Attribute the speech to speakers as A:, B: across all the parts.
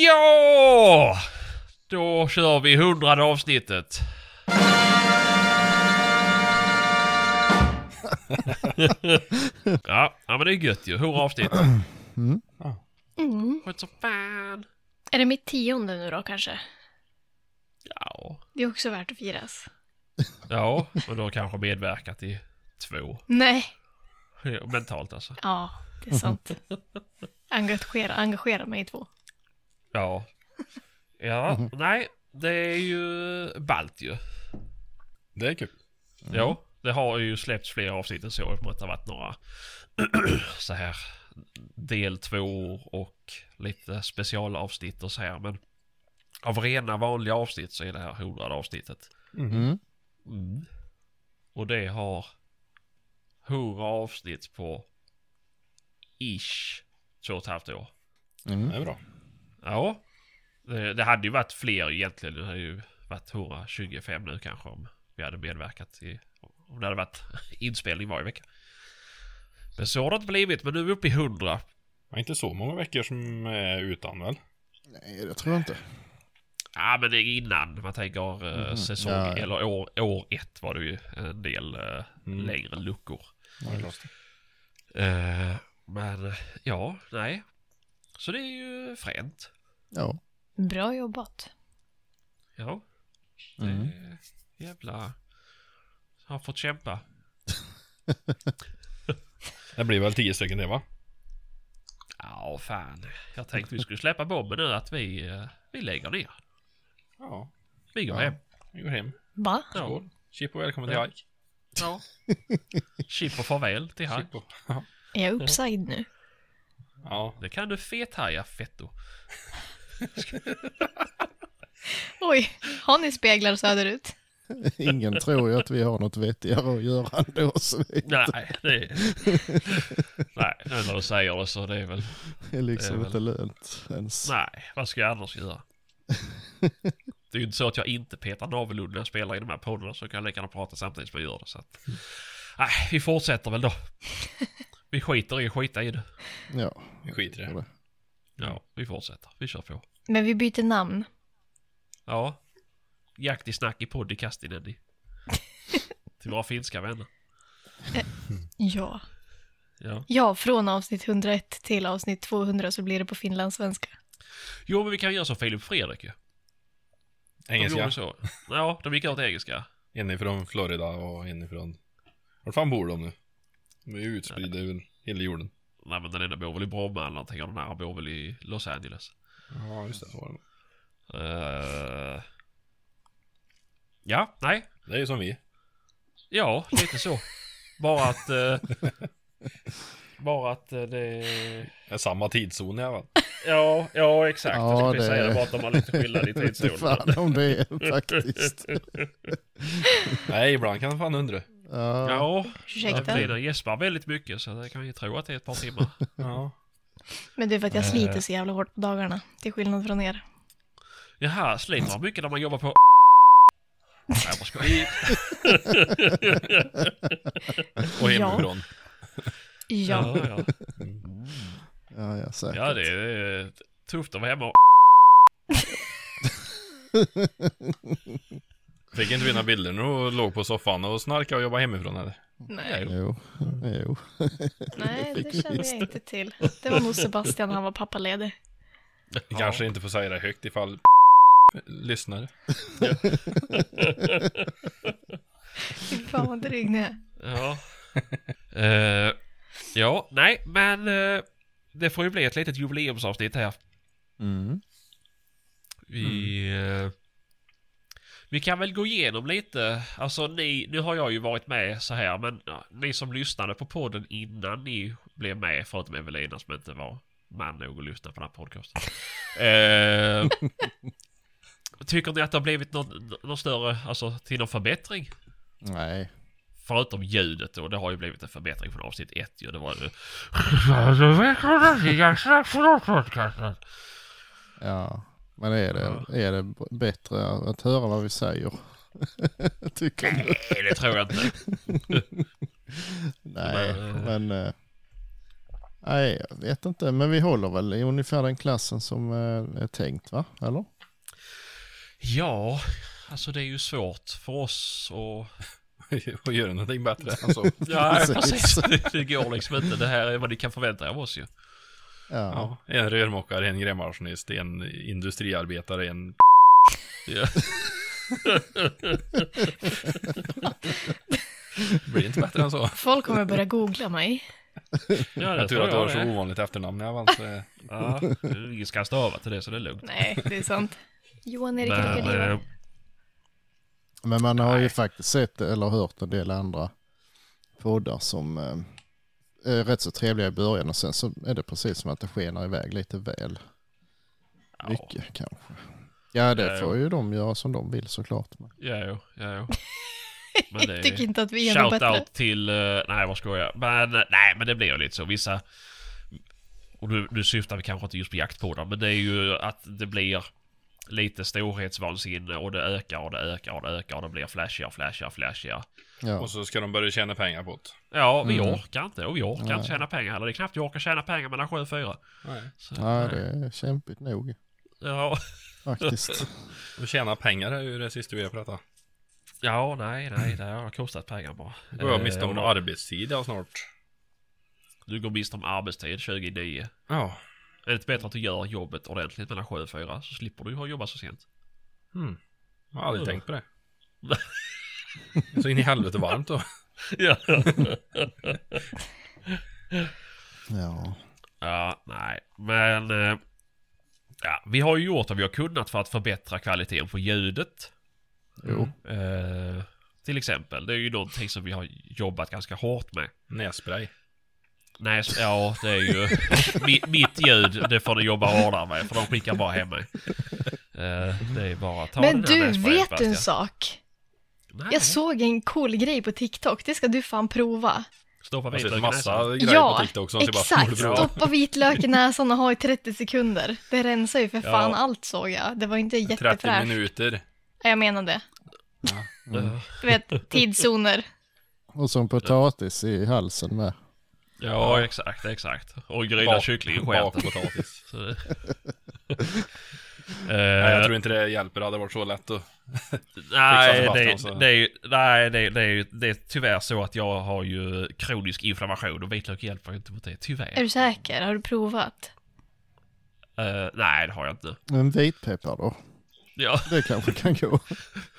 A: Ja! Då kör vi hundrade avsnittet. ja, ja, men det är gött ju. Hurra avsnitt.
B: Mm.
A: Skönt som fan.
B: Är det mitt tionde nu då kanske?
A: Ja.
B: Det är också värt att firas.
A: Ja, men då kanske medverkat i två.
B: Nej.
A: Mentalt alltså.
B: Ja, det är sant. Engagera, engagera mig i två.
A: Ja. Ja, nej. Det är ju ballt ju.
C: Det är kul.
A: Ja, det har ju släppts fler avsnitt än så eftersom att det har varit några så här del två och lite specialavsnitt och så här. Men av rena vanliga avsnitt så är det här hundrade avsnittet.
C: Mm.
A: Mm. Och det har hundra avsnitt på ish två och ett halvt år.
C: Det är bra.
A: Ja, Eh, det, det hade ju varit fler egentligen. Det hade ju varit 125 nu kanske om vi hade medverkat i... Om det hade varit inspelning varje vecka. Men så har det inte blivit, men nu är vi uppe i 100.
C: Ja, inte så många veckor som är utan väl?
D: Nej, det tror jag inte.
A: Ja, men det är innan. Man tänker eh, säsong,
D: Mhm. Ja, ja.
A: eller år, år ett var det ju en del eh,
C: Mm.
A: längre luckor.
C: Ja, just det.
A: Eh, men ja, nej. Så det är ju fränt.
D: Ja.
B: Bra jobbat.
A: Ja.
D: Mm.
A: Eh, jävla... Har fått kämpa.
C: Det blir väl tio stycken det va?
A: Ja, fan. Jag tänkte vi skulle släppa bomben nu att vi, eh, vi lägger ner.
C: Ja.
A: Vi går
D: Ja.
A: hem.
C: Vi går hem.
B: Va?
A: Ja.
C: Skål. Chip och välkommen till
A: Ja.
C: Hike.
A: ja. Chip och farväl till haj.
C: Chip och... Ja.
B: Är jag upside nu?
C: Ja.
A: Det kan du fethaja, fetto.
B: Oj, har ni speglar söderut?
D: Ingen tror ju att vi har något vettigare att göra ändå. Så vi
A: Nej, det... Nej, nu när du säger det så det är väl...
D: är liksom
A: Det är väl-
D: inte lönt ens.
A: Nej, vad ska jag annars göra? Det är ju inte så att jag inte petar navelludd när jag spelar i de här poddarna så kan jag lika gärna prata samtidigt som jag gör det. Så att... Nej, vi fortsätter väl då. Vi skiter i att skita i det.
D: Ja.
C: Vi skiter i det.
A: Ja, vi fortsätter. Vi kör på.
B: Men vi byter namn.
A: Ja. Jakt i snack i podd i Kastinenni. Till våra finska vänner.
B: Ja.
A: Ja.
B: Ja, från avsnitt 101 till avsnitt 200 så blir det på finlandssvenska.
A: Jo, men vi kan göra som Filip och Fredrik ju. De
C: Engelska.
A: gjorde så. Ja, de gick över till engelska.
C: En ifrån Florida och en ifrån... Var fan bor de nu? De är ju utspridda över hela jorden.
A: Nej, men den ena bor väl i Bromma eller någonting och den andra bor väl i Los Angeles.
C: Ja, just det. Så var det.
A: Eh, Ja, nej.
C: Det är ju som vi.
A: Ja, lite så. Bara att... eh, Bara att eh, det...
C: Det är samma tidszon i alla fall.
A: Ja, ja exakt.
D: Ja,
A: jag skulle
D: det-
A: säga det bara att de har lite skillnad i
D: Inte
A: tidszonen.
D: fan om det är faktiskt.
C: Nej, ibland kan man fan undra.
D: Ja.
A: Ja,
B: Ursäkta.
A: Lina gäspar väldigt mycket så det kan ju tro att det är ett par timmar.
C: Ja.
B: Men det är för att jag sliter så jävla hårt på dagarna. Till skillnad från er.
A: Jaha, sliter man mycket när man jobbar på... Nej, jag bara skojar.
C: Och
B: Ja.
C: hemifrån.
B: Ja.
A: Ja, ja.
D: Ja, ja, säkert.
A: ja, det är eh, tufft att vara hemma och...
C: Fick inte vi några bilder när du låg på soffan och snarkade och jobbade hemifrån eller?
B: Nej,
D: Jo. Jo.
B: nej, det känner jag inte till. Det var nog Sebastian, han var pappaledig.
C: Vi Kanske inte får säga det högt ifall lyssnar.
B: Fy fan vad dryg ni är.
A: Ja. Eh, ja, nej, men... eh, det får ju bli ett litet jubileumsavsnitt här.
D: Mm.
A: Vi... eh, Vi kan väl gå igenom lite, alltså ni, nu har jag ju varit med så här, men ja, ni som lyssnade på podden innan ni blev med, förutom Evelina som inte var man nog att lyssna på den här podcasten. eh, tycker ni att det har blivit någon, någon större, alltså till någon förbättring?
D: Nej.
A: Förutom ljudet då, det har ju blivit en förbättring från avsnitt 1 ju, det var ju...
D: Ja. Men är det, är det bättre att höra vad vi säger? Tycker du?
A: Nej, det tror jag inte.
D: Nej, men... eh, Nej, jag vet inte. Men vi håller väl i ungefär den klassen som eh, är tänkt, va? Eller?
A: Ja, alltså det är ju svårt för oss och...
C: och göra någonting bättre än så.
A: Ja,
D: Precis.
A: precis. Det går liksom inte. Det här är vad ni kan förvänta er av oss ju.
D: Ja.
C: Ja, en rörmokare, en grävmaskinist, en industriarbetare, en...
A: Ja.
C: Det blir inte bättre än så.
B: Folk kommer börja googla mig.
A: Ja, det
C: Jag tror att du har så
A: det.
C: ovanligt efternamn Evan, så det-
A: Ja, det är ingen ska stava till det så det är lugnt.
B: Nej, det är sant. Johan Erik
A: Men, eh,
B: Ricardin.
D: Men man har ju faktiskt sett eller hört en del andra poddar som eh, är rätt så trevliga i början och sen så är det precis som att det skenar iväg lite väl
A: ja,
D: mycket kanske. Ja, det
A: Ja,
D: får ju de göra som de vill såklart. Men,
A: ja, jo, ja, jo. Men det
B: Jag tycker
A: är...
B: inte att vi är något
A: Shout
B: bättre.
A: out till... eh, nej, vad skojar jag. Men eh, nej, men det blir ju lite så. Vissa... Och nu, nu syftar vi kanske inte just på jaktpoddar, men det är ju att det blir lite storhetsvansinne och det ökar och det ökar och det ökar och det blir flashigare, flashigare, flashigare.
D: ja.
C: Och så ska de börja tjäna pengar på det.
A: Ja, vi
D: Mm.
A: orkar inte och vi orkar inte tjäna pengar heller. Det är knappt vi orkar tjäna pengar mellan 7 och 4.
C: Nej.
A: Så,
D: Nej, det är kämpigt nog
A: ja,
D: faktiskt.
C: Och tjäna pengar är ju det sista vi har pratat.
A: ja, nej, nej, det har kostat pengar bara.
C: Då går jag miste
A: Eh,
C: om
A: och då-
C: arbetstid ja, snart.
A: Du går miste om arbetstid 2009.
C: Ja.
A: Är det inte bättre att du gör jobbet ordentligt mellan 7 och 4 så slipper du ju ha jobbat så sent?
C: Hmm. Jag har aldrig
A: Ja.
C: tänkt på det. så in i helvete varmt då.
A: Ja.
D: Ja.
A: ja, nej, men... eh, Ja, vi har ju gjort vad vi har kunnat för att förbättra kvaliteten på ljudet.
D: Jo.
A: Eh, till exempel, det är ju någonting som vi har jobbat ganska hårt med.
C: Nässpray.
A: Nej, så, ja det är ju mi, mitt ljud, det får ni jobba hårdare med för de skickar bara hem mig. Eh, det är bara att ta
B: Men
A: den här
B: du,
A: nässprayen,
B: vet du
A: Sebastian.
B: en sak?
A: Nej,
B: Jag såg en cool grej på TikTok. Det ska du fan prova.
A: Stoppa
C: Jag har sett
A: vitlöken
C: massa
A: massa...
C: grejer på
B: Ja,
C: TikTok som Sebastian
B: exakt.
C: borde prova.
B: Stoppa vitlök i näsan och ha i 30 sekunder. Det rensar ju för
A: Ja.
B: fan allt såg jag. Det var inte
C: 30
B: jättefräscht.
C: minuter.
B: Ja, jag menar det. Du vet, tidszoner.
D: Och som potatis i halsen med.
A: Ja, exakt, exakt. Och grilla
C: Bak-
A: kyckling i
C: bak
A: stjärten.
C: potatis.
A: Så det-
C: Nej, jag
A: Eh,
C: tror inte det hjälper. Det hade varit så lätt att...
A: Nej,
C: Fixa
A: det,
C: Sebastian,
A: det är ju, nej det, det, är ju, det är tyvärr så att jag har ju kronisk inflammation och vitlök hjälper ju inte mot det, tyvärr.
B: Är du säker? Har du provat?
A: Eh, nej, det har jag inte.
D: Men vitpeppar då?
A: Ja.
D: Det kanske kan gå.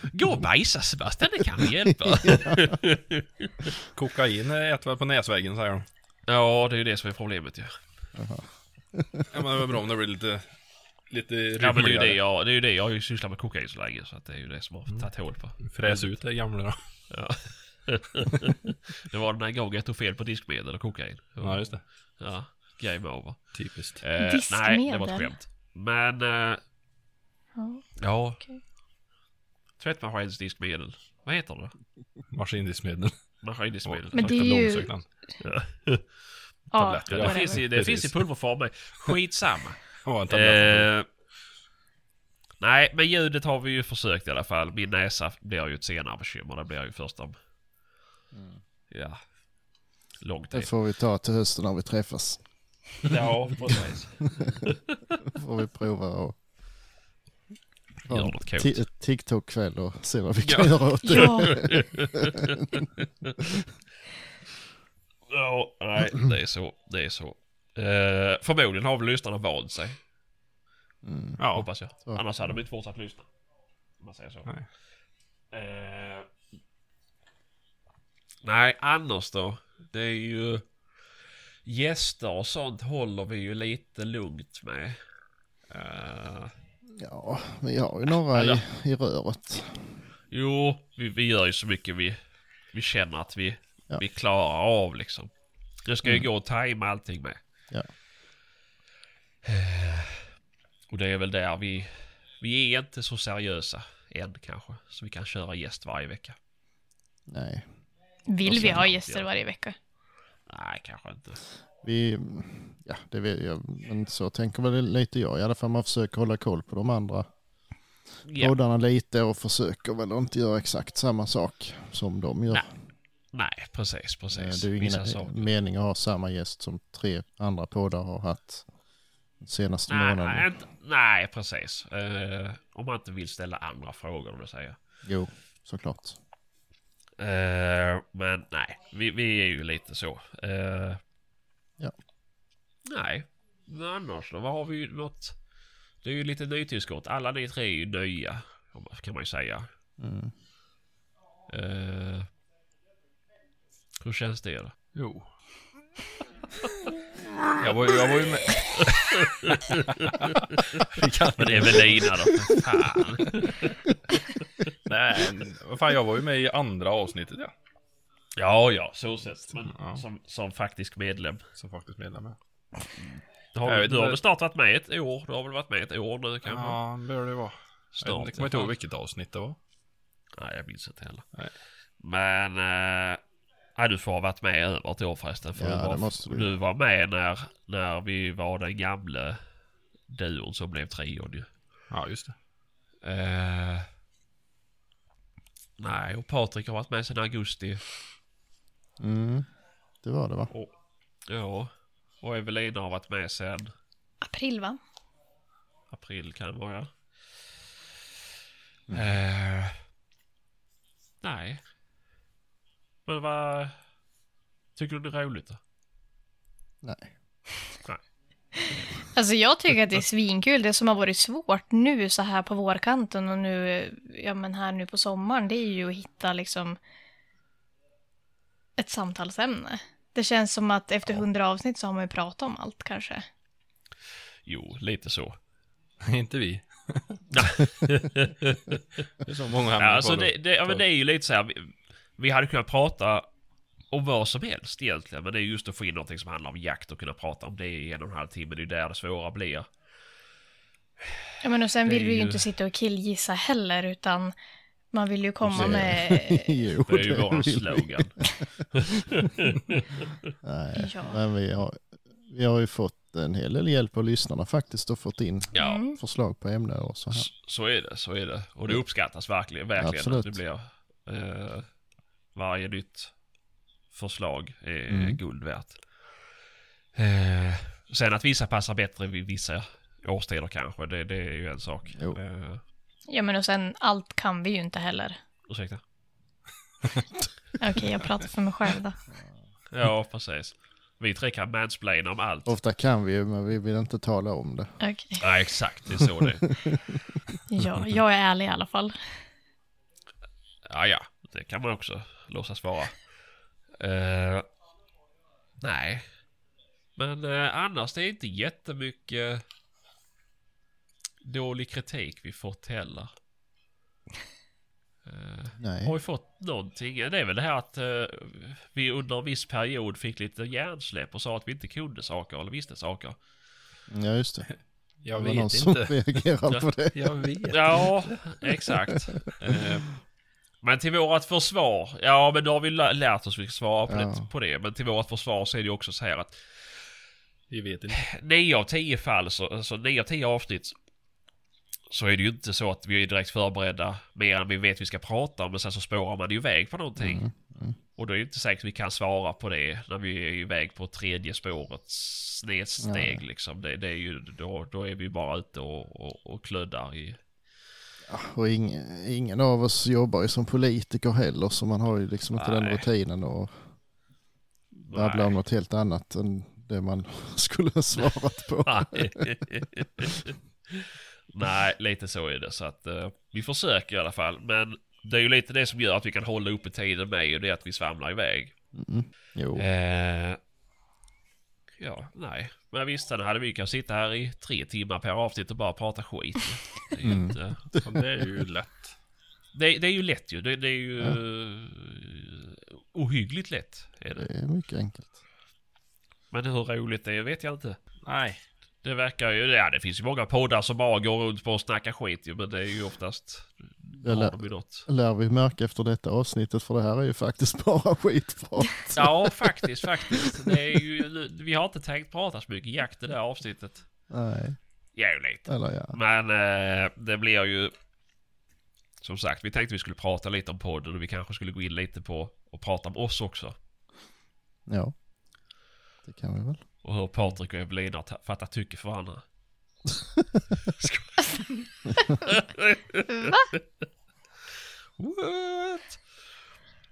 A: Gå och bajsa Sebastian, det kan hjälpa.
C: Kokain äter väl på näsväggen säger de.
A: Ja, det är ju det som är problemet ju.
C: Ja, men det var bra om det blir lite... Lite
A: Ja, men det är ju det
C: rymligare.
A: jag, det är ju det jag har ju sysslat med kokain så länge så att det är ju det som har tagit hål på.
C: Fräs ut det gamla då.
A: Ja. det var den här gången jag tog fel på diskmedel och kokain.
C: Ja, just det.
A: Ja, game over.
C: Typiskt.
A: Eh,
B: Diskmedel?
A: Nej, det var ett skämt. Men, eh,
B: Ja.
A: ja.
B: Okej.
A: Tvättmaskinsdiskmedel. Vad heter det?
C: Maskindiskmedel.
A: Maskindiskmedel.
B: Men
A: Tack.
B: det är ju-
C: Långsökt namn.
B: Ja,
C: Tabletter,
A: Ja,
C: ja.
A: det
B: whatever.
A: finns, i- det
C: Precis.
A: finns i pulverform med. Skitsamma.
C: Ja, en tablett.
A: Eh, nej, men ljudet har vi ju försökt i alla fall. Min näsa blir ju ett senare bekymmer. Det blir ju först om... Ja. Lång
D: Det
A: tid.
D: får vi ta till hösten när vi träffas.
A: Ja, precis.
D: Då får vi prova och...
A: Gör något coolt.
D: Ti- TikTok-kväll och se vad vi kan göra åt det.
B: Ja,
A: Ja, nej, det är så. Det är så. Eh, förmodligen har väl lyssnarna vant sig,
C: Ja,
A: hoppas jag.
D: Ja.
A: Annars hade de inte fortsatt lyssna. Om man säger så.
C: Nej.
A: Eh, nej, annars då. Det är ju... Gäster och sånt håller vi ju lite lugnt med. Eh,
D: Ja, vi har ju några i, i röret.
A: Jo, vi, vi gör ju så mycket vi, vi känner att vi,
D: Ja. Mm.
A: vi klarar av liksom. Det ska ju gå att tajma allting med.
D: Ja.
A: Eh, Och det är väl där vi, vi är inte så seriösa än kanske. Så vi kan köra gäst varje vecka.
D: Nej.
B: Vill vi
A: känner
B: ha
A: jag.
B: gäster varje vecka?
A: Nej, kanske inte.
D: Vi, ja, det vet jag, men så tänker väl lite jag i alla fall. Man försöker hålla koll på de andra
A: Ja,
D: poddarna lite och försöker väl inte göra exakt samma sak som de gör.
A: Nej, nej, precis,
D: Eh,
A: precis.
D: det är ju
A: Vissa
D: ingen
A: saker.
D: mening att ha samma gäst som tre andra poddar har haft de senaste
A: Nej,
D: månaderna.
A: nej, inte, nej, precis. Eh, om man inte vill ställa andra frågor, om du säger.
D: Jo, såklart.
A: Eh, men nej, vi, vi är ju lite så. Eh,
D: Ja.
A: Nej, men annars då? Vad har vi ju något? Det är ju lite nytillskott. Alla ni tre är ju nya, om man- kan man ju säga.
D: Mm.
A: Eh, hur känns det då?
C: Jo. Jag var, ju- jag var ju med.
A: Men Evelina då, för fan.
C: Nej, men vad fan, jag var ju med i andra avsnittet ja.
A: Ja, ja, så sett. Men
C: Ja.
A: som, som faktisk medlem.
C: Som faktiskt medlem med.
A: Du har,
C: Jag vet
A: du har
C: inte.
A: väl snart varit med ett år? Du har väl varit med ett år nu kanske?
C: Ja, det bör det vara. Jag
A: Snart.
C: vet inte, jag kommer inte ihåg vilket avsnitt det var.
A: Nej, jag minns inte heller.
C: Nej.
A: Men... Eh, ja, du får ha varit med över ett år förresten. För
D: Ja,
A: du, var,
D: det måste vi.
A: du var med när, när vi var den gamle duon som blev trion ju.
C: Ja, just det.
A: Eh, nej, och Patrik har varit med sedan augusti.
D: Mm. Det var det va?
A: Och, ja, och Evelina har varit med sedan
B: April, va?
A: april kan det vara.
D: Mm.
A: Eh, nej. Men vad... Tycker du det är roligt då?
D: Nej.
B: Alltså jag tycker att det är svinkul. Det som har varit svårt nu så här på vårkanten och nu, ja men här nu på sommaren, det är ju att hitta liksom ett samtalsämne. Det känns som att efter hundra avsnitt så har man ju pratat om allt kanske.
A: Jo, lite så.
C: inte vi. det är så många
A: Ja,
C: hamnar
A: alltså
C: kvar
A: det,
C: då.
A: det, ja, men det är ju lite så här. Vi, vi hade kunnat prata om vad som helst egentligen. Men det är just att få in någonting som handlar om jakt och kunna prata om det i en och en halv timme. Det är ju där det svåra blir.
B: Ja men och sen
A: Det är
B: vill vi ju
A: ju-
B: inte sitta och killgissa heller utan man vill ju komma
D: Det-
B: med...
D: jo,
A: Det är ju våran
D: vill vi.
A: slogan.
D: Nej,
B: Ja.
D: men vi har, vi har ju fått en hel del hjälp av lyssnarna faktiskt och fått in
A: Ja,
B: Mm.
D: förslag på ämnen och så här.
A: S- Så är det, så är det. Och det uppskattas verkligen, verkligen att
D: Absolut.
A: det blir. Eh, varje nytt förslag är
D: Mm.
A: guld värt. Eh, sen att vissa passar bättre vid vissa årstider kanske, det, det är ju en sak.
D: Jo.
A: Eh,
B: Ja men och sen allt kan vi ju inte heller.
A: ursäkta?
B: Okej, jag pratar för mig själv då.
A: Ja, precis. Vi tre kan mansplaina om allt.
D: Ofta kan vi ju, men vi vill inte tala om det.
B: Okej.
A: Ja, exakt. Det är så det är.
B: Ja, jag är ärlig i alla fall.
A: Ja, ja. Det kan man också låtsas vara. Eh, nej. Men eh, annars, det är inte jättemycket dålig kritik vi fått heller. Eh, har
D: Nej.
A: vi fått någonting? Det är väl det här att eh, vi under en viss period fick lite hjärnsläpp och sa att vi inte kunde saker eller visste saker.
D: Ja, just det.
C: Jag
D: det
C: vet
D: var någon
C: inte.
D: som reagerade på det.
C: Jag vet.
A: Ja, exakt. Eh, Men till vårat försvar, ja men då har vi lä- lärt oss att vi ska svara på,
D: Ja.
A: det, på det. Men till vårat försvar så är det ju också så här att
C: Vi vet inte.
A: 9 av 10 fall, så, alltså 9 av 10 avsnitt, så är det ju inte så att vi är direkt förberedda mer än vi vet vi ska prata om. Men sen så spårar man ju iväg på någonting.
D: Mm.
A: Och då är det inte säkert vi kan svara på det när vi är iväg på tredje spårets snedsteg liksom. Det, det är ju, då, då är vi bara ute och, och, och kluddar i...
D: Och ingen, ingen av oss jobbar ju som politiker heller, så man har ju liksom inte den
A: Nej.
D: rutinen och babblar om något helt annat än det man skulle ha svarat på.
A: Nej. Nej, lite så är det. Så att eh, vi försöker i alla fall. Men det är ju lite det som gör att vi kan hålla uppe tiden med ju det är att vi svamlar iväg.
D: Mm. Jo,
A: Eh, ja, nej. Men visst, sen hade vi kunnat sitta här i tre timmar per avsnitt och bara prata skit. Det är ju inte...
C: Ja, det är ju lätt.
A: Det, det är ju lätt ju. Det, det är ju
D: Ja.
A: eh, ohyggligt lätt. Är
D: Det
A: det.
D: är mycket enkelt.
A: Men hur roligt det är vet jag inte. Nej. Det verkar ju, ja det finns ju många poddar som bara går runt på och snackar skit ju, men det är ju oftast, har
D: Eller-
A: de ju något.
D: Lär vi märka efter detta avsnittet för det här är ju faktiskt bara skitprat.
A: Ja, faktiskt, faktiskt. Det är ju, vi har inte tänkt prata så mycket jakt i det här avsnittet.
D: Nej,
A: Jävligt.
D: eller ja.
A: Men eh, det blir ju... Som sagt, vi tänkte vi skulle prata lite om podden och vi kanske skulle gå in lite på och prata om oss också.
D: Ja, det kan vi väl.
A: Och hur Patrik och Evelina ta- fattar tycke för varandra.
B: Va?
A: What?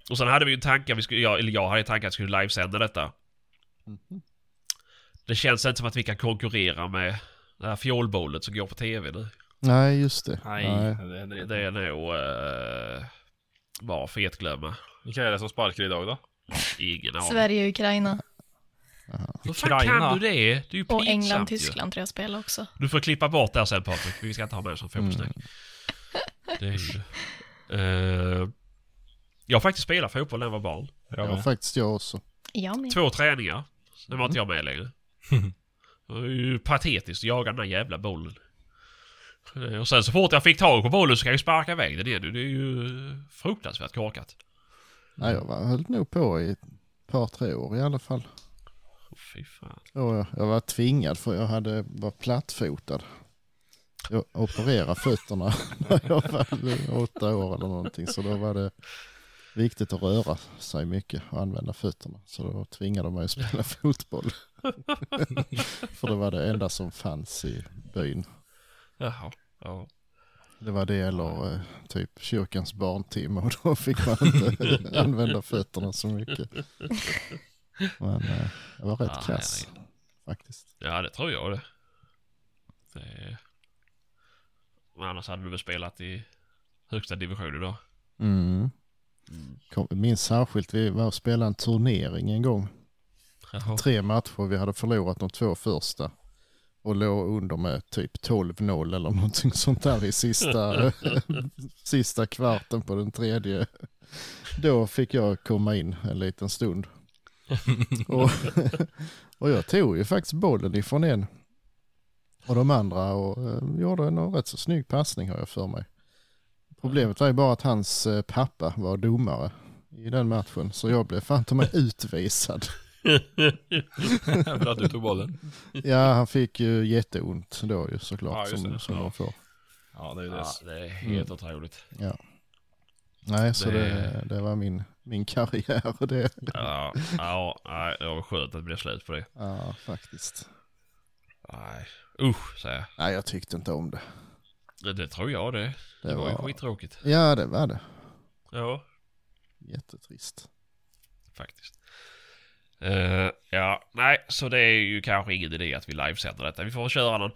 A: Och sen hade vi ju en tanke, att vi skulle, jag, eller jag hade en tanke att vi skulle livesända detta.
D: Mhm.
A: Det känns inte som att vi kan konkurrera med det här fjolbollet som går på tv nu.
D: Nej, just det.
C: Nej,
D: Nej.
C: det händer inte.
A: Det är nog... Eh, bara fetglömma.
C: Vilka är det som sparkar idag då?
A: Ingen aning.
B: Sverige och Ukraina.
A: Hur fan
C: Ukraina.
A: kan du det? Det är ju
B: Och
A: pinsamt
B: England,
A: ju.
B: Tyskland tror jag spelar också.
A: Du får klippa bort det här sen Patrik. Vi ska inte ha med sån fotbollssnack. Det är ju... Eh, jag har faktiskt spelat fotboll när jag var barn.
D: Det
E: Eh,
D: var faktiskt jag också.
B: Jag med.
A: Två träningar. Sen var inte jag med längre. Det var ju patetiskt att jaga den där jävla bollen. Eh, Och sen så fort jag fick tag på bollen så kan jag ju sparka iväg den igen. Det är ju fruktansvärt korkat.
D: Nej, jag var, höll nog på i ett par, tre år i alla fall.
A: Fy fan.
D: Och jag, jag var tvingad för jag hade, var plattfotad. Jag opererade fötterna när jag var åtta år eller någonting. Så då var det viktigt att röra sig mycket och använda fötterna. Så då tvingade de mig att spela fotboll. för det var det enda som fanns i byn.
A: Jaha. Ja.
D: Det var det eller eh, typ kyrkans barntimme och då fick man inte använda fötterna så mycket. Men eh, jag var rätt
A: Ah,
D: kass faktiskt.
A: Ja, det tror jag det. det... Men annars hade du väl spelat i högsta division idag?
D: Mm. Kom, minns särskilt, vi var och spelade en turnering en gång.
A: Jaha.
D: Tre matcher, vi hade förlorat de två första. Och låg under med typ 12-0 eller någonting sånt där i sista, sista kvarten på den tredje. Då fick jag komma in en liten stund. Och, och jag tog ju faktiskt bollen ifrån en och de andra och eh, gjorde en rätt så snygg passning har jag för mig. Problemet var ju bara att hans eh, pappa var domare i den matchen så jag blev fan ta mig utvisad.
C: För att du tog bollen?
D: Ja, han fick ju jätteont då ju
C: Ja,
D: såklart
C: just
D: som,
C: det.
D: som de får.
C: Ja, det är ju det.
A: Ja, det är helt otroligt.
D: Nej, så
A: Det-
D: det, det, var min, min karriär. och Det,
A: Ja, ja, nej, det var skönt att det blev slut på det.
D: ja, faktiskt.
A: Nej. Usch, säger jag.
D: Nej, jag tyckte inte om det.
A: Det, det tror jag det. Det,
D: Det
A: var ju
D: var-
A: skittråkigt.
D: Ja, det var det.
A: Ja,
D: Jättetrist.
A: faktiskt. Eh, ja, nej, så det är ju kanske ingen idé att vi livesänder detta. Vi får väl köra någon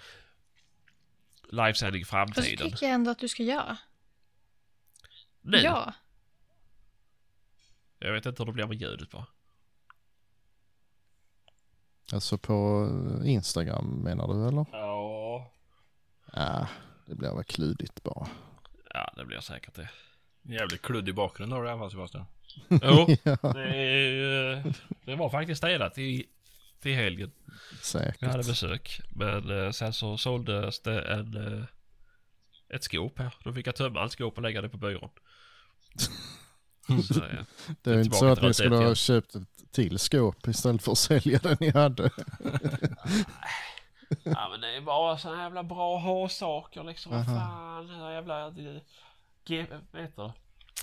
A: livesändning i
B: Fast
A: framtiden.
B: det tycker jag ändå att du ska göra.
A: Nu?
B: Ja.
A: Jag vet inte hur det blir med ljudet bara.
D: Alltså på Instagram menar du eller?
A: Ja.
D: Ja, det blir väl kludigt bara.
A: Ja, det blir säkert det.
C: En Jävligt kluddig bakgrund har du i alla fall Sebastian.
A: Jo,
D: ja,
A: det, är, eh, det var faktiskt städat till, till helgen.
D: säkert.
A: Jag hade besök. Men eh, sen så såldes det en, eh, ett skåp här. Då fick jag tömma allt skåp och lägga det på byrån. Så, eh,
D: det är ju inte så
A: tillbaka
D: att
A: till rutt
D: ni skulle
A: ett
D: ha
A: igen.
D: köpt ett till skåp istället för att sälja den ni hade.
A: Ja men det är bara såna jävla bra ha-saker liksom. Vad
D: Aha.
A: fan, den här jävla... eh, G, vad heter det?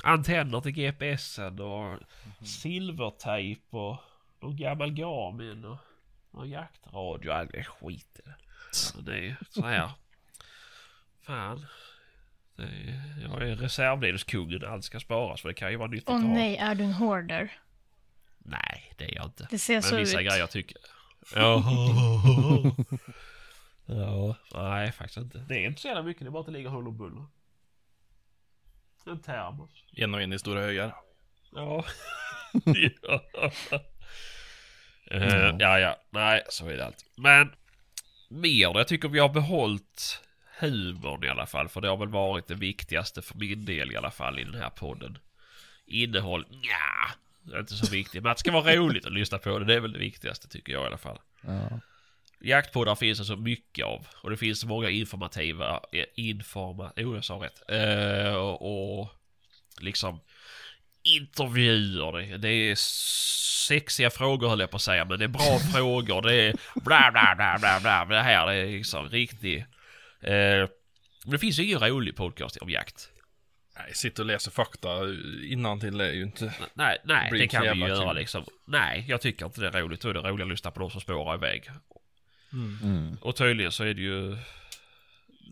A: Antenner till GPSen och silvertejp och någon gammal Garmin och någon jaktradio. All det är skit i det. Så det är så här. Fan. Det är, jag är reservdelskungen. Allt ska sparas för det kan ju vara nyttigt
B: Åh
A: att ha.
B: nej, är du en hoarder?
A: Nej, det är jag inte.
B: Det ser så
A: Men vissa
B: ut.
A: grejer tycker... Ja. ja, nej faktiskt inte. Det är inte så jävla mycket, det är bara att det ligger hull och buller. En termos.
C: En och en i stora högar.
A: Ja. ja. Eh, ja, ja, nej så är det allt. Men mer, jag tycker vi har behållit humorn i alla fall. För det har väl varit det viktigaste för min del i alla fall i den här podden. Innehåll, ja, det är inte så viktigt. Men att det ska vara roligt att lyssna på det, det är väl det viktigaste tycker jag i alla fall.
D: Ja.
A: Jaktpoddar finns det så mycket av. Och det finns så många informativa, eh, informa, jo jag sa rätt. Eh, och, och liksom intervjuer. Det, det är sexiga frågor höll jag på att säga, men det är bra frågor. Det är bla bla bla bla bla. Det här det är liksom riktigt. Eh, men det finns ju ingen rolig podcast om jakt.
C: Nej, sitta och läsa fakta innantill är ju inte...
A: Nej, nej
C: blir
A: det
C: inte
A: kan vi ju
C: jävla
A: göra
C: kul.
A: liksom. Nej, jag tycker inte det är roligt. Då är det roligare att lyssna på de som spårar iväg.
D: Mm.
A: Och tydligen så är det ju...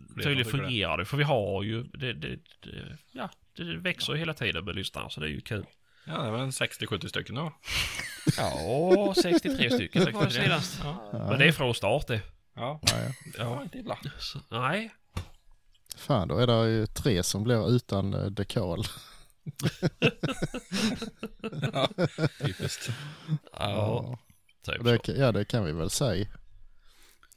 A: Tydligen
C: tycker det.
A: fungerar det, för vi har ju... Det, det, det, ja, det växer ju hela tiden med lyssnare, så det är ju kul.
E: Ja, det var en 60-70 stycken då.
A: Ja, 63 stycken det var det
E: 63.
A: senast.
E: Ja.
A: Men det är från start det.
E: Ja.
D: Ja,
E: ja, inte illa.
A: Så, nej.
D: Fan, då är det ju tre som blir utan eh, dekal.
C: Typiskt.
A: Ja,
D: Och
A: typ
D: Det,
A: så.
D: kan- ja, det kan vi väl säga.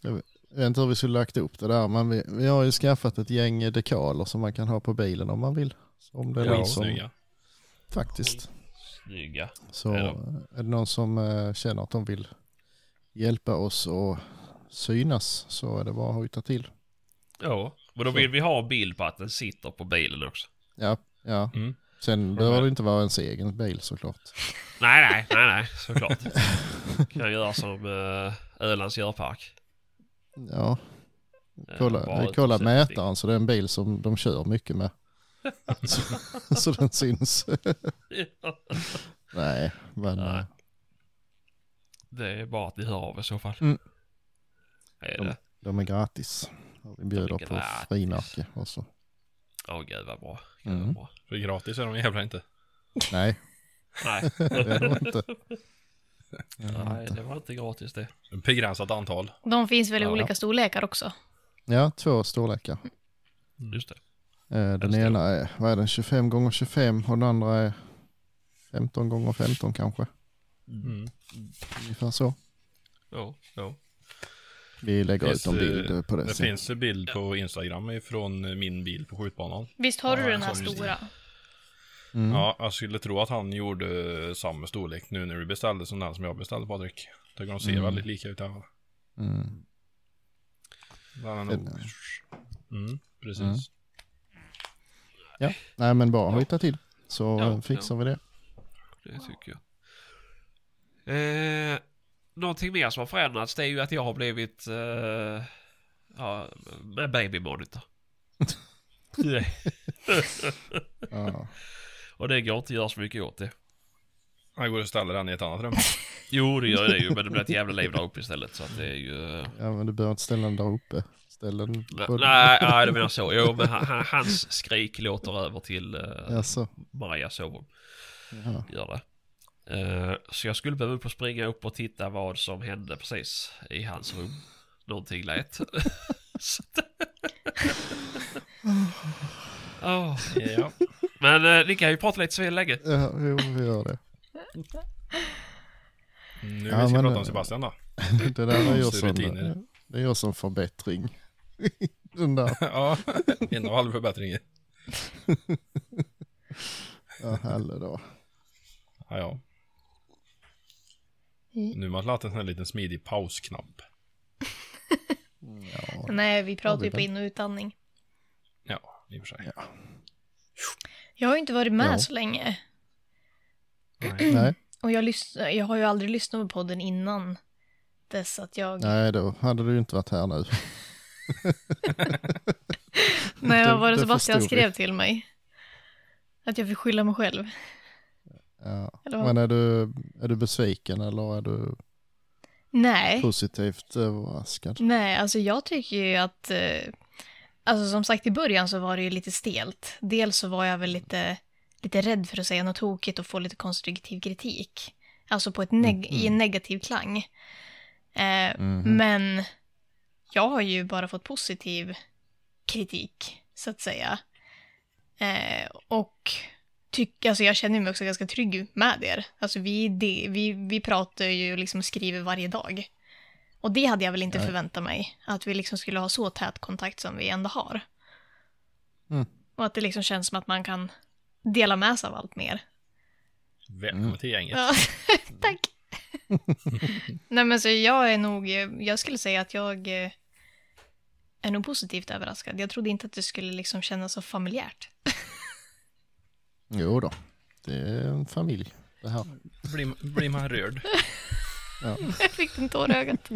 D: Jag vet- jag vet inte hur vi skulle lagt upp det där, men vi, vi har ju skaffat ett gäng eh, dekaler som man kan ha på bilen om man vill. Så Om det är någon som,
E: Skitsnygga.
D: faktiskt.
A: Snygga.
D: Så
A: Ja.
D: eh, är det någon som eh, känner att de vill hjälpa oss och synas så är det bara att hojta till.
A: Ja, men då vill vi ha en bild på att den sitter på bilen också.
D: Ja, ja.
E: Mm.
D: Sen behöver det inte vara ens egen bil såklart.
A: Nej, nej, nej, nej, såklart. kan jag göra som uh, Ölands djurpark.
D: Ja,
A: Eh, bara
D: kolla,
A: ut och
D: kolla
A: se
D: mätaren så det är en bil som de kör mycket med. så, så den syns.
A: någonting. Ja,
D: Nej, men...
A: Nej.
D: eh,
A: Det är bara att ni hör av er i så fall.
D: Mm.
A: Är
D: De-
A: det?
D: De är gratis. Vi bjuder
A: De är
D: på
A: gratis.
D: frimärke och så.
A: Åh gud vad bra. Gud, vad
D: Mm.
A: bra.
E: För gratis är de jävla inte.
D: Nej,
A: Nej.
D: det är det inte.
A: nej, det var inte gratis det.
E: Begränsat antal.
B: De finns väl i
A: Ja.
B: olika storlekar också?
D: Ja, två storlekar.
A: Just det.
D: Eh, Den
A: stor.
D: ena är, vad är den, 25 gånger 25 och den andra är 15 gånger 15 kanske.
E: Mm.
D: Ungefär så.
A: Ja, ja.
D: Vi lägger
E: Finns,
D: ut en bild
E: eh,
D: eh, på det.
E: Det
D: sen.
E: finns ju bild på Instagram från min bil på skjutbanan.
B: Visst har
E: Ja,
B: du den
E: jag
B: här
E: såg just det.
B: stora?
D: Mm.
E: Ja, jag skulle tro att han gjorde samma storlek nu när du beställde som den som jag beställde Patrik. Jag tycker de ser
D: Mm.
E: väldigt lika ut i alla fall.
D: Mm.
E: Den är
D: Den-
E: nog... Mm, precis.
D: Mm. Nej, men bara hojta till så
A: Ja,
D: eh, fixar vi det.
A: Det tycker jag. Eh, någonting mer som har förändrats det är ju att jag har blivit eh, ja, med babymonitor. Nej,
D: Ja.
A: och det går inte att göra så mycket åt det.
E: Jag går och ställer den i ett annat rum.
A: Jo, det gör det ju, men det blir ett jävla liv där uppe istället. Så att det är ju... eh,
D: ja, men du behöver inte ställa den där uppe. Ställ den på...
A: Nej, nej, det menar så. Jo, men han- han- hans skrik låter över till eh,
D: Jaså?
A: Maria sovrum.
D: Ja.
A: Gör det. Eh, så jag skulle behöva upp och springa upp och titta vad som hände precis i hans rum. Någonting lät. Så det- Åh.
E: ja.
A: Men eh, ni kan ju prata lite så länge.
D: Ja, jo, vi gör det.
E: Nu
D: Ja,
E: vi ska
D: men-
E: prata om Sebastian då.
D: Det där är ju
E: Så rutiner.
D: som, det är ju som förbättring. Den där,
E: ja, en och halv förbättring. i.
D: ja, Halle då.
E: Ja, ja. Nu har man lagt en sån här liten smidig pausknapp.
D: Ja,
B: Nej, vi
D: Ja,
B: pratar
D: det
B: ju
D: är
B: på
D: den.
B: in och utandning.
E: Ja, i och för sig.
B: Jag har ju inte varit med
D: Ja.
B: så länge.
D: nej,
B: Och jag, lyssn- jag har ju aldrig lyssnat på podden innan dess att jag...
D: nej, då hade du ju inte varit här nu.
B: Nej,
D: det-
B: vad var det
D: det
B: Sebastian
D: förstod vi.
B: skrev till mig? Att jag fick skylla mig själv.
D: Ja.
B: Eller vad?
D: Men är du, är du besviken eller är du
B: Nej.
D: positivt överraskad?
B: Nej, alltså jag tycker ju att... eh, Alltså som sagt i början så var det ju lite stelt. Dels så var jag väl lite, lite rädd för att säga något tokigt och få lite konstruktiv kritik. Alltså på ett neg- i en negativ klang. Eh, Men jag har ju bara fått positiv kritik, så att säga. Eh, och tyck, alltså jag känner mig också ganska trygg med er. Alltså vi, det, vi, vi pratar ju liksom och skriver varje dag. Och det hade jag väl inte
D: Nej.
B: förväntat mig, att vi liksom skulle ha så tät kontakt som vi ändå har.
D: Mm.
B: Och att det liksom känns som att man kan dela med sig av allt mer.
E: Välkommen
D: Mm.
E: till gänget.
B: Ja, tack. Nej men så jag är nog, eh, jag skulle säga att jag eh, är nog positivt överraskad. Jag trodde inte att det skulle liksom kännas så familjärt.
D: Jo då, det är en familj det här.
E: Blir, blir man rörd.
B: Jag fick en tår i ögat.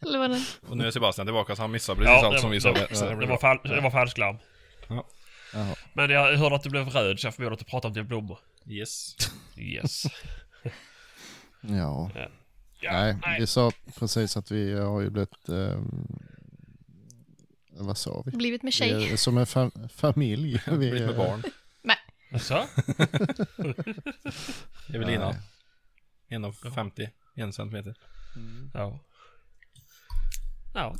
B: Eller vad den...
E: Och nu är Sebastian tillbaka så han missar precis
A: Ja,
E: allt
A: det
E: som
A: var-
E: vi sa.
A: det-
E: Så
A: Det
E: det blir
A: var,
E: bra.
A: fal- det var falsklarm.
D: Jaha.
A: Men jag hörde att du blev röd så jag förmodar att du pratar om dina blommor.
E: Yes.
A: Yes.
D: Ja.
A: Ja,
D: nej, vi sa precis att vi har ju blivit, ehm, vad sa vi?
B: Blivit med
D: vi
B: tjej.
D: är som en fam- familj. Vi
E: Blivit med
D: är,
E: barn.
A: Så?
E: Evelina.
D: Nej.
E: 1,50. En centimeter.
A: Ja. Ja,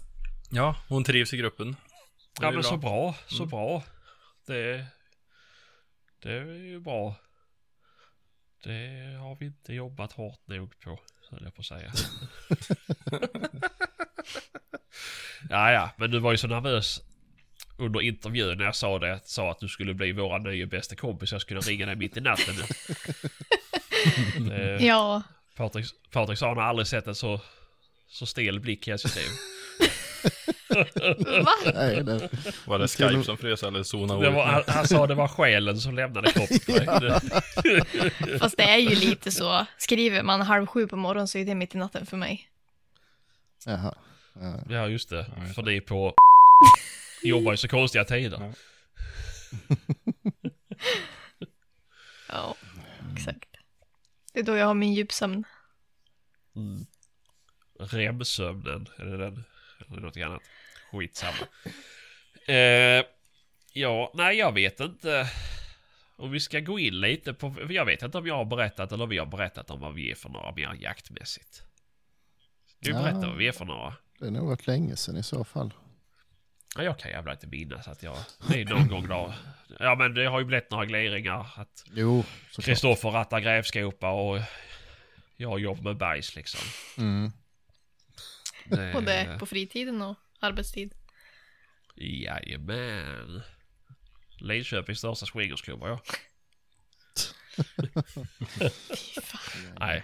E: Ja, hon trivs i gruppen. Det
A: ja
E: är
A: men så
E: bra. Mm.
A: bra, så bra. Det, det är ju bra. Det har vi inte jobbat hårt nog på, höll jag på att säga. ja, ja, men du var ju så nervös under intervjun när jag sa det, sa att du skulle bli våra nya bästa kompis. Jag skulle ringa dig mitt i natten. det,
B: Ja,
A: Patrik, Patrik sa han har aldrig sett en så, så stel blick i ett system.
B: va?
D: Nej, det,
E: Var det Skype som frös eller zona
A: Det
E: ut?
A: var, han, han sa det var själen som lämnade kroppen. ja.
B: Fast det är ju lite så. Skriver man halv sju på morgonen så är det mitt i natten för mig.
D: jaha. Ja.
A: ja, just det.
E: just
A: För ni på jobbar ju så konstiga tider.
E: Ja.
B: Ja, exakt. Det är då jag har min djupsömn.
A: Remsömnen, är det den? Eller något annat. Skitsamma. Eh, ja, nej jag vet inte. Om vi ska gå in lite på, för jag vet inte om jag har berättat eller vi har berättat om vad vi är för några mer jaktmässigt. Ska vi
D: Ja.
A: berätta vad vi är för några?
D: Det är nog rätt länge sedan i så fall.
A: Ja, jag kan jävla inte minnas att jag... Det är någon gång då. Ja, men det har ju blivit några gliringar. Att
D: Jo, såklart.
A: Kristoffer rattar grävskopa och jag jobbar med bajs liksom.
D: Mm.
A: Det-
B: Både på fritiden och arbetstid.
A: Jajamän. Linköpings största swingersklubb var jag. Nej.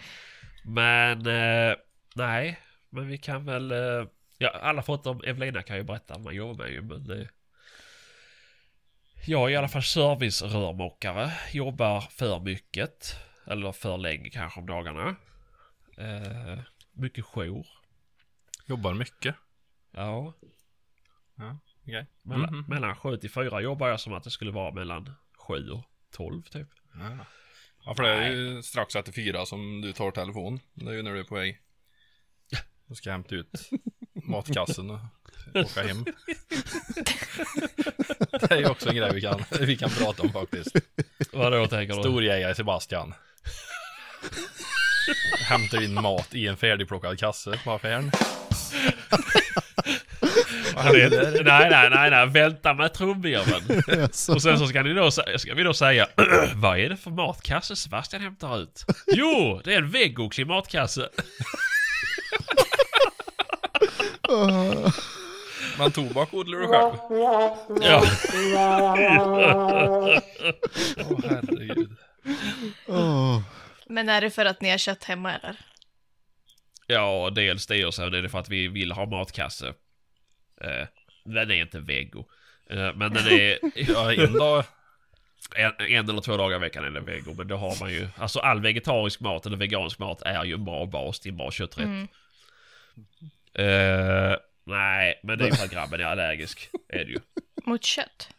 A: Men... Eh, nej. Men vi kan väl... Eh, ja, alla förutom Evelina kan ju berätta vad man jobbar med ju, men det... Jag är i alla fall servicerörmokare. Jobbar för mycket. Eller för länge kanske om dagarna. Eh, mycket jour.
E: Jobbar mycket.
A: Ja.
E: Ja, okej.
A: Mellan,
E: Mhm.
A: mellan 7 till 4 jobbar jag som att det skulle vara mellan 7 och 12 typ.
E: Ja. Ja, för det är ju strax efter fyra som du tar telefon. Det är ju när du är på väg. Du ska hämta ut matkassen och åka hem. Det är ju också en grej vi kan, vi kan prata om faktiskt.
A: Vadå tänker du?
E: Storjägare Sebastian. Hämtar in mat i en färdigplockad kasse på affären. Vad
A: Det-
E: händer?
A: nej, nej, nej, nej, vänta med trumvirveln.
D: Alltså,
A: Och sen så ska, ni då, sä- ska vi då säga, vad är det för matkasse Sebastian hämtar ut? Jo, det är en vegoklimatkasse.
E: Men tobak odlar du själv?
A: Ja,
E: Åh herregud.
D: åh.
B: Men är det för att ni har kött hemma eller?
A: ja dels det och sen är det för att vi vill ha matkasse. Eh, den är inte vego. Eh, men den är
E: Ja, en dag.
A: en, en eller två dagar i veckan är den vego. Men då har man ju, alltså all vegetarisk mat eller vegansk mat är ju en bra bas till en bra kötträtt.
B: Mm.
A: Eh, nej, men det är ju för att grabben är allergisk. Är det ju.
B: Mot kött?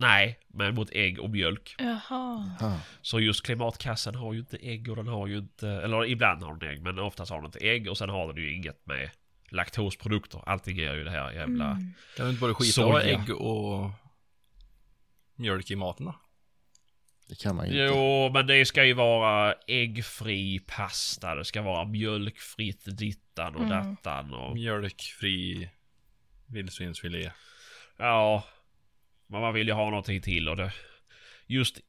A: Nej, men mot ägg och mjölk.
B: Jaha.
D: Ah,
A: Så just klimatkassen har ju inte ägg och den har ju inte... Eller ibland har den ägg, men oftast har den inte ägg. Och sen har den ju inget med laktosprodukter. Allting är ju det här jävla...
B: Mm.
E: Kan du inte bara skita
A: Soja.
E: och ägg och mjölk i maten då?
D: det kan man ju inte.
A: Jo, men det ska ju vara äggfri pasta. Det ska vara mjölkfritt dittan och
B: Mm.
A: dattan och...
E: Mjölkfri vildsvinsfilé.
A: Ja, men man vill ju ha någonting till och det... Just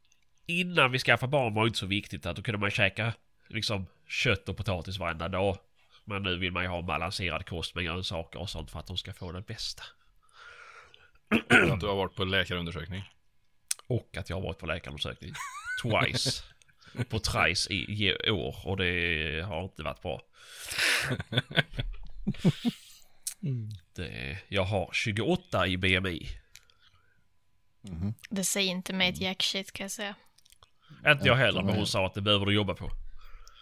A: innan vi skaffade barn var det inte så viktigt att då kunde man käka liksom kött och potatis varenda dag. Men nu vill man ju ha en balanserad kost med grönsaker och sånt för att de ska få det bästa.
E: Att du har varit på läkarundersökning.
A: Och att jag har varit på läkarundersökning. Twice. på trice i, i år och det har inte varit bra. Det, jag har 28 i BMI.
B: Det säger inte mig ett jack shit kan jag säga.
A: Inte jag heller, men hon sa att det behöver du jobba på.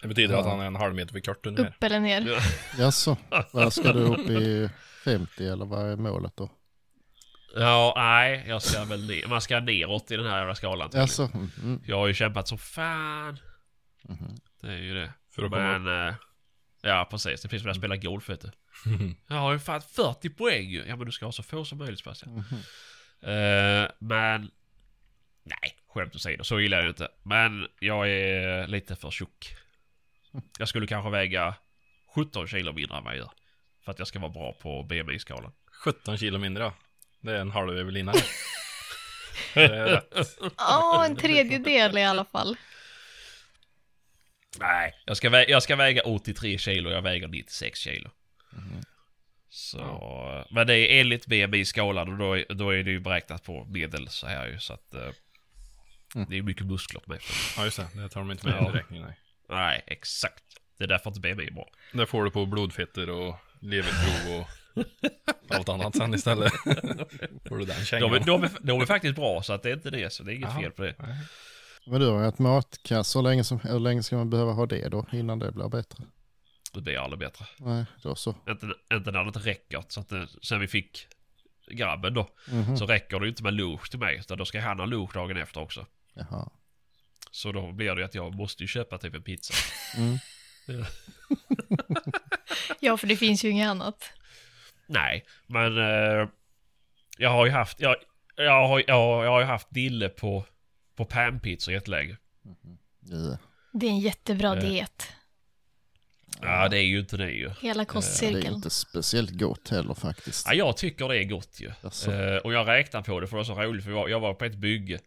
E: Det betyder att han är en halv meter vid kört ungefär.
B: Upp eller ner.
D: Jaså, vad ska du upp i 50 eller vad är målet då?
A: Ja, nej, jag ska väl ner. Man ska neråt i den här jävla skalan. tydligen.
D: Jaså, mm, mm,
A: Jag har ju kämpat som fan. Det är ju det.
E: För att komma
A: Men... eh, Ja, precis. Det finns väl att spela golf, vet du. Jag har ju fan 40 poäng ju. Ja, men du ska ha så få som möjligt, Sebastian. Eh, men... Nej, skämt åsido. Så gillar jag ju inte. Men jag är lite för tjock. Jag skulle kanske väga 17 kilo mindre än vad jag gör. För att jag ska vara bra på BMI-skalan.
E: 17 kilo mindre. ja. Det är en halv Evelina. Det är rätt.
B: Åh, en tredjedel i alla fall.
A: Nej, jag ska, vä- jag ska väga 83 kilo, jag väger 96 kilo. Så, men det är enligt BMI-skalan och då, är- då är det ju beräknat på medel så här ju så att eh, det är mycket muskler på mig.
E: Ja just det, det tar de inte med
A: Ja.
E: i räkningen. Nej.
A: Nej, exakt. Det är därför inte BMI är bra.
E: Där får du på blodfetter och leverprov och allt annat sen istället. får du den kängan.
A: De är, de, är, de är faktiskt bra så att det är inte det, så det är inget fel på det.
D: Men du har ju ett matkass, hur länge, som, hur länge ska man behöva ha det då innan det blir bättre?
A: Det blir aldrig bättre.
D: Nej, då så.
A: Inte, inte när det inte räcker. Så att det, sen vi fick grabben då,
D: Mm-hmm.
A: så räcker det ju inte med lunch till mig, utan då ska han ha lunch dagen efter också.
D: Jaha.
A: Så då blir det ju att jag måste ju köpa typ en pizza.
B: Ja, för det finns ju inget annat.
A: Nej, men eh, jag har ju haft, jag, jag, har, jag, jag har ju haft dille på, på panpizza jättelänge.
D: Ja.
B: Det är en jättebra
A: Eh.
B: diet.
A: Ja, det är ju inte det ju.
B: Hela
D: Det är
B: kostcirkeln.
D: inte speciellt gott heller faktiskt.
A: Ja, jag tycker det är gott ju.
D: Jaså.
A: Eh, och jag räknar på det för det var så roligt för jag var, jag var på ett bygge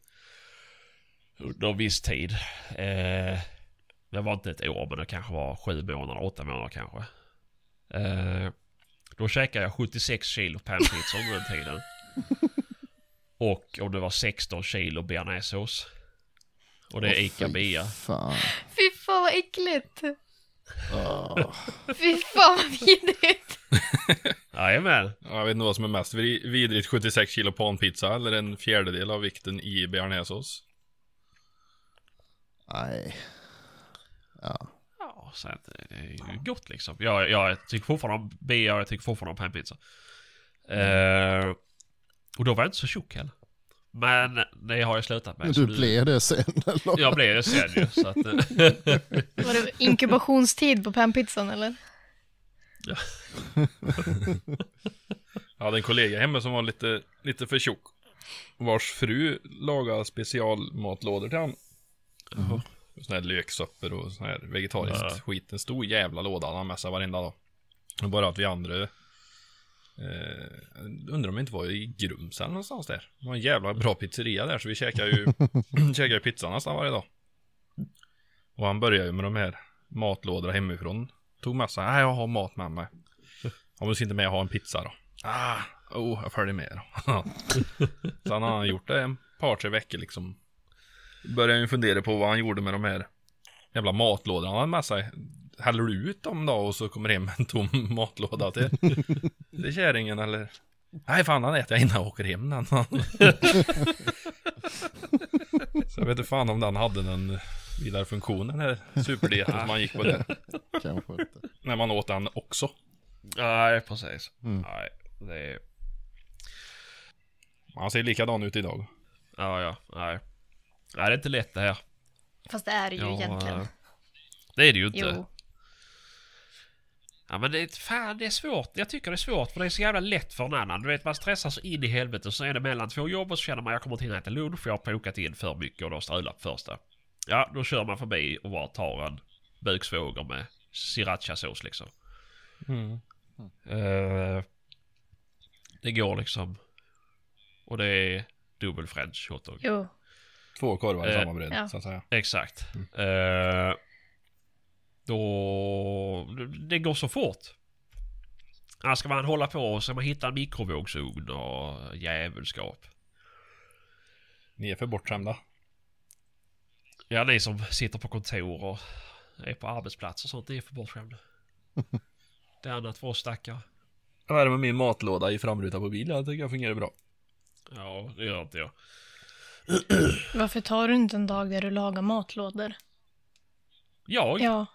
A: under en viss tid. Eh, det var inte ett år men det kanske var sju månader, åtta månader kanske. Eh, då käkade jag 76 kilo panpizza under den tiden. Och om det var 16 kilo bearnaisesås. Och det är
D: Åh,
A: Ica
D: fy
A: Bia.
D: Fan.
B: Fy fan vad äckligt!
D: Åh.
B: Fy fan vad vidrigt!
A: Jajamän.
E: Ja, Jag vet inte vad som är mest vid- vidrigt, 76 kilo panpizza eller en fjärdedel av vikten i bearnaisesås.
D: Nej. Ja.
A: Ja, så att eh, det är ju gott liksom. Jag, jag tycker fortfarande om bea och jag tycker fortfarande om panpizza. Eh, och då var jag inte så tjock heller. Men det har jag slutat med.
D: Men
A: så
D: du
A: nu-
D: blev det sen eller?
A: Jag blev det sen ju, så att... eh,
B: Var det inkubationstid på panpizzan eller?
E: Jag hade en kollega hemma som var lite, lite för tjock. Vars fru lagade specialmatlådor till honom. Såna här löksoppor och sån här vegetariskt
A: Ja.
E: skit. En stor jävla låda han mässade varenda dag. Och bara att vi andra... Eh, undrar om vi inte var i Grums eller någonstans där. Det var en jävla bra pizzeria där så vi käkade ju, käkade ju pizza nästan varje dag. Och han började ju med de här matlådorna hemifrån. Tog med sig, nej jag har mat med mig. Om du ska inte med ha en pizza då. Ah, oh, jag följer med då. Sen har han gjort det en par, tre veckor liksom. Börjar ju fundera på vad han gjorde med de här jävla matlådorna han hade med sig. Häller du ut dem då och så kommer hem med en tom matlåda till, till kärringen eller? Nej fan, han äter jag innan jag åker hem den. så jag vet inte fan om den hade någon vidare funktion den här superdieten som man gick på där.
D: Kanske inte.
E: När man åt den också.
A: Nej, precis.
D: Mm.
A: Nej, det är...
E: Han ser likadan ut idag.
A: Ja, ja, nej. Nej, det är inte lätt det här.
B: Fast det är det ju
A: Ja,
B: egentligen.
A: eh, Det är det ju inte.
B: Jo.
A: Ja men det är, fan det är svårt. Jag tycker det är svårt för det är så jävla lätt för en annan. Du vet man stressar så in i helvete och så är det mellan två jobb och så känner man jag kommer inte hinna äta lunch för jag har pokat in för mycket och då strulat på första. Ja då kör man förbi och bara tar en buksvåger med srirachasås liksom. Mm. Eh, det går liksom. Och det är dubbel french hotdog.
B: Jo.
E: Två korvar i
A: Eh,
E: samma bröd,
B: ja.
E: så att säga.
A: Exakt. Eh, då... Det går så fort. Annars ska man hålla på och så man hittar en mikrovågsugn och jävelskap.
E: Ni är för bortskämda.
A: Ja, ni som sitter på kontor och är på arbetsplatser och sånt, ni är för bortskämda. Det är annat för oss stackare.
E: Jag värmer min matlåda i framrutan på bilen. Jag tycker jag fungerar bra.
A: Ja, det gör inte jag.
B: Varför tar du inte en dag där du lagar matlådor?
A: Jag?
B: Ja,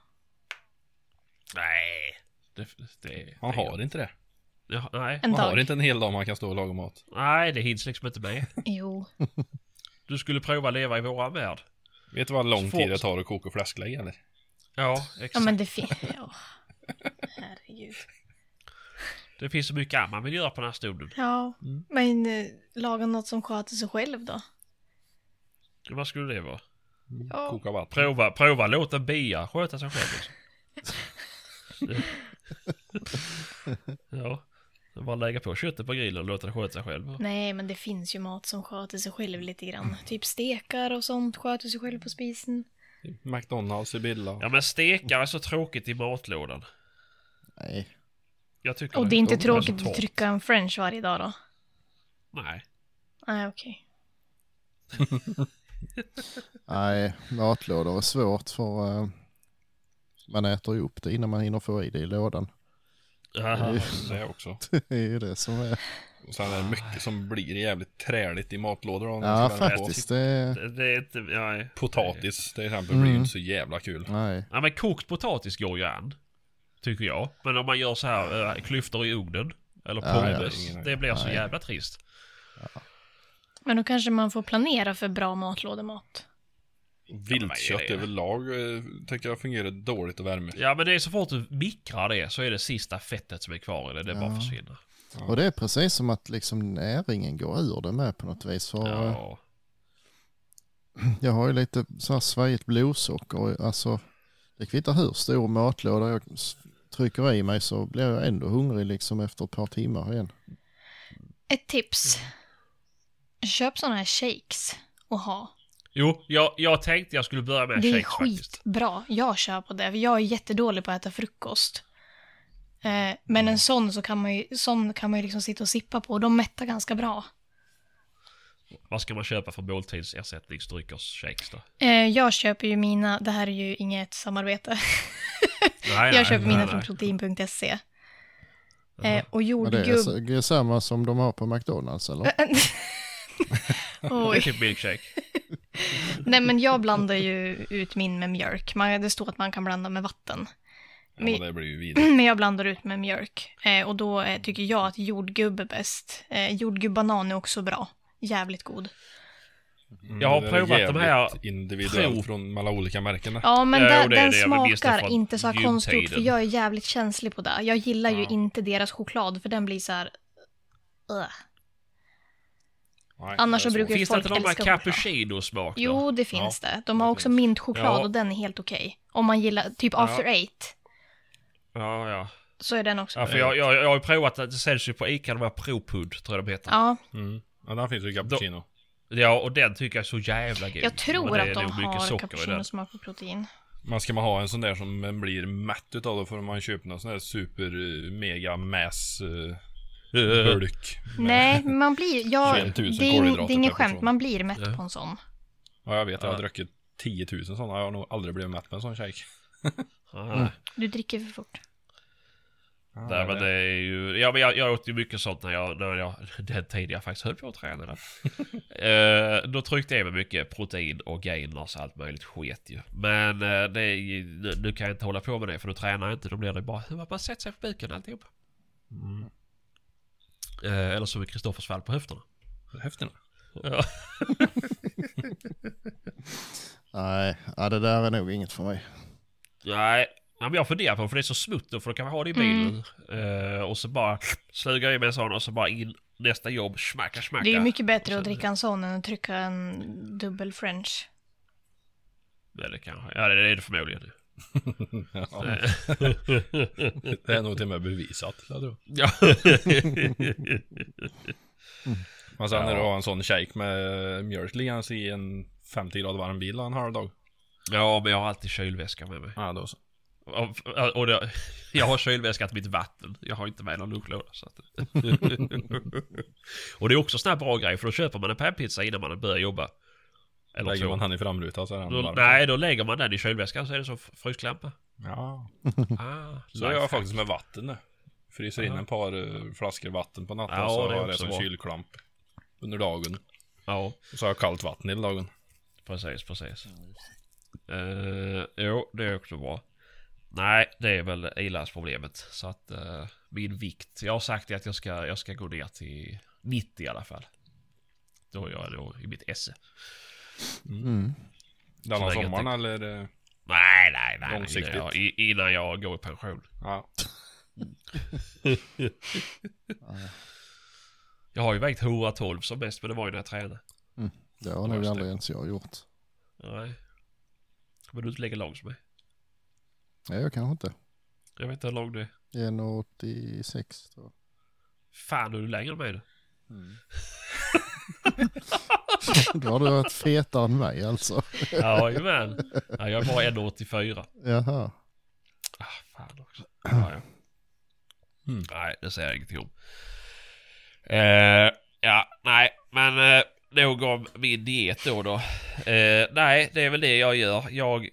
A: Nej. Det, det,
E: Man
A: det
E: har inte det.
A: Ja, nej.
B: en
E: Man har
B: dag.
E: inte en hel dag man kan stå och laga mat.
A: nej, det hinns liksom inte med.
B: Jo.
A: Du skulle prova leva i våran värld.
E: Vet du vad lång
A: Svårt.
E: tid det tar att koka fläsklägg eller?
A: Ja,
B: Ja,
A: exakt.
B: men det finns... Ja. Herregud.
A: Det finns så mycket annat man vill göra på den här stunden.
B: Ja, men eh, laga något som sköter sig själv då?
A: Vad skulle det vara?
B: Ja.
E: Koka vatten.
A: Prova, prova låt en bia sköta sig själv. Liksom. ja. Det är Bara lägga på köttet på grillen och låta det sköta sig själv.
B: Nej, men det finns ju mat som sköter sig själv lite grann. Typ stekar och sånt sköter sig själv på spisen.
E: McDonalds, Sibylla.
A: Ja men stekar är så tråkigt i matlådan.
D: Nej.
A: Jag tycker
B: Och det är inte
D: de är så
B: tråkigt att
A: torrt.
B: trycka en french varje dag då?
A: Nej.
B: Nej, okej.
D: Nej, matlådor är svårt för eh, man äter ju upp det innan man hinner få i det i lådan.
A: Aha.
E: Det också.
D: Det är ju det som är...
E: Och sen är det mycket som blir jävligt träligt i matlådor. om man
D: Ja,
E: ska välja på.
D: faktiskt. Det är...
A: Det, det är inte, nej.
E: Potatis till exempel blir ju inte så jävla kul.
D: Nej.
A: Mm. Ja men kokt potatis går ju an. Tycker jag. Men om man gör så här eh, klyftor i ugnen. Eller
D: Ja, ja.
A: pommes.
E: Ingen-
A: det blir så
D: nej.
A: jävla trist.
B: Men då kanske man får planera för bra matlådemat.
E: Viltkött
A: Ja, men-
E: överlag eh, tycker jag fungerar dåligt att värma.
A: Ja men det är så fort du mikrar det så är det sista fettet som är kvar i det. Det bara
D: Ja.
A: försvinner.
D: Och det är precis som att liksom näringen går ur det med på något vis. För eh,
A: Ja.
D: Jag har ju lite så här svajigt blodsocker. och Alltså, det kvittar hur stor matlåda jag s- trycker i mig så blir jag ändå hungrig liksom efter ett par timmar igen.
B: Ett tips. Köp såna här shakes och ha.
A: Jo, jag, jag tänkte jag skulle börja med
B: Det är
A: shakes faktiskt.
B: skitbra. Jag kör på det, för jag är jättedålig på att äta frukost. Eh, men en sån så kan man ju, sån kan man ju liksom sitta och sippa på och de mättar ganska bra.
A: Vad ska man köpa för måltidsersättningsdryckers-shakes då?
B: Eh, jag köper ju mina, det här är ju inget samarbete.
A: Nej,
B: jag köper mina från protein.se. Eh, och
D: Men det är,
B: jordgubb...
D: s- det är samma som de har på McDonalds eller?
A: Det är
B: Oj.
A: typ milkshake.
B: Nej men jag blandar ju ut min med mjölk. Man, det står att man kan blanda med vatten.
E: Ja,
B: Men-
E: men det blir ju vidrigt.
B: Men jag blandar ut med mjölk. Eh, och då eh, tycker jag att jordgubb är bäst. Eh, jordgubbanan är också bra. Jävligt god.
A: Jag har
E: Mm, Det är
A: provat de
E: jävligt
A: här
E: individuellt
A: prov-
E: från alla olika märken. där.
B: Ja, men
A: Ja,
B: där-
A: och det är
B: den
A: det jag vill minnas
B: smakar
A: från
B: inte så här konstgjort, för
A: jultiden.
B: jag är jävligt känslig på det. Jag gillar ju
A: Ja.
B: inte deras choklad, för den blir så här... Ugh.
E: Nej,
B: Annars
E: det är
B: så brukar
E: svårt.
A: Finns det inte
B: folk
A: någon med
B: älskar choklad.
A: cappuccino-smak då?
B: Jo, det finns det. De har
E: det
B: också
E: finns.
B: mintchoklad
A: Ja.
B: och den är helt okej. Om man gillar, typ
A: Ja.
B: after eight,
A: Ja, ja.
B: så är den också
A: ja
B: bra.
A: för jag, jag, jag har ju provat att det säljs ju på Ica, de här ProPud, tror jag de heter.
B: Ja,
E: Mm. Ja, där finns det ju cappuccino.
A: Ja, och den tycker jag är så jävla god.
B: jag tror
A: Men det
B: att
A: är
B: de
A: nog mycket
B: har
A: socker i den.
B: cappuccinosmak och protein.
E: Man ska man ha en sån där som man blir mätt utav då får man köpa någon sån där super eh, mega mass
A: Mm.
E: eh, bulk.
B: Nej, men man blir... Jag,
E: 21 000
B: det är, ing- det
E: kolhydrater
B: är inget
E: per
B: skämt,
E: person.
B: man blir mätt
A: Ja.
B: på en sån.
E: Ja, jag vet, jag har
A: Ja.
E: druckit 10 000 såna. Jag har nog aldrig blivit mätt med en sån shake.
A: Ja, nej.
B: Du dricker för fort.
A: Nej, men det är ju... Ja, men jag, jag åt ju mycket sånt när jag... När jag den tiden jag faktiskt höll på att träna. Där. Eh, då tryckte jag i mig mycket protein och gainers och allt möjligt sket ju. Men eh, det är ju, nu, nu kan jag inte hålla på med det för då tränar jag inte. Då blir det bara... Hur har man sett sig på buken alltihop? Mm. Eh, eller som i Kristoffers fall på höfterna.
E: Höfterna.
A: Ja.
D: Nej, ja, det där är nog inget för mig.
A: Nej. Ja, men jag funderar på det, för det är så smutt då, för då kan man ha det i bilen. Eh, och så bara sluga i mig en sån och så bara in nästa jobb, smacka, smacka.
B: Det är ju mycket bättre att dricka en sån än att trycka en dubbel french.
A: Ja, det kanske. Ja, det det är det förmodligen. Eh,
E: Ja, det är nog till och med bevisat, jag tror.
A: Ja.
E: Men sen
A: Ja.
E: när du har en sån shake med eh, mjölk liggandes i en 50 grader varm bil en halv dag.
A: ja, men jag har alltid kylväska med mig.
E: Ja, då så.
A: Och, och det, jag har kylväska till mitt vatten. Jag har inte med någon lucklåda. Så att... och det är också en sån här bra grej, för då köper man en panpizza innan man börjar jobba. Eller
E: Lägger
A: två.
E: man han i framrutan så är han
A: Då,
E: varm.
A: nej, då lägger man den i kylväskan så är det som frysklampa.
E: Ja.
A: Ah,
E: Mm. Så jag har
A: lifehack.
E: faktiskt med vatten nu. Fryser in
A: Aha.
E: en par eh, flaskor vatten på natten
A: Ja, det
E: så
A: är
E: har jag
A: också
E: som
A: bra.
E: kylklamp under dagen.
A: Ja,
E: Och så har jag kallt vatten hela dagen.
A: precis, precis. Eh, jo, det är också bra. Nej, det är väl ilandsproblemet. Så att eh, min vikt. Jag har sagt det att jag ska, jag ska gå ner till 90 i alla fall. Då är jag då i mitt esse.
D: Mm.
E: Denna
A: länge jag
E: sommaren eller? eh,
A: Nej, nej, nej.
E: Långsiktigt.
A: innan jag- i- innan jag går i pension.
E: Ja.
A: Jag har ju vägt 112 som bäst, men det var ju när jag tränade.
D: Det har nog
A: Just det.
D: aldrig ens jag gjort.
A: Nej. Men du är inte lika lång som mig.
D: Nej, jag kanske inte.
A: Jag vet inte hur lång du är.
D: 1,86 tror jag.
A: Fan, är du längre än mig då?
D: Då har du varit fetare än mig alltså.
A: Jajamän. Ja, jag är bara 1,84.
D: Jaha.
A: Ah, fan också. Ja, ja.
E: Mm.
A: Nej, det säger jag ingenting om. Eh, ja, nej, men eh, nog om min diet då då. Eh, nej, det är väl det jag gör. Jag,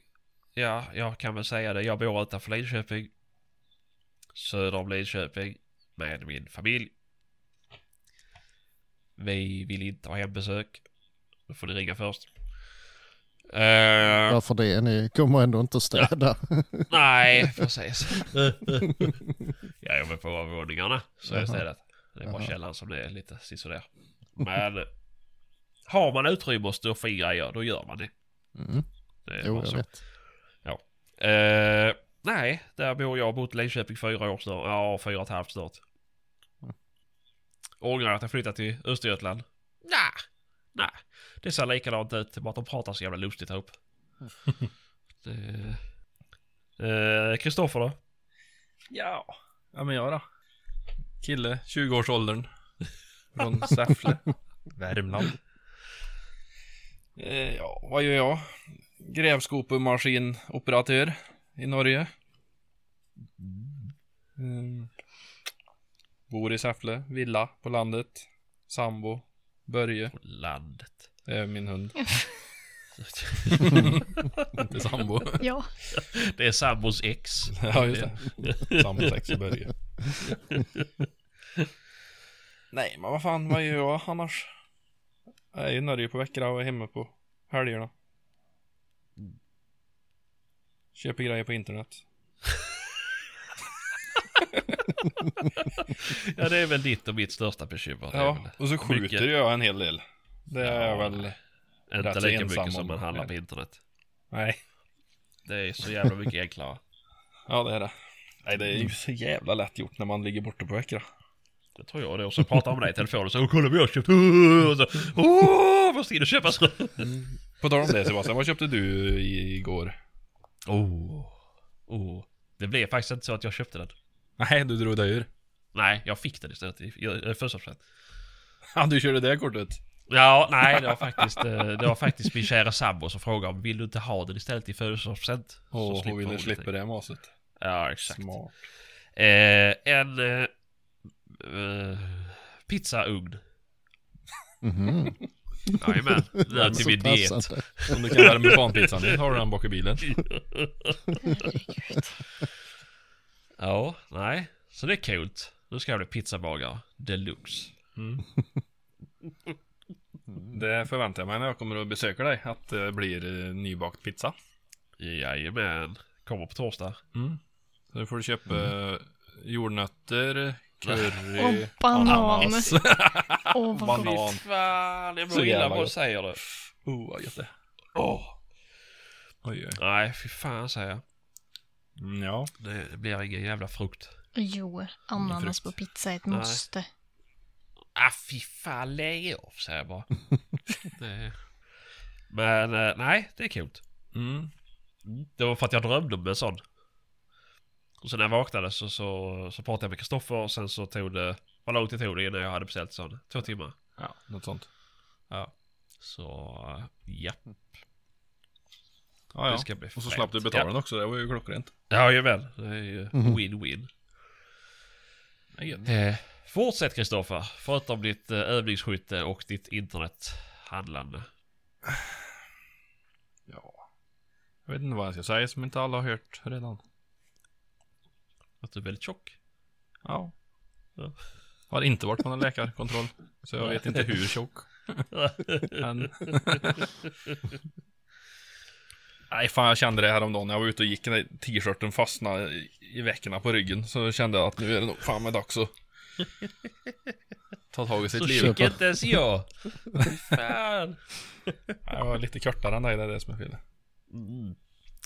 A: ja, jag kan väl säga det. Jag bor utanför Linköping. Söder om Linköping. Med min familj. Vi vill inte ha hembesök. Då får ni ringa först. Eh,
D: Varför det? Ni kommer ändå inte att städa.
A: Nej, precis. jag jobbar på övervåningarna, så jag
D: Jaha.
A: städat. Det är bara
D: Jaha.
A: källaren som det är lite sisådär. Men har man utrymme att stå för i grejer, då gör man det.
D: Mm.
A: det är
D: Jo,
A: bara
D: jag
A: så.
D: vet.
A: Eh, nej, där bor jag. Jag har bott i Linköping fyra år snart. Ja, fyra och ett halvt snart. Ångrar att jag flyttat till Östergötland? Nej, nej. Det ser likadant ut, bara att de pratar så jävla lustigt ihop.
D: Mm.
A: Det- Eh, Kristoffer då?
E: Ja. Ja men jag då? Kille, 20-årsåldern. Från Säffle. Värmland. Eh, ja, vad gör jag? Grävskopemaskinoperatör i Norge. Mm. Bor i Säffle, villa på landet. Sambo, Börje,
A: På landet.
E: det är Eh, min hund. Inte sambo.
B: Ja,
A: Det är sambos ex.
E: Ja, just det. Sambosex i Börje. Nej, men vad fan, vad gör jag annars? Jag är i Norge på veckorna och är hemma på helgerna. Köper grejer på internet.
A: Ja, det är väl ditt och mitt största bekymmer. Det är
E: Ja, och så skjuter
A: mycket.
E: jag en hel del. Det är jag väl...
A: väl inte
E: rätt så
A: lika
E: ensam
A: mycket som
E: om
A: man handlar
E: det.
A: på internet.
E: Nej.
A: Det är så jävla mycket enklare.
E: Ja, det är det. Nej, det är ju så jävla lätt gjort när man ligger borta på veckorna.
A: Det tror jag det. Och så pratar man med dig i telefon och så "Åh, kolla vad jag har köpt. Och så åh, måste in och köpa så.
E: På tal om det Sebastian, vad köpte du i- igår?
A: Oh, oh. Det blev faktiskt inte så att jag köpte den.
E: Nej, du drog dig ur.
A: Nej, jag fick den istället i i- i födelsedagspresent.
E: Ja, du körde det kortet.
A: Ja, nej, det var faktiskt, eh, det var faktiskt min kära sambo som frågade om vill du inte ha den istället i födelsedagspresent? Så
E: Och hon
A: slipper
E: ville
A: hon
E: slippa
A: lite."
E: det maset.
A: Ja, exakt.
E: Smart.
A: Eh, en eh, eh, pizzaugn.
D: Mhm.
A: Jajamän, det är till
D: Så
A: min diet.
D: passande.
E: Om du kan värma panpizzan din, har du den bak i bilen.
A: Ja, nej. Så det är kul. Nu ska jag bli pizzabagare deluxe.
E: Det förväntar jag mig när jag kommer och besöker dig, att det blir eh, nybakt pizza.
A: Jajamän. Kommer på torsdag.
E: Mm. Så nu får du köpa eh, jordnötter, curry,
B: och banan.
E: ananas.
B: Åh, vad gott.
E: Banan.
A: Fan, jag
E: Så
A: mår illa
E: jävla
A: vad du
E: gott.
A: säger du.
E: Oh, vad gött det är.
A: Åh.
E: Oj, oj.
A: Nej, fy fan säger jag.
E: Mm, ja.
A: Det blir ingen jävla frukt.
B: Jo, ananas
E: frukt.
B: på pizza är ett
A: Nej.
B: måste.
A: Ah, fy fan, lägg av säger jag bara. det... Men eh, nej, det är kul.
E: Mm.
A: Det var för att jag drömde om en sån. Och sen när jag vaknade så, så, så pratade jag med Kristoffer och sen så tog det... Vad långt det tog det innan jag hade beställt sån? Två timmar.
E: ja, något sånt.
A: Så, ja.
E: Ja, ja.
A: eh, Det ska bli
E: Och så
A: fränt.
E: slapp du betala den också, det var ju klockrent.
A: Ja, jajamän. Det är ju win-win.
E: Det är gött.
A: Eh, fortsätt Kristoffer, förutom ditt eh, övningsskytte och ditt internethandlande.
E: Ja. Jag vet inte vad jag ska säga som inte alla har hört redan.
A: Att du är väldigt tjock.
E: Ja.
A: Ja.
E: Har inte varit på någon läkarkontroll. Så jag vet inte hur tjock. Men... Nej fan jag kände det häromdagen när jag var ute och gick när t-shirten fastnade i- i veckorna på ryggen. Så kände jag att nu är det nog fan med dags att ta tag i sitt
A: Så
E: liv.
A: tjock är inte ens jag. Fy fan.
E: Nej, Jag var lite kortare än dig, det är det som är fel.
A: Mm.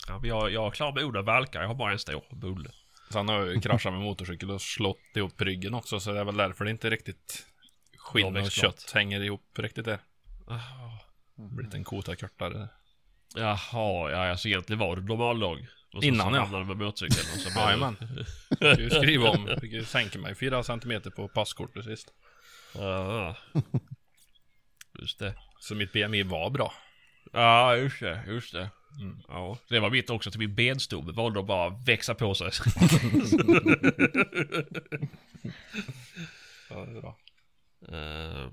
A: Ja, men jag, jag klarar mig undan valkar, jag har bara en stor bulle.
E: Sen har jag ju kraschat med motorcykel och slått ihop ryggen också så det är väl därför det inte riktigt
A: Ja,
E: skinn
A: det är
E: och
A: klart.
E: kött hänger ihop riktigt där.
A: Ah.
E: Blivit en kota kortare.
A: Jaha, ja alltså egentligen var du normallång. Och så-
E: Innan,
A: så
E: ja.
A: hamnade du med motorcykeln och så blev du-
E: Jajamän. Fick ju skriva om. Fick ju sänka mig fyra centimeter på passkortet sist.
A: Ja. Just det.
E: Så mitt BMI var bra.
A: Ja, just det, just det.
E: Mm.
A: Ja, det var mitt också till min benstomme valde att bara växa på sig.
E: Ja, det är bra.
A: Eh,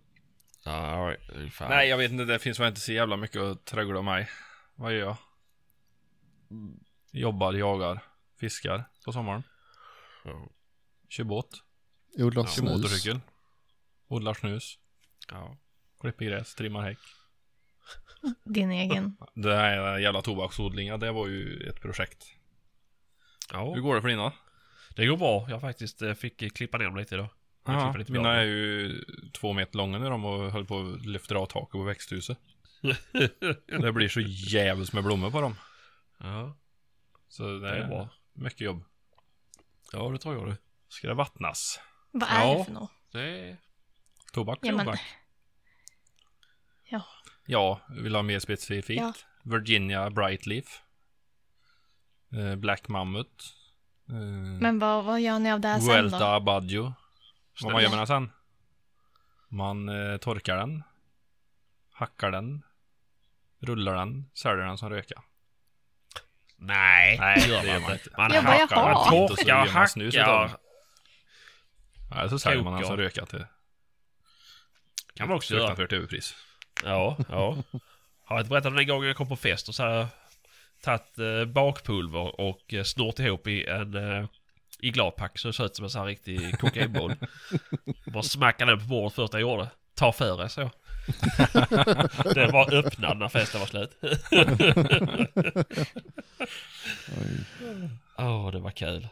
A: Ja, uh, fan.
E: Nej, jag vet inte. Det finns väl inte så jävla mycket att trögla om mig. Vad gör jag? Jobbar, jagar, fiskar på sommaren.
A: Ja.
E: Kör båt,
D: Odlar
E: kör
D: snus.
E: motorcykel. Odlar snus,
A: Ja.
E: klipper gräs, trimmar häck.
B: Din egen.
E: Det här jävla tobaksodlingen, det var ju ett projekt. Hur
A: ja,
E: går det för dina?
A: det går bra. Jag faktiskt eh, fick eh, klippa ner dem lite idag. Jag klipper lite
E: mina
A: blad.
E: är ju två meter långa nu de och höll på att lyfta av taket på växthuset. det blir så jävligt med blommor på dem.
A: Ja,
E: Så det
A: det är
E: är
A: bra.
E: mycket jobb.
A: Ja, det tror jag det.
E: Ska det vattnas?
B: Vad är
E: Ja.
B: det för något?
A: Det
E: Tobak?
B: Ja, men-
E: tobak.
B: Ja.
E: Ja, vill ha mer specifikt?
B: Ja.
E: Virginia Brightleaf. Eh, Black Mammoth. Eh,
B: Men vad, vad gör ni av det här sen
E: Vuelta
B: då?
E: Abadjo. Vad man gör med den sen? Man eh, torkar den. Hackar den. Rullar den. Säljer den som röka.
A: Nej,
E: Nej,
A: det gör
E: det gör
A: man
E: man
A: inte. Man
B: Ja, vad jag har.
A: man
E: Och så gör
A: torkar,
E: man snus utav
A: hackar.
E: den. Nej, så säljer man den som
A: Kokar.
E: röka till
A: Kan man också göra.
E: fruktansvärt överpris.
A: Ja, ja. Har jag inte berättat om den gången jag kom på fest och så hade jag tagit eh, bakpulver och eh, snort ihop i en eh, i gladpack så det såg ut som en sån här riktig kokainboll. Bara smackade den på bordet första jag gjorde. Ta för er, så. den var öppnad när festen var slut. Åh, det var kul. Det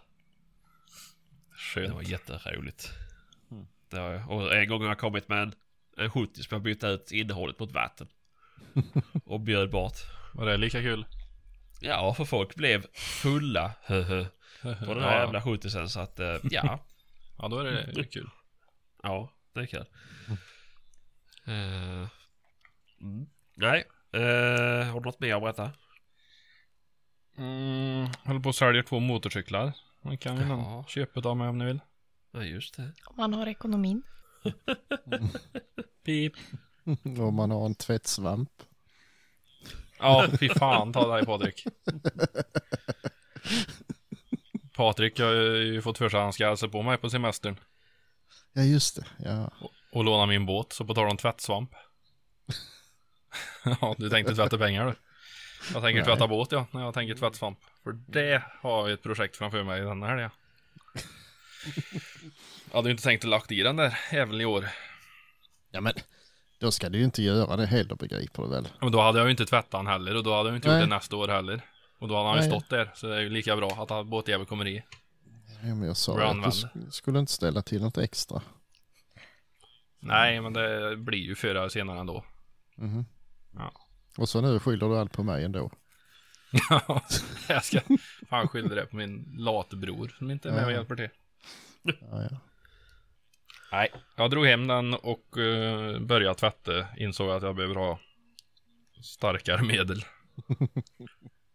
E: Skönt.
A: var jätteroligt.
E: Mm.
A: Det har jag. Och en gång har jag kommit med en, en 70 som jag bytte ut innehållet mot vatten. Och bjöd bort.
E: Var det lika kul?
A: Ja, för folk blev fulla höhö, på den här jävla 70 så att eh, ja,
E: ja, då är det kul.
A: ja, det är kul.
E: Mm.
A: Eh, mm. nej, eh, har du något mer att berätta?
E: Mm, håller på att sälja två motorcyklar. Man kan ju
A: Ja.
E: någon köpa av mig om ni vill.
A: Ja, just det.
B: Om man har ekonomin.
E: Pip.
D: Om man har en tvättsvamp.
E: Ja, fy fan ta dig Patrik. Patrik har ju fått för sig att han ska hälsa på mig på semestern.
D: Ja, just det. Ja.
E: Och låna min båt, så på tal om tvättsvamp. ja, du tänkte tvätta pengar du. Jag tänker
D: Nej.
E: tvätta båt ja, när jag tänker tvättsvamp. För det har jag ett projekt framför mig den här ja. Jag hade ju inte tänkt att lagt i den där även i år.
D: ja, men då ska du ju inte göra det heller, begriper du väl?
E: Men då hade jag ju inte tvättat den heller och då hade jag ju inte
D: Nej.
E: gjort det nästa år heller. Och då hade han ju
D: Nej. Mm.
E: stått där, så det är ju lika bra att han- båtjäveln kommer i.
D: Ja, men jag sa
E: Bra
D: ju att du
E: använd.
D: sk- skulle inte ställa till något extra.
E: Nej, men det blir ju förr eller senare ändå.
D: Mhm.
E: Ja.
D: Och så nu skyller du allt på mig ändå.
E: jag ska fan skylla det på min latbror som inte är med och hjälper till.
D: Ja, ja.
E: Nej, jag drog hem den och eh, började tvätta. Insåg att jag behöver ha starkare medel.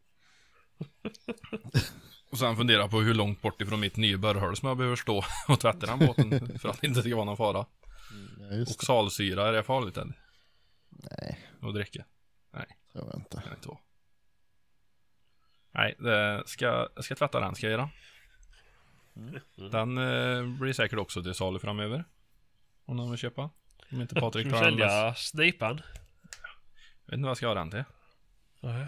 E: och sen funderade på hur långt bort ifrån mitt nya borrhål som jag behöver stå och tvätta den båten för att det inte ska vara någon fara.
D: ja just
E: Och salsyra, är det farligt eller?
D: det. Nej,
E: Att dricka?
D: tror jag inte.
E: Kan det inte vara. Nej, det ska, jag ska tvätta den ska jag göra.
A: Mm.
E: Den eh, blir säkert också till salu framöver. Om någon vill köpa. Om inte Patrik
A: Ska
E: tar
A: du
E: den. Jag
A: sälja snipan?
E: vet inte vad jag ska ha den till.
A: Nej.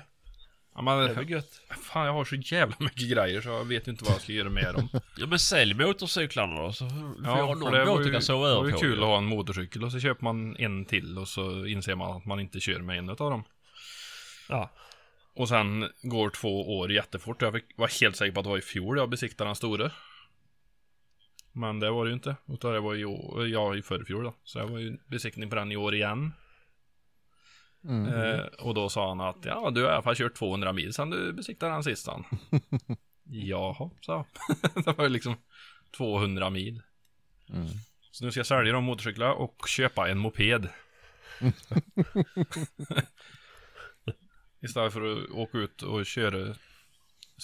E: Ja,
A: Det är
E: men,
A: väl gött.
E: fan, jag har så jävla mycket grejer så jag vet inte vad jag ska göra med dem.
A: Ja men sälj motorcyklarna då så får
E: Ja,
A: jag
E: för det
A: någon
E: var
A: båt
E: ju-
A: jag kan sova
E: Det var
A: över
E: ju
A: på.
E: kul
A: ju.
E: att ha en motorcykel och så köper man en till och så inser man att man inte kör med en av dem.
A: Ja.
E: Och sen går två år jättefort. Jag fick- var helt säker på att det var i fjol jag besiktade den store. Men det var det ju inte. Utan det var i, år- ja, i förrfjol då. Så det var ju besiktning på den i år igen.
D: Mm.
E: Eh, och då sa han att ja, du har i alla fall kört 200 mil sedan du besiktade den sist. sa han. Jaha, sa jag. Det var ju liksom 200 mil.
D: Mm.
E: Så nu ska jag sälja de motorcyklar och köpa en moped. Istället för att åka ut och köra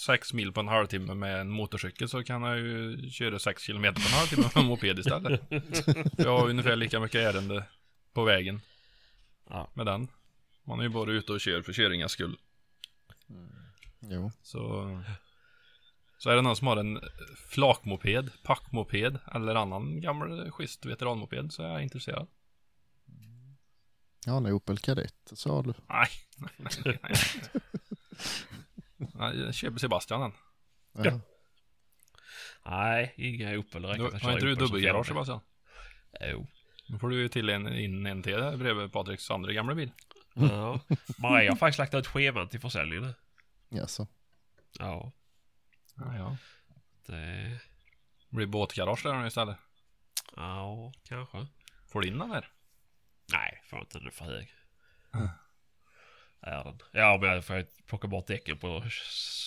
E: sex mil på en halvtimme med en motorcykel så kan jag ju köra sex kilometer på en halvtimme med en moped istället. Jag har ungefär lika mycket ärende på vägen
A: Ja.
E: med den. Man är ju bara ute och kör för köringars skull.
D: Jo.
E: Så, så är det någon som har en flakmoped, packmoped eller annan gammal schysst veteranmoped så är jag intresserad.
D: Jag har en Opel Kadett, sa du.
E: Nej, nej, nej. nej. nej jag köper Sebastian den.
D: Ja.
A: Nej, inga Opel. Det
E: Du,
A: räcker att jag
E: har
A: kör
E: inte du
A: Opel så
E: dubbelgarage
A: fjärde.
E: Sebastian?
A: Jo.
E: Nu får du ju till en, in en till där bredvid Patriks andra gamla bil.
A: Ja. Maria har faktiskt lagt ut scheman till försäljning nu.
D: Jaså.
A: Ja.
E: Ja, ja.
A: Det...
E: Det blir båtgarage där nu istället.
A: Ja, kanske.
E: Får du in den där?
A: Nej, får inte den är för hög. Är den. Ja, men jag får ju plocka bort däcken på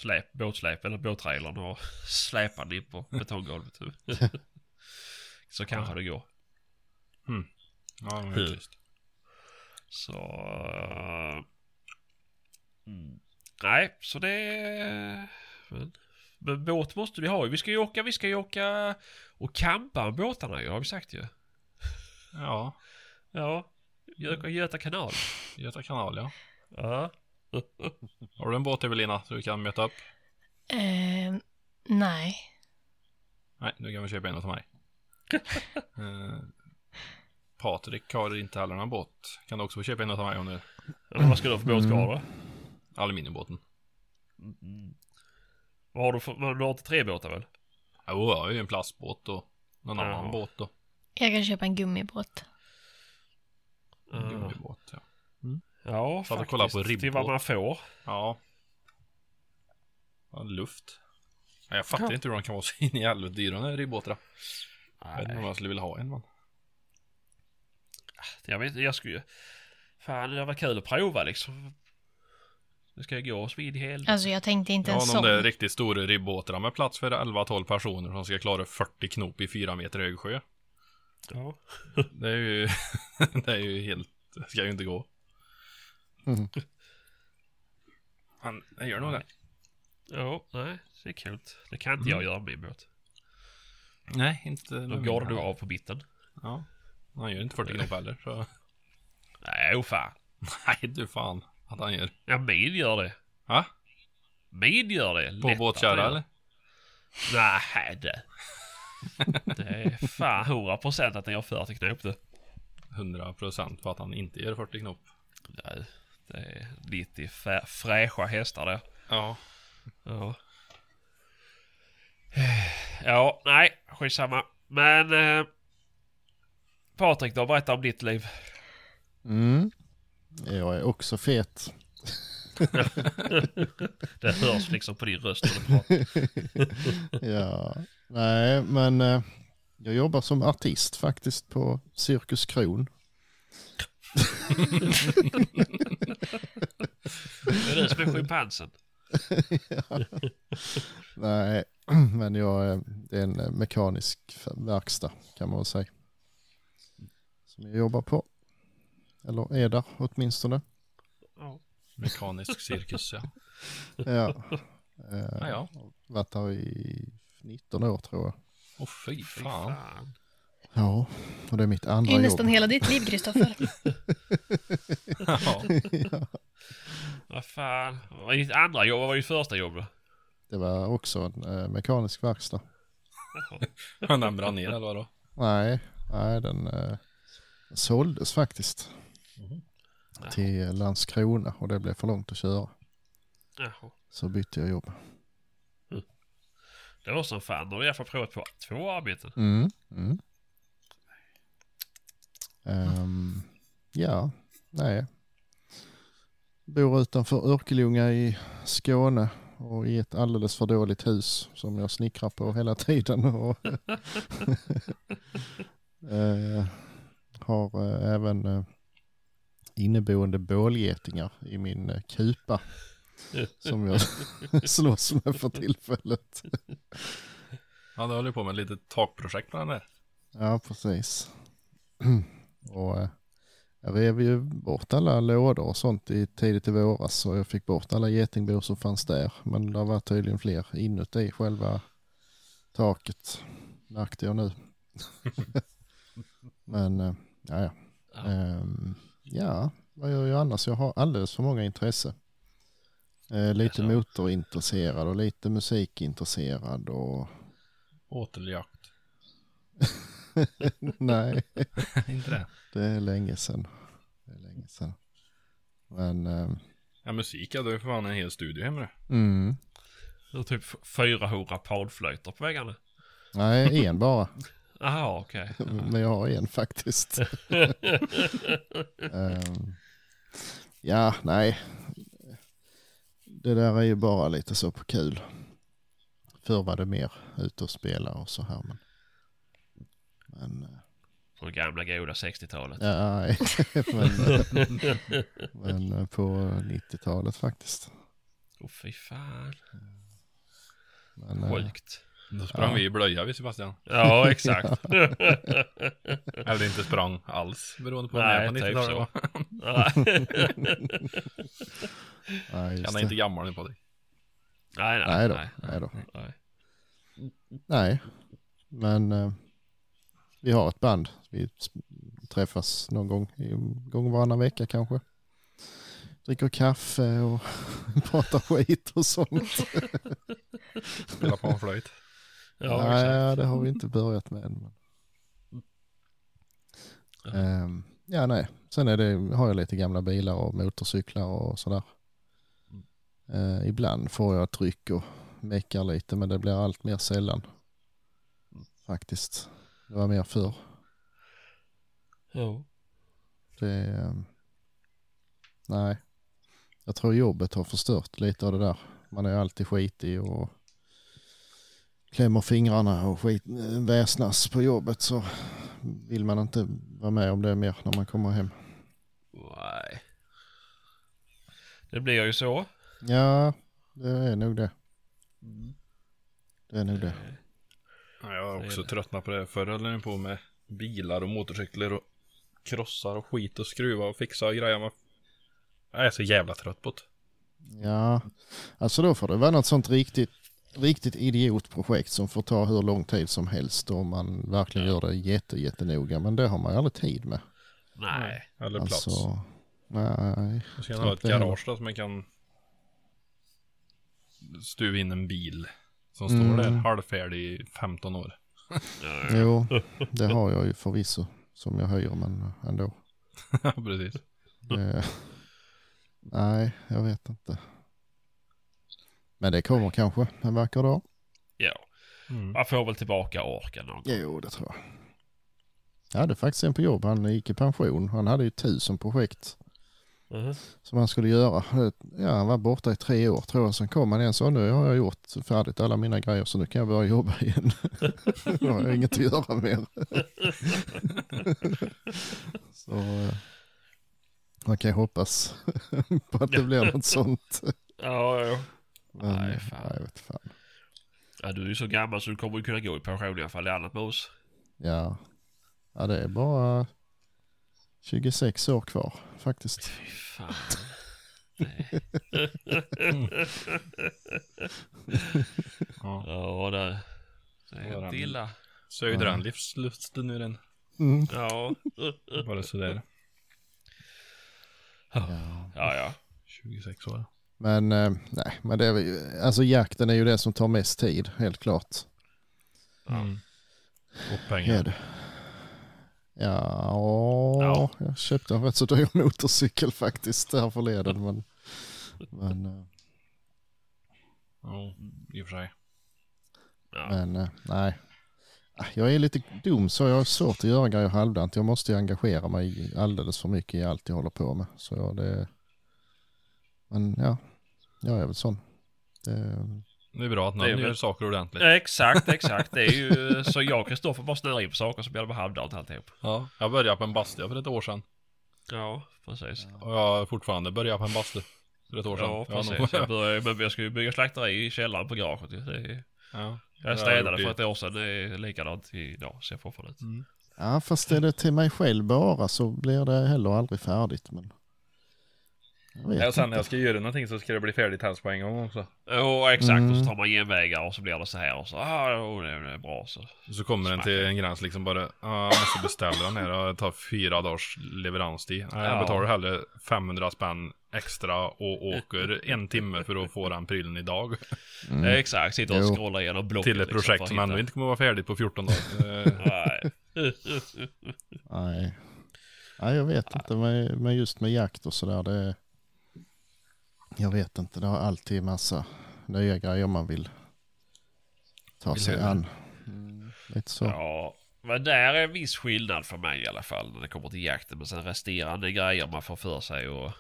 A: släp, båtsläp eller båttrailern och släpa den in på betonggolvet. så kanske det går.
E: Ja, men
A: Hur?
E: tyst.
A: Så... eh, Mm. Nej, så det... Men, men båt måste vi ha ju. Vi ska ju åka, vi ska ju åka och campa med båtarna ju, har vi sagt ju.
E: Ja,
A: Ja, Göta, Göta kanal.
E: Göta kanal ja.
A: Ja.
E: Har du en båt Evelina så du kan möta upp?
B: Ehm, nej.
E: Nej, nu kan vi köpa en åt mig. eh, Patrik har inte heller någon båt. Kan du också få köpa en åt mig om du...
A: Men vad ska du ha för båt kvar
D: Mm.
A: då?
E: Aluminiumbåten.
A: Mm. Vad har du för, men du har inte tre båtar väl?
E: Jo, jag har ju en plastbåt och någon
A: Ja.
E: annan båt då.
B: Jag kan köpa en gummibåt.
E: En
A: Mm.
E: Gummibåt, ja.
A: Ja,
E: Satt och
A: faktiskt.
E: kollade på
A: till vad
E: ribbåt.
A: man får.
E: Ja. ja luft. Nej, jag fattar inte hur de kan vara så in i helvete dyra när det är båtar. Jag vet inte om jag skulle vilja ha en man.
A: Jag vet inte, jag skulle ju... Fan, det var kul att prova liksom. Det ska ju gå så in i helvete.
B: Alltså jag tänkte inte
E: Ja,
B: en
E: de
B: sån.
E: där riktigt stora ribbåtarna med plats för 11-12 personer som ska klara 40 knop i 4 meter hög sjö.
A: Ja.
E: Det är ju, det är ju helt, det ska ju inte gå.
D: Mm.
E: Han, jag gör nog det.
A: Ja, nej, det är kul. Det kan inte
E: Mm.
A: jag göra med min båt.
E: Nej, inte
A: Då går du av på mitten.
E: Ja. Han gör inte 40 knop heller, så.
A: Nej, oh fan.
E: Nej, du fan att han gör.
A: Ja, min gör det.
E: Va?
A: Min gör det.
E: På
A: Lätt att
E: båtkärra
A: göra.
E: eller?
A: Nej, det. Det är fan 100 procent att den gör 40 knop det.
E: 100 procent för att han inte gör 40 knop.
A: Nej, det är 90 frä- fräscha hästar det.
E: Ja.
A: Ja. Ja, nej, skitsamma. Men... Eh, Patrik då, berätta om ditt liv.
D: Mm. Jag är också fet.
A: Det hörs liksom på din röst när du pratar.
D: ja. Nej, men eh, jag jobbar som artist faktiskt på Cirkus Kron.
A: Det är du som är schimpansen.
D: Nej, men jag, eh, det är en eh, mekanisk f- verkstad kan man väl säga. Som jag jobbar på. Eller är där åtminstone.
A: Ja.
E: Mekanisk cirkus ja.
D: Ja. Eh,
E: Ja, ja.
D: Varit där i 19 år tror jag.
E: Åh fy
A: Fy
E: fan.
A: fan.
D: Ja, och det är mitt
B: Det
D: andra
B: är ju
D: jobb.
B: nästan hela ditt liv, Kristoffer.
E: Ja.
D: ja.
A: Vad fan. Vad är ditt andra jobb? Vad var ditt första jobb då?
D: Det var också en eh, mekanisk verkstad.
E: Han den brann ner eller vadå?
D: Nej, nej den eh, såldes faktiskt. Till eh, Landskrona och det blev för långt att köra.
A: Jaha.
D: Så bytte jag jobb.
A: Det var som fan. Då har jag fått provat på två arbeten.
D: Mm. Mm. Ehm, ja, nej. Bor utanför Örkelljunga i Skåne och i ett alldeles för dåligt hus som jag snickrar på hela tiden. Och eh, har eh, även eh, inneboende bålgetingar i min eh, kupa som jag slåss med för tillfället.
E: Han håller på med lite takprojekt med den där.
D: Ja, precis. Och eh, jag rev ju bort alla lådor och sånt i tidigt i våras så jag fick bort alla getingbor som fanns där. Men det var tydligen fler inuti själva taket, märkte jag nu. Men eh, ja, ja.
A: Ja.
D: Ehm, ja, vad gör jag annars? Jag har alldeles för många intresse. Eh, lite
A: Jaså?
D: motorintresserad och lite musikintresserad och
E: Åteljakt.
D: nej.
E: Inte det?
D: Det är länge sedan. Det är länge sedan. Men, eh,
E: Ja, musik ja, du har ju för fan en hel studio hemma du.
D: mm.
A: Det var typ 400 padflöjter på väggarna.
D: Nej, en bara.
A: Jaha, okej.
D: Men jag har en faktiskt. Ehm, ja, nej. Det där är ju bara lite så på kul. Förr var det mer ute och spela och så här. Men, men eh,
A: Från gamla goda 60-talet.
D: Ja, nej. men, men eh, på 90-talet faktiskt.
A: Åh fy fan.
D: Men, eh,
A: Sjukt.
E: Då sprang vi i blöja vi Sebastian.
A: Ja, exakt.
E: Eller inte sprang alls, beroende på vad
A: Nej,
E: jag är på
A: typ
E: 90-talet.
A: så.
E: va?
A: Ja.
D: nej, just
E: Han är
D: det.
E: inte gammal nu Patrik.
A: nej, nej.
D: Nej då,
A: nej.
D: nej då.
A: nej.
D: Nej, men eh, vi har ett band. Vi s- träffas någon gång, i- gång varannan vecka kanske. Dricker kaffe och pratar skit och sånt.
E: Spelar på en flöjt.
A: Ja, exakt.
D: nej, det har vi inte börjat med än. Men... Ehm, ja, nej. Sen är det, har jag lite gamla bilar och motorcyklar och sådär.
A: Mm.
D: Eh, ibland får jag ett ryck och mekar lite, men det blir allt mer sällan.
A: Mm.
D: Faktiskt. Det var mer förr.
A: Ja.
D: Det är... ehm, Nej. Jag tror jobbet har förstört lite av det där. Man är alltid skitig och klämmer fingrarna och skit, eh, väsnas på jobbet så vill man inte vara med om det mer när man kommer hem.
A: Nej. Det blir ju så.
D: Ja, det är nog det. Det är nog det.
E: Ja, jag har
A: är
E: också
A: det.
E: tröttnat på det. Förr höll jag på med bilar och motorcyklar och krossar och skit och skruva och fixa och grejer. Men jag är så jävla trött på det.
D: Ja, alltså då får det vara något sånt riktigt, riktigt idiotprojekt som får ta hur lång tid som helst om man verkligen gör det jätte, jättenoga. Men det har man ju aldrig tid med.
A: Nej.
E: Eller plats.
D: Alltså, nej.
E: Jag ska gärna ha ett
D: inte heller.
E: garage då som jag kan stuva in en bil som
D: Mm.
E: står där halvfärdig i 15 år.
D: Jo, det har jag ju förvisso som jag höjer, men ändå.
E: Ja, Precis.
D: Eh, nej, jag vet inte. Men det kommer kanske en vacker dag.
A: Ja.
E: Mm.
A: Man får väl tillbaka orken någon gång.
D: Jo, det tror jag. Jag hade faktiskt en på jobb, han gick i pension. Han hade ju tusen projekt
A: Mhm.
D: som han skulle göra. Ja, han var borta i tre år tror jag. Sen kom han igen och sa nu har jag gjort färdigt alla mina grejer så nu kan jag börja jobba igen. nu har jag inget att göra mer. så eh, man kan ju hoppas på att det blir något sånt.
A: Ja, ja.
D: Men,
A: Nej, fan.
D: ja, jag vet fan.
A: ja. Du är ju så gammal så du kommer ju kunna gå i pension i alla fall i annat mos.
D: Ja. ja, det är bara 26 år kvar faktiskt.
A: Fy fan.
E: Ja.
A: Ja, det... Det är
E: Vad är
A: helt
E: det?
A: illa.
E: Sög den livslusten ur en.
D: Mm.
A: Ja.
E: Bara sådär.
A: Ja, ja.
E: 26 år.
D: Men eh, nej, men det är väl ju, alltså jakten är ju det som tar mest tid, helt klart.
E: Mm. Och
D: Är
E: pengar.
D: det. Ja, jag köpte en rätt så dyr motorcykel faktiskt där förleden. Men, men, eh,
E: Ja, i och för sig.
A: Ja.
D: men eh, nej. Ah, Jag är lite dum så jag har svårt att göra grejer halvdant. Jag måste ju engagera mig alldeles för mycket i allt jag håller på med. Så det... Men ja, jag är väl sån. Det,
E: Det är Eh. bra att någon
A: Det är väl-
E: gör saker ordentligt.
A: Exakt, exakt. Det är ju så jag och Kristoffer bara snurrar in på saker så blir det bara halvdant alltihop.
E: Ja, jag började på en bastu för ett år sedan.
A: Ja, precis.
E: Och jag har fortfarande börjat på en bastu för ett år sedan.
A: Ja,
E: Jag har
A: precis.
E: nog-
A: Jag, började, men jag ska ju bygga slakteri i källaren på garaget ju. Det är,
E: ja. Det har
A: jag städade
E: gjort i-
A: för ett år sedan. Det är likadant idag, ser jag fortfarande ut.
D: Ja, fast är det till mig själv bara så blir det heller aldrig färdigt. Men... Jag vet
E: Ja, och sen när
D: inte.
E: jag ska göra någonting så ska det bli färdigt helst på en gång också.
A: Ja, exakt.
D: Mm.
A: Och så tar man genvägar och så blir det så här och så. Ah, jo, det det är bra så.
E: Så kommer den till en gräns liksom bara, ja, jag måste beställa den här och det tar fyra dagars leveranstid. Nej, jag
A: Ja.
E: betalar hellre 500 spänn extra och åker en timme för att få den prylen idag.
D: Mm.
A: Exakt, sitter
D: Jo.
A: och scrollar igenom blocket.
E: Till ett
A: liksom, för
E: projekt
A: att
E: som
A: hitta-
E: ändå inte kommer vara färdigt på 14 dagar. Eh,
A: Nej.
D: Nej. Nej, jag vet inte. Men men just med jakt och sådär. Det... Jag vet inte. Det har alltid massa nya grejer man vill ta
E: Vill
D: sig
E: höra.
D: an. Mm, lite så.
A: Ja, men där är en viss skillnad för mig i alla fall när det kommer till jakten. Men sen resterande grejer man får för sig och...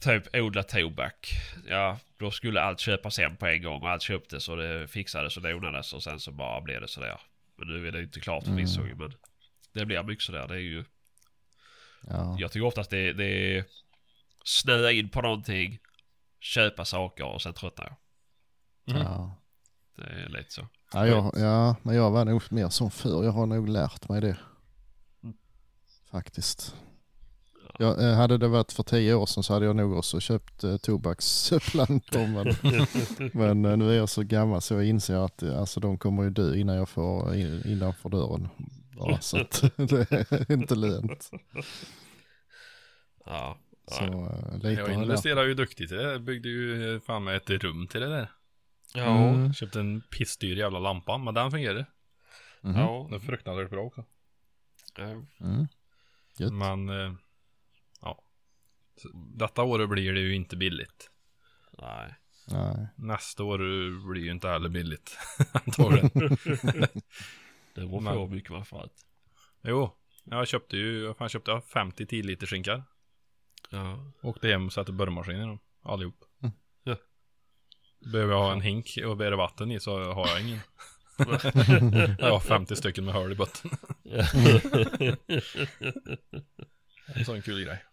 A: Typ odla tobak. Ja, då skulle allt köpas hem på en gång och allt köptes och det fixades och donades och sen så bara blev det sådär. Men nu är det ju inte klart förvisso ju, men det blir mycket sådär. Det är ju...
D: Ja.
A: Jag tycker oftast det, det är snöa in på någonting, köpa saker och sen tröttnar jag.
E: Mm.
D: Ja.
A: Det är lite så.
D: Ja, jag, ja, men jag var nog mer som förr. Jag har nog lärt mig det.
A: Mm.
D: Faktiskt. Jag, eh, hade det varit för tio år sedan så hade jag nog också köpt eh, tobaksplantor. Men, men eh, nu är jag så gammal så jag inser att eh, alltså, de kommer ju dö innan jag får in, innanför dörren. Bara, så att det är inte lönt.
A: Ja.
D: Så eh, lite
E: Jag
D: har jag lärt mig.
E: investerade ju duktigt i det. Jag byggde ju eh, fan med ett rum till det där.
A: Ja.
D: Mm.
E: Köpte en pissdyr jävla lampa, men den fungerade.
D: Mhm.
A: Ja.
E: Den är fruktansvärt bra också.
A: ja.
D: Mm. Gött.
E: Men, eh, ja. Så Detta året blir det ju inte billigt.
A: Nej.
D: Nej.
E: Nästa år eh, blir ju inte heller billigt. Antagligen.
A: Det beror på
E: Men-
A: hur mycket man får ut.
E: jo, jag köpte ju, vad fan köpte jag? 50 10 liter skinkar.
A: Ja.
E: Åkte hem och satte borrmaskin i dem. Allihop.
D: Mm.
A: Ja.
E: Behöver jag ha en hink och bära vatten i så har jag ingen. jag har 50 stycken med hål i botten. En sån kul grej.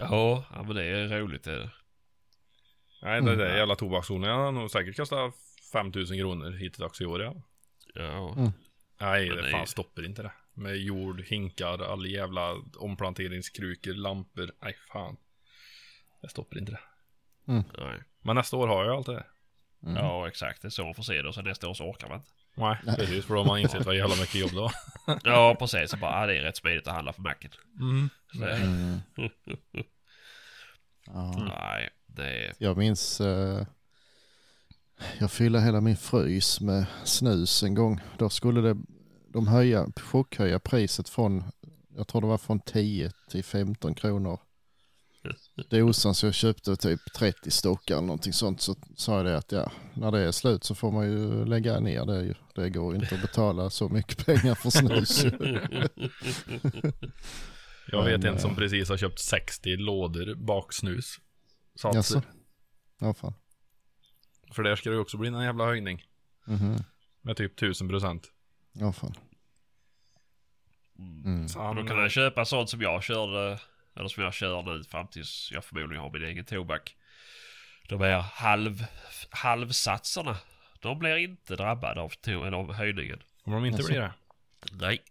A: ja, ja, men det är roligt det. är det.
E: Nej, det där jävla tobakszonen jag har nog säkert kostat 5000 kronor hittills i år ja.
A: Ja.
D: Mm.
E: Nej,
A: Men
E: det
A: det är
E: fan
A: ju-
E: stoppar inte det. Med jord, hinkar, alla jävla omplanteringskrukor, lampor. Nej, fan. Det stoppar inte det.
A: Nej.
E: Men nästa år har jag allt det där.
D: Mm.
A: Ja, exakt. Det är så man får se det och sen nästa år så orkar man inte.
E: Nej, precis. För då har man insett vad jävla mycket jobb det var.
A: Ja, precis. Så bara, ja, det är rätt smidigt att handla på macken.
E: Mm.
A: Så,
D: Mm. Ja.
A: Nej, det är...
D: Jag minns, eh, jag fyllde hela min frys med snus en gång. Då skulle det, de höja, chockhöja priset från, jag tror det var från 10 till 15 kronor. Dosan så jag köpte typ 30 stockar eller någonting sånt så sa jag det att ja, när det är slut så får man ju lägga ner det. ju. Det går ju inte att betala så mycket pengar för snus.
E: Jag vet
D: Men,
E: en som
D: eh,
E: precis har köpt 60 lådor baksnus. Satser.
D: Jaså? Ja, fan.
E: För där ska det ju också bli en jävla höjning.
D: Mhm.
E: Med typ 1000 procent.
D: Ja, fan. Mm.
A: Och då kan jag köpa sånt som jag körde, eller som jag kör nu fram tills jag förmodligen har min egen tobak. De här halv, halvsatserna, de blir inte drabbade av, to- av höjningen.
E: Kommer de inte
D: Jaså?
E: bli det?
A: Nej.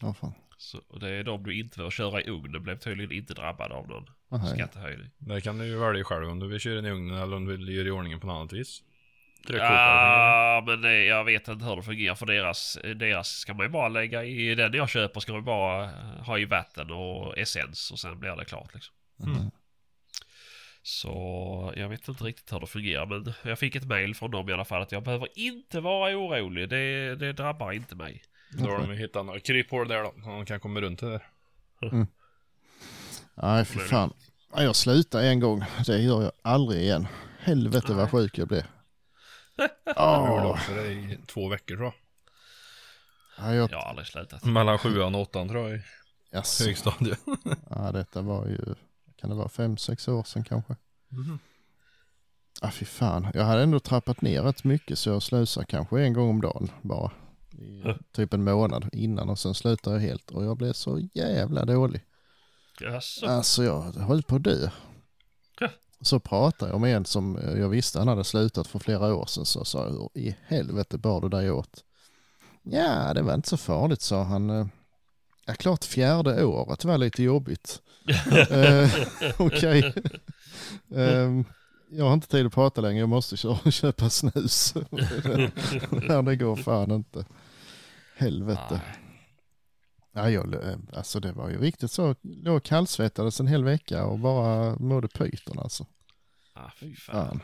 D: Ja, fan.
A: Så och det är de du inte får köra i ugn. De blev tydligen inte drabbade av någon
D: Aha, ja.
A: skattehöjning.
E: Där kan du ju välja själv om du vill köra den i ugnen eller om du vill göra i ordningen på något annat vis. Tryckkokare.
A: Ja, men det, jag vet inte hur det fungerar för deras, deras ska man ju bara lägga i den jag köper ska man bara eh, ha i vatten och essens och sen blir det klart liksom. Mm. Så jag vet inte riktigt hur det fungerar men jag fick ett mail från dem i alla fall att jag behöver inte vara orolig. Det, det drabbar inte mig.
E: Då har de ju hittat några kryphål där då, så de kan komma runt det där.
D: Nej, fy fan. Nej, Jag slutade en gång. Det gör jag aldrig igen. Helvete vad sjuk jag blev.
E: Jag gjorde
D: Oh,
E: också det i två veckor tror
D: jag,
A: Jag har aldrig slutat.
D: Mm.
E: jag. Mellan sjuan och åttan tror jag i
D: jaså.
E: högstadiet.
D: Ja, detta var ju, kan det vara fem, sex år sedan kanske?
E: Mhm.
D: Ja, fy fan. Jag hade ändå trappat ner rätt mycket så jag slösar kanske en gång om dagen bara. I
A: Ja.
D: typ en månad innan och sen slutade jag helt och jag blev så jävla dålig.
A: Jaså?
D: Alltså jag höll på att dö.
A: Ja.
D: Så pratade jag med en som eh, jag visste han hade slutat för flera år sedan. Så sa jag, hur i helvete bar du dig åt? Ja, det var inte så farligt, sa han. eh. Ja, klart fjärde året var lite jobbigt. Eh, Okej. Ehm, jag har inte tid att prata längre, jag måste kö- köpa snus. Nej, det går fan inte. Helvete. Ja, jag, lö- alltså det var ju riktigt så. Låg kallsvettades en hel vecka och bara mådde pyton alltså.
A: Ah, fy fan.
D: Fan.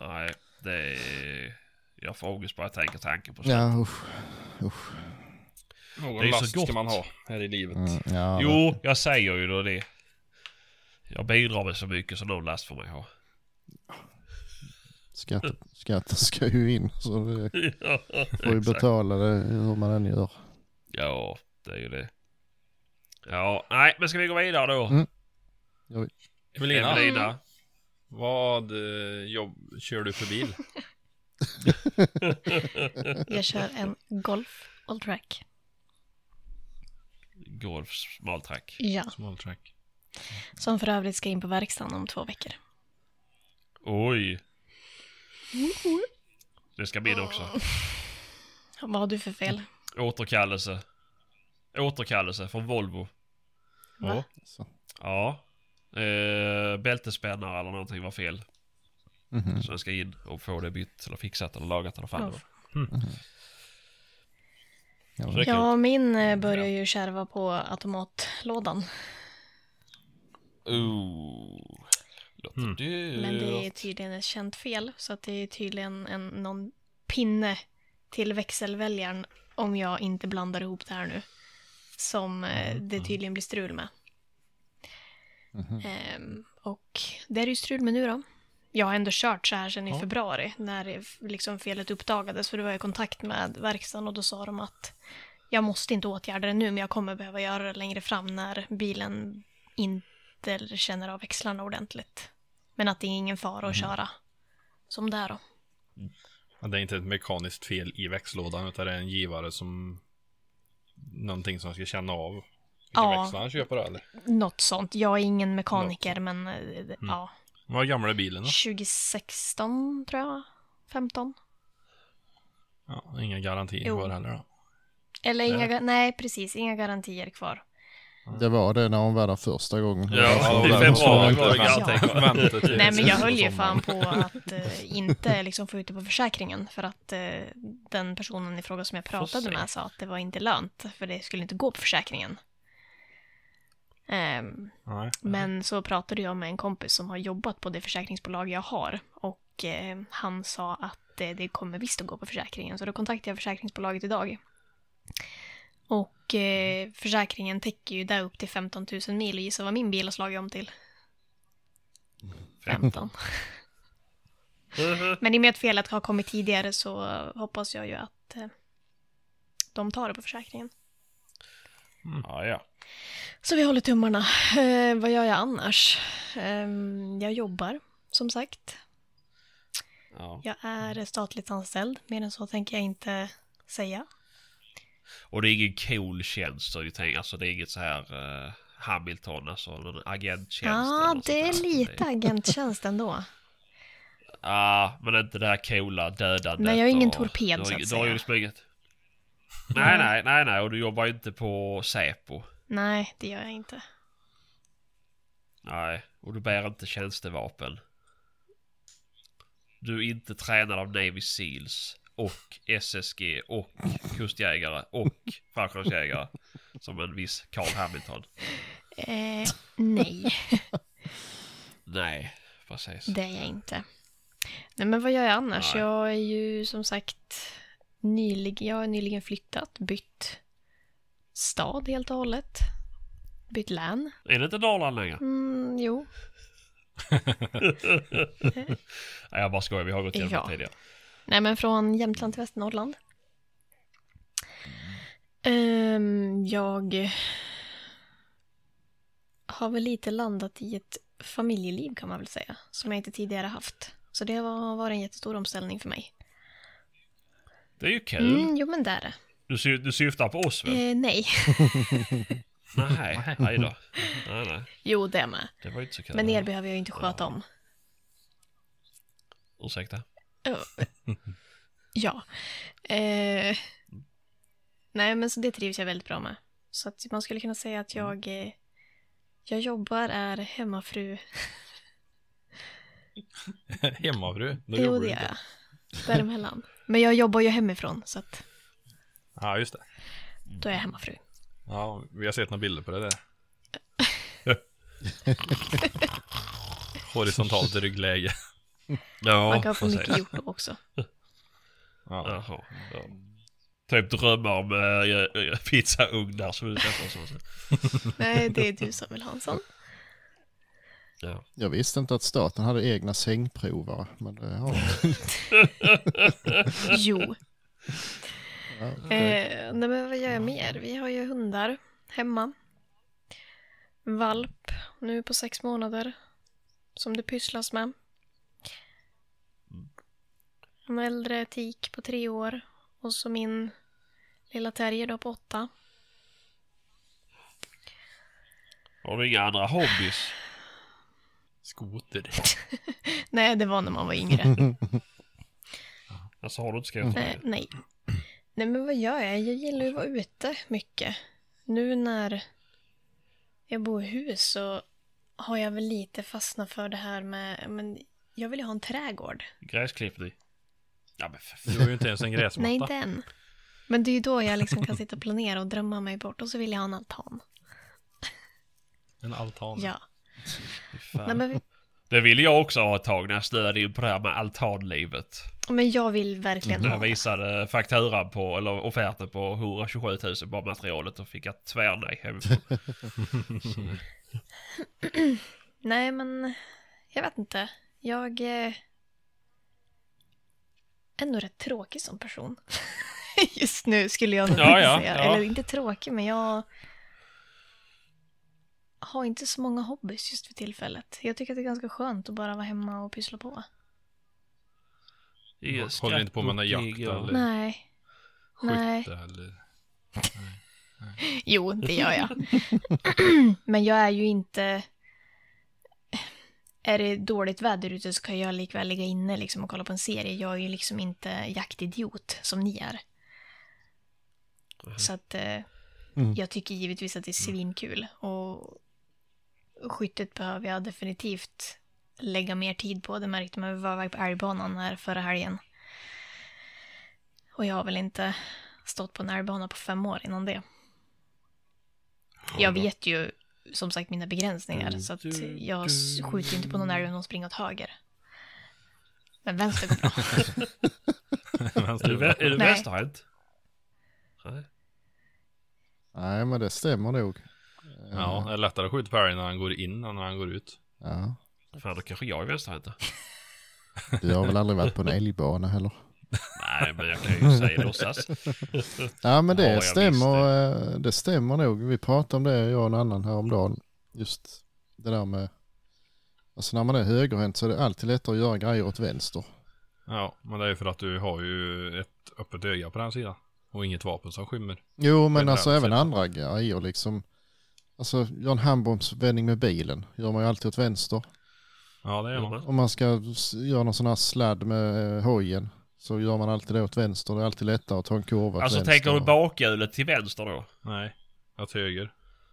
A: Nej, det är... Jag får ångest bara jag tänker tanken på sånt.
D: Ja, usch. usch.
A: Det är
E: Någon
A: ju så
E: last ska
A: gott.
E: man ha här i livet.
D: Mm, ja,
A: Jo, jag säger ju då det. Jag bidrar med så mycket så någon last får man ju ha.
D: Skatten skatt ska ju in så det
A: Ja,
D: får ju
A: exakt.
D: betala det hur man än gör.
A: Ja, det är ju det. Ja, nej, men ska vi gå vidare då?
D: Mm.
E: Evelina,
A: Evelina.
E: vad eh, jobb kör du för bil?
B: Jag kör en Golf All Track.
A: Golf smaltrack.
B: Ja,
E: Smalltrack.
B: som för övrigt ska in på verkstaden om två veckor.
A: Oj. Det ska bli det också.
B: Mm. Vad har du för fel?
A: Återkallelse. Återkallelse från Volvo.
B: Va?
E: Ja.
D: Så.
A: Ja. Eh, bältespännare eller någonting var fel.
D: Mhm.
A: Så jag ska in och få det bytt eller fixat eller lagat eller fan det var.
D: Ja,
A: Så det är
B: Ja, min eh, börjar ju kärva på automatlådan.
A: kul. Ooh. Låter
E: Mm.
A: dyrt.
B: Men det är tydligen ett känt fel, så att det är tydligen en, någon pinne till växelväljaren, om jag inte blandar ihop det här nu, som eh, det tydligen blir strul med.
D: Mhm.
B: Ehm, och det är det ju strul med nu då. Jag har ändå kört så här sedan i februari, när det f- liksom felet uppdagades, för då var jag i kontakt med verkstaden och då sa de att jag måste inte åtgärda det nu, men jag kommer behöva göra det längre fram när bilen inte känner av växlarna ordentligt. Men att det är ingen fara att
E: Mm.
B: köra. Som där då.
E: Ja, Det är inte ett mekaniskt fel i växellådan utan det är en givare som någonting som ska känna av vilka
B: Ja.
E: växlar han köper eller?
B: Något sånt. Jag är ingen mekaniker, men eh,
E: Mm.
B: ja.
E: Vad gammal är bilen då?
B: 2016 tror jag. 15.
E: Ja, inga garantier
B: Jo.
E: kvar heller då.
B: Eller inga, ga- nej precis, inga garantier kvar.
D: Det var det när hon var där första gången.
A: Ja,
E: det
A: i
E: var
A: februari
E: så.
A: var det
E: Ja.
A: garanterat.
E: Vänta till-
B: Nej men jag höll ju
E: på sommaren.
B: fan på att eh, inte liksom få ut det på försäkringen för att eh, den personen i fråga som jag pratade
A: se.
B: med sa att det var inte lönt för det skulle inte gå på försäkringen. Ehm,
E: Nej.
B: men så pratade jag med en kompis som har jobbat på det försäkringsbolag jag har och eh, han sa att eh, det kommer visst att gå på försäkringen så då kontaktade jag försäkringsbolaget idag. Och eh, försäkringen täcker ju där upp till 15 000 mil och gissa vad min bil har slagit om till? 15. Men i och med att felet har kommit tidigare så hoppas jag ju att eh, de tar det på försäkringen.
A: Ja, ja.
B: Så vi håller tummarna. Eh, vad gör jag annars? Ehm, jag jobbar, som sagt.
A: ja.
B: Jag är statligt anställd, mer än så tänker jag inte säga.
A: Och det är ingen cool tjänst. Så vi tänker, alltså det är inget så här eh, Hamilton, alltså någon agenttjänst. eller
B: Ja,
A: något
B: Ah, det är
A: sånt där.
B: lite agenttjänst ändå.
A: Ja, men inte det där coola dödandet.
B: Men jag är ingen
A: och-
B: torped,
A: du har-
B: så att
A: Du har ju
B: säga.
A: liksom inget... Nej, nej, nej, nej, och du jobbar ju inte på Säpo.
B: Nej, det gör jag inte.
A: Nej, och du bär inte tjänstevapen. Du är inte tränad av Navy Seals och SSG och kustjägare och fallskärmsjägare. som en viss Carl Hamilton.
B: Eh, nej,
A: Nej, precis.
B: det är jag inte. Nej, men vad gör jag annars?
A: Nej.
B: Jag är ju som sagt nylig, jag har nyligen flyttat, bytt stad helt och hållet. Bytt län.
A: Är det inte Dalarna längre?
B: Mm, jo,
A: Nej, jag bara skojar. Vi har gått igenom
B: Ja.
A: det tidigare.
B: Nej, men från Jämtland till Västernorrland. Ehm, jag har väl lite landat i ett familjeliv kan man väl säga, som jag inte tidigare haft. Så det var, var en jättestor omställning för mig.
A: Det är ju kul.
B: Mm, jo, men där.
A: Du, sy- du syftar på oss väl?
B: Eh, nej.
A: Nej, nej då. Nej, nej.
B: Jo, det med.
A: Det var ju inte så kul.
B: Men er behöver jag ju inte sköta om.
A: Ursäkta.
B: Ja. Eh, nej, men så det trivs jag väldigt bra med. Så att man skulle kunna säga att
A: Mm.
B: jag, eh, jag jobbar, är hemmafru
E: Hemmafru. Då
B: Jo,
E: jobbar
B: det
E: du inte.
B: gör jag. Däremellan. Men jag jobbar ju hemifrån, så att
E: Ja, just det.
B: då är jag hemmafru.
E: Ja, vi har sett några bilder på det där. Horisontalt ryggläge.
A: Ja,
B: Man kan få
A: precis.
B: mycket gjort då också.
E: Ja.
A: Jaha. Ja. Typ drömmar om äh, äh, pizzaugnar som utsätts och sånt.
B: Nej, det är du Samuel Hansson.
A: Ja.
D: Jag visste inte att staten hade egna sängprovare, men det har de.
B: Jo.
D: Ja, okej.
B: Eh, nej, men vad gör jag mer? Vi har ju hundar hemma. Valp, nu på sex månader. Som det pysslas med. En äldre tik på tre år. Och så min lilla terrier då på åtta.
A: Har du inga andra hobbys?
E: Skoter.
B: Nej, det var när man var yngre.
A: Alltså har du inte skrivit om
B: Nej,
A: det?
B: Eh, nej. Nej, men vad gör jag? Jag gillar ju att vara ute mycket. Nu när jag bor i hus så har jag väl lite fastnat för det här med... Men jag vill ju ha en trädgård.
A: Gräsklippning? Ja men för fan.
E: Du har ju inte ens en gräsmatta.
B: Nej, inte än. Men det är ju då jag liksom kan sitta och planera och drömma mig bort och så vill jag ha en altan.
E: En altan.
B: Ja.
A: Fy fan.
B: Nej, men,
A: Det ville jag också ha ett tag när jag snöade in på det här med altanlivet.
B: men jag vill verkligen
A: När jag
B: ha det.
A: visade fakturan på, eller offerten på 127 000 bara materialet och fick jag tvärnej hemifrån.
B: Nej, men jag vet inte. Jag eh, är nog rätt tråkig som person. Just nu skulle jag nog
A: Ja,
B: vilja
A: ja,
B: säga.
A: ja.
B: Eller inte tråkig, men jag har inte så många hobbys just för tillfället. Jag tycker att det är ganska skönt att bara vara hemma och pyssla på.
A: Det är
E: Håller
A: skratt
E: inte på med
A: och
E: någon jakt
A: krig och-
E: eller-
B: Nej. Nej.
E: Skytte eller...
B: Jo, det gör jag. men jag är ju inte... Är det dåligt väder ute så kan jag likväl ligga inne liksom och kolla på en serie. Jag är ju liksom inte jaktidiot som ni är. Så att eh,
D: Mm.
B: jag tycker givetvis att det är
E: Mm.
B: svinkul. Och skyttet behöver jag definitivt lägga mer tid på. Det märkte man när vi var iväg på älgbanan här förra helgen. Och jag har väl inte stått på en älgbana på fem år innan det. Jag vet ju som sagt mina begränsningar
E: Mm.
B: så att jag s- skjuter inte på någon älg om de springer åt höger. Men vänster går bra.
A: Är du, vä- är du
B: Nej.
A: vänsterhänt? Nej.
D: Nej, men det stämmer nog. Eh,
E: Ja, det är lättare att skjuta på älgen när han går in än när han går ut.
D: ja.
A: Fan, då kanske jag är vänsterhänt då.
D: Du har väl aldrig varit på en älgbana heller?
A: Nej, men jag kan ju säga låtsas. Alltså,
D: Ja, men
A: Ja,
D: det
A: jag
D: stämmer. eh, Det stämmer nog. Vi pratade om det, jag och en annan häromdagen. Just det där med... Alltså när man är högerhänt så är det alltid lättare att göra grejer åt vänster.
E: Ja, men det är ju för att du har ju ett öppet öga på den sidan. Och inget vapen som skymmer.
D: Jo, men
E: Generellt
D: alltså även
E: sett.
D: andra grejer liksom. Alltså, gör en handbromsvändning med bilen gör man ju alltid åt vänster.
E: Ja, det är man.
D: Om man ska s- göra någon sån här sladd med eh, hojen så gör man alltid det åt vänster. Det är alltid lättare att ta en kurva åt
A: Alltså
D: vänster.
A: tänker du bakhjulet till vänster då?
E: Nej, åt höger.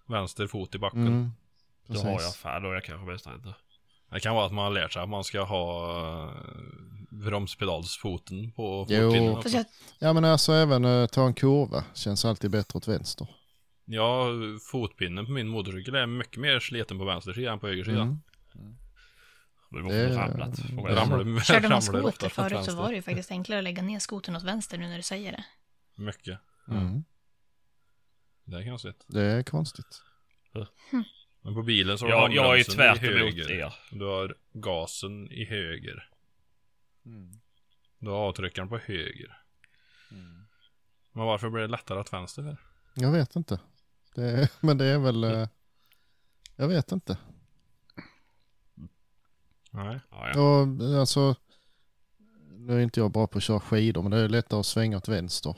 E: Vänster fot i backen.
D: Mm,
A: Då
D: precis.
A: har jag fan, då är jag kanske vänsterhänt då.
E: Det kan vara att man har lärt sig att man ska ha eh, bromspedalsfoten på
D: Jo.
E: fotpinnen.
B: Fast
E: också.
B: jag,
D: Ja, men alltså även eh, ta en kurva känns alltid bättre åt vänster.
E: Ja, fotpinnen på min motorcykel är mycket mer sliten på vänster sida än på höger sida.
D: Mm.
A: Det var för
D: Det-
A: ramlat.
D: det-
A: Frågar
E: Jag
A: jag.
E: ramlar, ramlar
B: Körde man
E: ofta
B: skoter
E: åt
B: förut så
E: vänster.
B: var det ju faktiskt enklare att lägga ner skotern åt vänster nu när du säger det.
E: Mycket.
D: Mm.
E: Det är konstigt.
D: Det är konstigt.
E: Men på bilen så har
A: Jag,
E: du
A: jag är
E: handbromsen
A: tvärt
E: i
A: emot
E: höger.
A: er.
E: Du har gasen i höger.
A: Mm.
E: Du har avtryckaren på höger.
A: Mm.
E: Men varför blir det lättare att vänster? för?
D: Jag vet inte. Det är, men det är väl... eh, Jag vet inte.
E: Nej.
A: Ja, ja.
D: Och, eh, alltså, nu är inte jag bra på att köra skidor, men det är lättare att svänga åt vänster.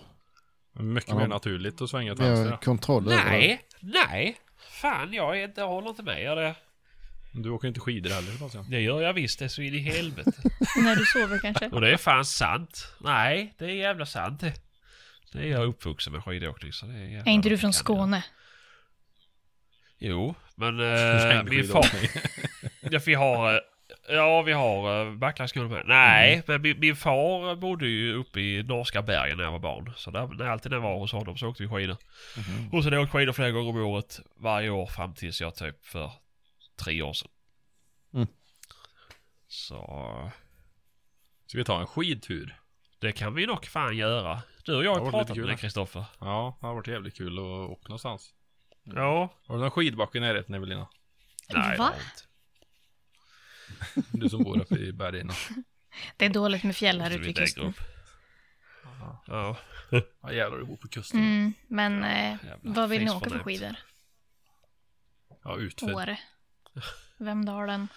E: Mycket
D: Ja.
E: mer naturligt att svänga åt
D: Vi
E: vänster.
D: har
E: ja.
D: kontroll över det.
A: Nej, nej. Fan, jag, är, jag håller inte med er. Det,
E: Du åker inte skidor heller Sebastian.
A: det gör jag visst. Det är så in i helvete.
B: När du sover kanske?
A: Och det är fan sant. Nej, det är jävla sant det. Det är jag uppvuxen med skidåkning så det är jävla-
B: Är inte du från
A: kan jag.
B: Skåne?
A: Jo, men
E: Nej,
A: eh,
E: inte
A: min far...
E: skidåkning.
A: Ja, vi har... eh, Ja, vi har eh, Backlaskolan med. Nej,
E: Mm.
A: men min, min far bodde ju uppe i norska bergen när jag var barn. Så där, när alltid när jag var hos honom så åkte vi skidor.
E: Mhm.
A: Och sen har jag åkt skidor flera gånger om året varje år fram tills jag typ för tre år sedan.
D: Mm.
A: Så
E: Ska vi ta en skidtur?
A: det kan vi nog fan göra. Du och jag
E: Det
A: har
E: var
A: pratat
E: lite
A: om
E: kul.
A: det Kristoffer.
E: Ja, det har varit jävligt kul att åka någonstans.
A: Ja.
E: Har du någon skidbacke i närheten Evelina?
A: Mm. Nej, det
B: Va?
A: har jag inte.
E: Du som bor uppe i bergen.
B: Det är dåligt med fjäll här
A: Så
B: ute
A: vi
B: vid
A: lägger
B: kusten.
A: upp. Ja.
E: Ja jävlar du bor på kusten.
B: Mm, men eh,
A: jävla
B: vad vill ni
A: face Typ.
B: åka för
A: förnämt.
B: skidor?
E: Ja utför.
B: Åre? Vemdalen?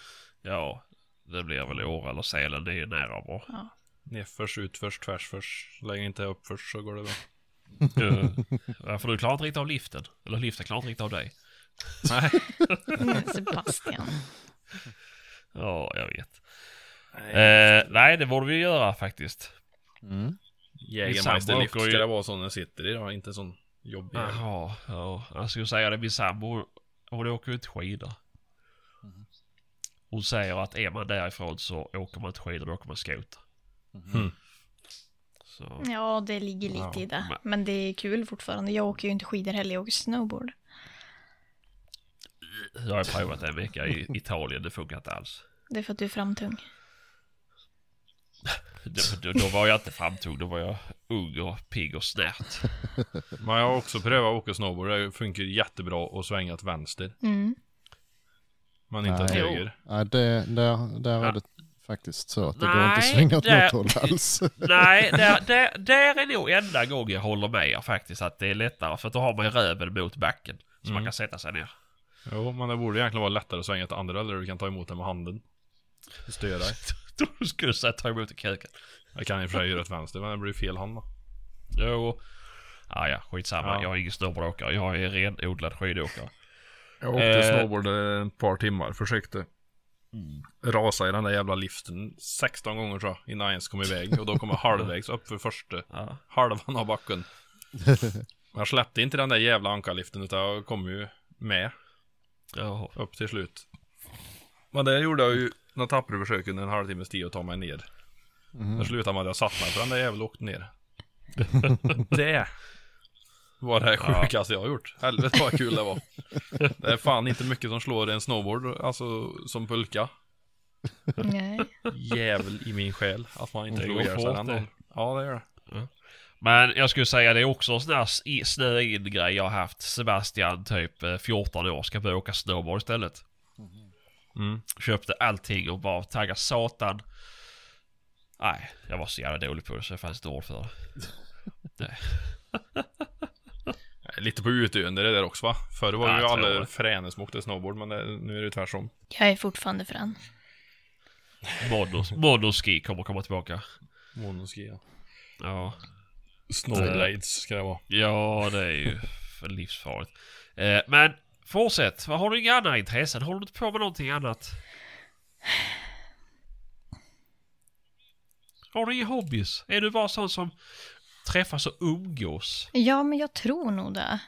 A: Ja, det blir väl Åre eller Sälen. Det är ju nära bra.
E: Nerförs, utförs, tvärsförs. Så länge inte uppförs så går det bra.
A: Ja, för du klarar inte riktigt av liften. Eller liften klarar inte riktigt av dig.
E: Nej.
B: Mm, Sebastian.
A: Ja, jag vet.
E: Nej.
A: Eh, nej, det borde vi göra faktiskt.
D: Mm.
A: sambo
E: Jägermeisterlift
A: åker ju-
E: ska det vara sån den sitter i då, inte sån jobbig.
A: Jaha, ja. Jag skulle säga det, min sambo, hon åker ju inte skidor. Hon säger att är man därifrån så åker man inte skidor, då åker man skoter. Hm.
E: Mm.
A: Så,
B: Ja, det ligger lite
E: Ja,
B: i det.
A: men-
B: Men det är kul fortfarande. Jag åker ju inte skidor heller, jag åker snowboard.
A: jag har provat en vecka i Italien, det funkar inte alls.
B: Det är för att du är framtung.
A: Då, då, då var jag inte framtung, då var jag ung och pigg och snärt.
E: Men jag har också prövat att åka snowboard. Det funkar jättebra att svänga åt vänster.
B: Mm.
E: Men inte åt
D: Nej.
E: höger.
D: Ja, det, där, där är det faktiskt så att det går inte att
A: Nej,
D: svänga åt
A: det-
D: något håll alls.
A: Nej, där, där, där är nog enda gången jag håller med er faktiskt att det är lättare för att då har man ju röven mot backen så man
E: Mm.
A: kan sätta sig ner.
E: Jo, men det borde egentligen vara lättare att svänga åt andra eller du kan ta emot den med handen. Det stör dig.
A: Då skulle jag säga ta emot i kuken.
E: Jag kan i och för sig göra åt vänster, men det blir ju fel hand då.
A: Jo. Ah, ja, skitsamma.
E: Ja.
A: Jag är ingen snowboardåkare. Jag är renodlad skidåkare.
E: Jag åkte
A: Eh. Mm.
E: snowboard ett par timmar, försökte. Rasa i den där jävla liften 16 gånger tror jag, innan jag ens kom iväg. Och då kom jag halvvägs upp för första
A: Ja.
E: halvan av backen. Men Jag släppte inte den där jävla ankarliften utan jag kom ju med
A: Jaha.
E: upp till slut. Men det gjorde jag ju några tappra försök under en halvtimmes tid att ta mig ner. Det slutade med att jag satt mig på den där jäveln och åkte ner. det var det sjukaste jag har gjort. Helvete vad kul det var. Det är fan inte mycket som slår en snowboard, alltså som pulka.
B: Nej.
E: Jävel i min själ att man inte
A: Det
E: slog
A: går
E: ihjäl sig
A: fort
E: den
A: det.
E: dagen. Ja, det gör det.
A: Men jag skulle säga det är också en sån här s- i- snö in grej jag har haft. Sebastian typ eh, 14 år ska börja åka snowboard istället.
E: Mm.
A: Köpte allting och bara taggade satan. Nej, jag var så jävla dålig på det så det fanns inte ord för det.
E: Lite på utdöende det där också va? Förr var
A: Ja,
E: det ju
A: jag tror
E: alla
A: det.
E: fräner som åkte snowboard, men det, nu är det tvärtom.
B: Jag är fortfarande frän.
A: Monos- Monoski kommer komma tillbaka.
E: Monoski, ja.
A: Ja,
E: Snowblades ska det vara.
A: ja det är ju för livsfarligt. Eh, men fortsätt. Vad har du inga andra intressen? Håller du inte på med någonting annat? Har du inga hobbys? Är du bara sån som träffas och umgås?
B: Ja, men jag tror nog det.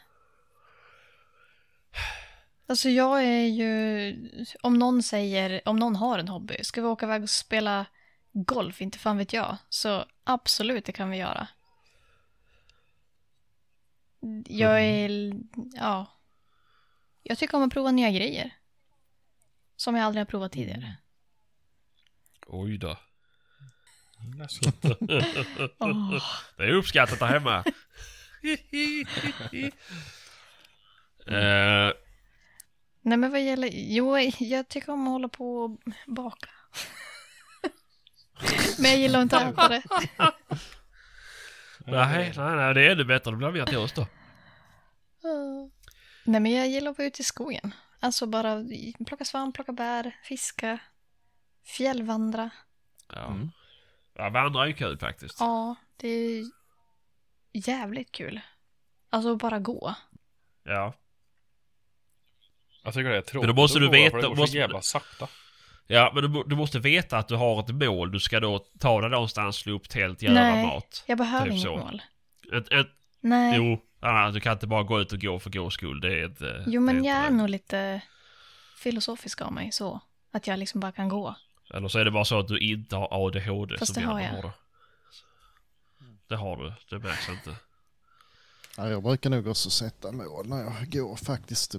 B: Alltså jag är ju... Om någon säger, om någon har en hobby, ska vi åka iväg och spela golf? Inte fan vet jag. Så absolut, det kan vi göra. Jag är... Ja. Jag tycker om att prova nya grejer. Som jag aldrig har provat tidigare.
A: Oj då.
E: Nästan.
B: Åh.
A: Det är uppskattat där hemma. Eh,
B: Nej men vad gäller... Jo, jag tycker om att hålla på och baka. men jag gillar inte att äta det.
A: nej, nej, nej, det är ännu bättre. Då blir vi här till oss då.
B: Nej men jag gillar att vara ute i skogen. Alltså bara i- plocka svamp, plocka bär, fiska, fjällvandra.
A: Ja. Mm. ja vandra är ju kul faktiskt.
B: Ja, det är jävligt kul. Alltså att bara gå.
A: Ja.
E: Jag tycker det är tråkigt
A: Men då måste
E: att
A: du
E: prova,
A: veta-
E: för Det går
A: måste-
E: så jävla sakta.
A: Ja, men du, må- du måste veta att du har ett mål. Du ska då ta dig någonstans, slå upp tält, göra
B: Nej.
A: mat.
B: Jag behöver
A: Typ
B: inget
A: så.
B: mål.
A: Ett, ett,
B: Nej. Jo,
A: jo, nej, du kan inte bara gå ut och gå för gås skull. Det är inte... det
B: men
A: inte
B: jag är
A: det.
B: nog lite filosofisk av mig så. Att jag liksom bara kan gå.
A: Eller så är det bara så att du inte har ADHD
B: Fast
A: som
B: det
A: vi
B: har
A: andra
B: jag.
A: det. Det har du, det märks inte.
D: Ja, jag brukar nog också sätta mål när jag går faktiskt.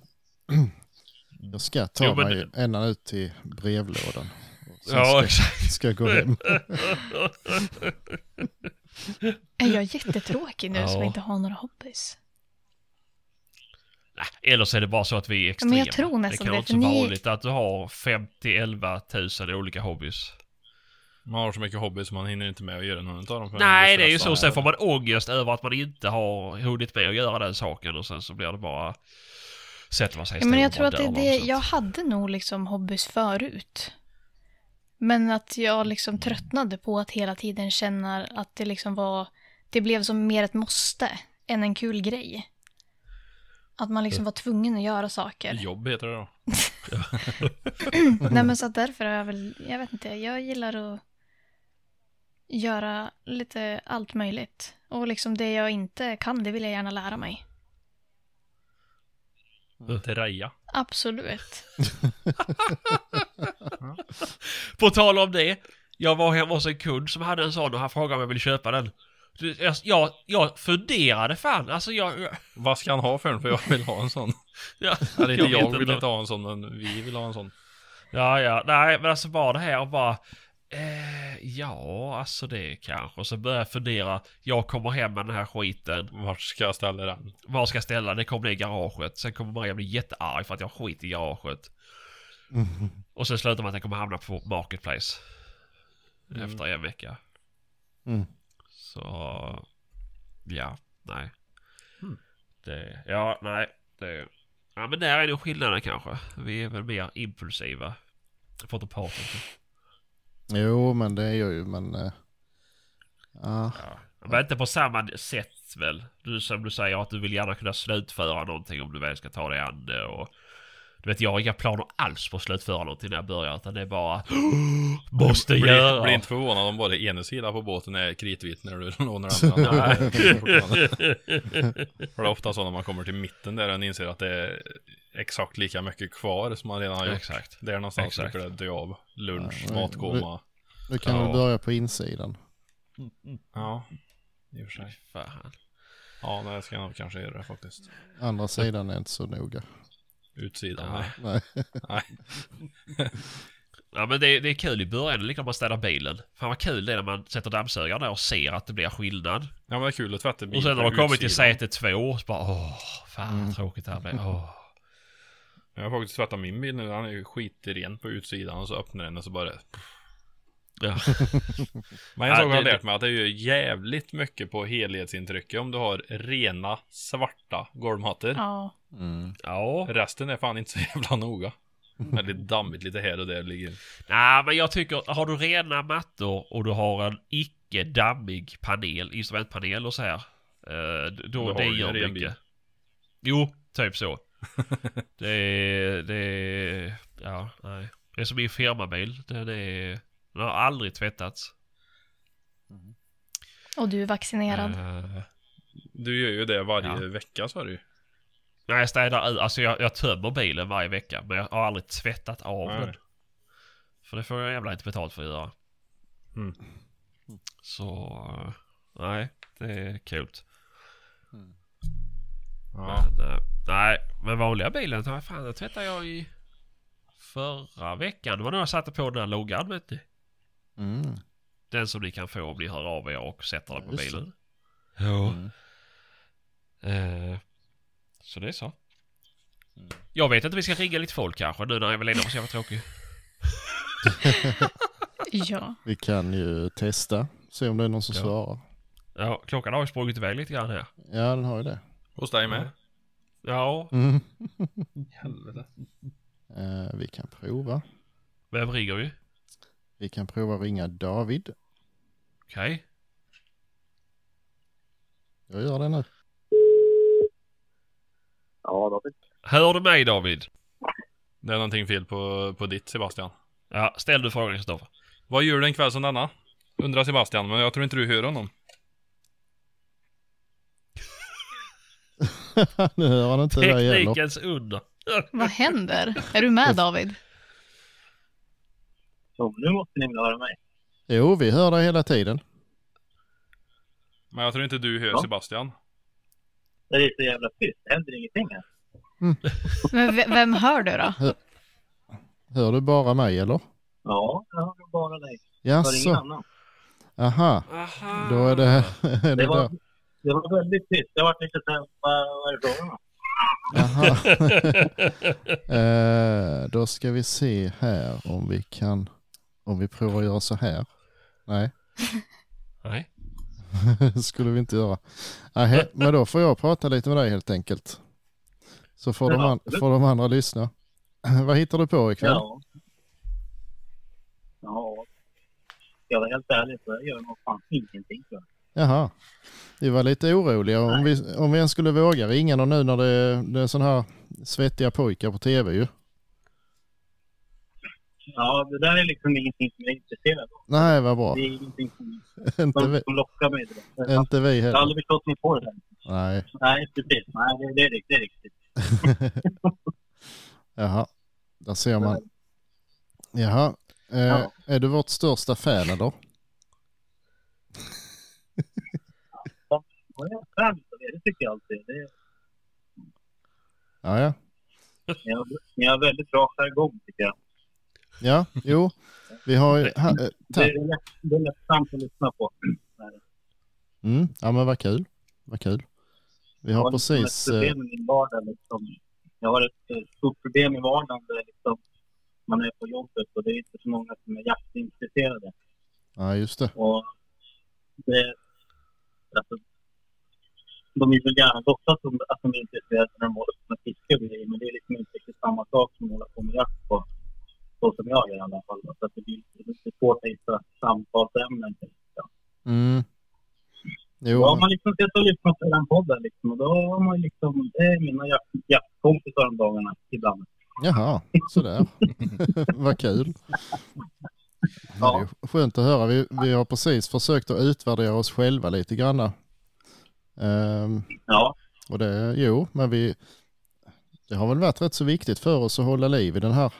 D: Jag ska ta
A: Jo, men-
D: mig ända ut till brevlådan. Och sen
A: Ja,
D: ska,
A: exakt.
D: ska jag gå hem.
B: Är jag jättetråkig nu som
A: Ja.
B: inte har några hobbys?
A: Nej, Eller så är det bara så att vi är
B: Ja,
A: extrema.
B: men jag tror
A: det
B: nästan
A: kan
B: det,
A: inte
B: för
A: vara
B: ni-
A: vanligt att du har 5-11 000 olika hobbys.
E: Man har så mycket hobby så man hinner inte med att göra någon av dem. förrän
A: Nej,
E: man
A: det är ju så.
E: stressad.
A: Sen får man ångest över att man inte har hunnit med att göra den saken och sen så blir det bara... Sätter man sig i
B: Ja, men jag tror
A: stolen och
B: att det är
A: bara
B: det,
A: dör
B: jag
A: långsamt.
B: hade nog liksom hobbys förut. Men att jag liksom tröttnade på att hela tiden känna att det liksom var, det blev som mer ett måste än en kul grej. Att man liksom var tvungen att göra saker.
E: Jobb heter det då.
B: Nej men så att därför har jag väl, jag vet inte, jag gillar att göra lite allt möjligt. Och liksom det jag inte kan, det vill jag gärna lära mig.
A: Mm.
E: Treja.
B: Absolut.
A: På tal om det. Jag var hemma hos en kund som hade en sån och han frågade om jag ville köpa den. Du, Jag, jag, jag funderade fan. Alltså jag... jag,
E: Vad ska han ha för den? För jag vill ha en sån.
A: jag
E: Eller inte
A: vet
E: jag vill inte ha en sån, men vi vill ha en sån.
A: Ja, ja. Nej, men alltså bara det här och bara... Eh, ja, alltså det kanske. Och så började jag fundera. Jag kommer hem med den här skiten.
E: Vart ska jag ställa den?
A: Var ska jag ställa den? Det kommer ner i garaget. Sen kommer Maria bli jättearg för att jag har skit i garaget. Och sen slutar man att den kommer hamna på Marketplace. Efter en vecka.
D: Mm.
A: Så... Ja, nej. Det... Ja, nej. Det... Ja, men där är nog skillnaden kanske. Vi är väl mer impulsiva. För att ta part inte.
D: Jo, men det är jag ju, men... eh, ja.
A: Ja. Men inte på samma sätt väl? Du som du säger att du vill gärna kunna slutföra någonting om du väl ska ta dig an det och... Du vet jag har inga planer alls på att slutföra någonting när jag börjar utan det är bara... Måste
E: Bli,
A: göra!
E: bli inte förvånad om bara ena sidan på båten är kritvit när du lånar den andra. Nej. För det är ofta så när man kommer till mitten där och inser att det är exakt lika mycket kvar som man redan har gjort.
A: Exakt.
E: Där någonstans
A: Exakt.
E: brukar det dö av. Lunch,
D: Ja,
E: matkoma.
D: Du kan
A: Ja.
D: väl börja på insidan.
E: Ja, i och för sig.
A: Fan.
E: Ja, nej, jag ska nog kanske göra det faktiskt.
D: Andra sidan är inte så noga.
A: Ja.
E: Utsidan. Nej.
D: Nej.
A: Ja men det, det är kul i början, det är likadant man städar bilen. Fan vad kul det är när man sätter dammsugaren där och ser att det blir skillnad.
E: Ja, men det är kul att tvätta bilen
A: Och sen när
E: på
A: man kommit till
E: utsidan.
A: säte två så bara åh, fan vad tråkigt det här blev. Åh.
E: Jag har faktiskt tvättat min bil nu. Den är ju skitren på utsidan och så öppnar den och så bara...
A: Ja.
E: Men
A: Ja,
E: en sak har jag
A: det-
E: lärt mig att det är ju jävligt mycket på helhetsintrycket om du har rena svarta golvmattor.
B: Ja.
A: Mm. ja.
E: Resten är fan inte så jävla noga. Men lite dammigt lite här och där ligger.
A: Nej, men jag tycker, har du rena mattor och du har en icke dammig panel, instrumentpanel och så här. eh, d- Då,
E: Då har
A: det
E: du ju
A: gör
E: en ren
A: mycket.
E: bil.
A: Jo, typ så. det är, det är, ja, nej. Det är som min firmabil. Den är, den har aldrig tvättats.
B: Och du är vaccinerad.
A: Eh,
E: Du gör ju det varje
A: Ja.
E: vecka sa du ju.
A: nej, jag städar ut, alltså jag, jag tömmer bilen varje vecka. Men jag har aldrig tvättat av
E: Nej.
A: den. För det får jag jävla inte betalt för att göra.
E: Mm.
A: Så, eh, nej, det är kul.
E: Ja.
A: Men, eh, nej, men vanliga bilen tar jag fan, den tvättade jag i förra veckan. Det var då jag satte på den här loggan vet ni.
D: Mm.
A: Den som ni kan få om ni hör av er och sätter den på
D: Just det.
A: bilen. Ja.
D: Mm.
A: Eh, så det är så. Jag vet inte, vi ska ringa lite folk kanske nu när Evelina var så jävla tråkig.
B: Ja.
D: Vi kan ju testa, se om det är någon som
A: Ja.
D: svarar.
A: Ja, klockan har ju sprungit iväg lite grann här. Mm.
D: Ja, den har ju det.
E: Hos dig med?
A: Ja,
D: Mm.
E: Helvete.
D: Eh, vi kan prova.
A: vem ringer vi?
D: Vi kan prova att ringa David.
A: Okej.
D: Jag gör det nu.
F: Ja, David.
A: Hör du mig David?
E: Det är någonting fel på, på ditt Sebastian.
A: Ja, ställ du frågan Kristoffer.
E: Vad gör du en kväll som denna? Undrar Sebastian, men jag tror inte du hör honom.
D: nu hör han inte vad det gäller.
A: Teknikens under.
B: Vad händer? Är du med David?
F: Så nu måste ni väl höra mig?
D: Jo, vi hör dig hela tiden.
E: Men jag tror inte du hör
F: Ja.
E: Sebastian.
F: Det är så jävla tyst. Det händer ingenting här.
B: Men ve- vem hör du då?
D: Hör du bara mig eller?
F: Ja, jag hörde bara dig. Det var ingen
D: Jaså,
F: annan.
D: aha.
A: Aha.
D: Då är det... är det
F: Det var,
D: då.
F: det var väldigt tyst. Jag var lite såhär, vad vad är det frågan om?
D: Aha. Eh, då ska vi se här om vi kan... Om vi provar att göra så här. Nej,
A: Nej.
D: det skulle vi inte göra. Nähä, men då får jag prata lite med dig helt enkelt. Så får, de,
F: Ja,
D: an-
F: absolut.
D: får de andra lyssna. Vad hittar du på ikväll?
F: Ja. Ja. Ska jag vara helt ärlig så jag gör nog fan ingenting för
D: Jaha. Vi var lite oroliga om vi, om vi ens skulle våga ringa någon nu när det, är- det är sådana här svettiga pojkar på tv ju.
F: Ja, det där är liksom ingenting som jag är intresserad av.
D: Nej, vad bra.
F: Det är ingenting som,
D: inte, vi,
F: som, som lockar mig. direkt. Jag
D: inte vi
F: har
D: heller.
F: aldrig förstått mig på det där.
D: Nej.
F: Nej, precis. Nej, det, det är riktigt. Det är riktigt.
D: Jaha, där ser man. Jaha, eh,
F: Ja.
D: är du vårt största fan eller?
F: Och jag är fan av det. Det tycker jag alltid. Det,
D: Ja, ja.
F: ni, har, ni har väldigt bra jargong tycker jag.
D: Ja, jo. Vi har ju... Ha, eh,
F: Det
D: tack.
F: är, lätt, det är lättsamt att lyssna på.
D: Mm, ja, men vad kul. Vad kul. Vi har
F: liksom
D: precis... Eh,
F: ett problem i min vardag. Liksom. Jag har ett eh, stort problem i vardagen där liksom, man är på jobbet och det är inte så många som är jaktintresserade.
D: ja, just det.
F: Och det, alltså, de vill väl gärna låtsas som att de är intresserade när de håller på med fiske och grejer, men det är liksom inte riktigt samma sak som att hålla på med jakt på, så som jag gör i alla fall. Så att det blir det blir lite svårt att hitta samtalsämnen.
D: Mm. Jo,
F: Då har man liksom suttit och lyssnat på den podden liksom, och då har man liksom, det är mina jakt- jaktkompisar de dagarna ibland.
D: Jaha, sådär. Vad kul.
F: Ja.
D: Ja. Det är skönt att höra. Vi, vi har precis försökt att utvärdera oss själva lite grann. Ehm,
F: Ja,
D: och det, jo, men vi, det har väl varit rätt så viktigt för oss att hålla liv i den här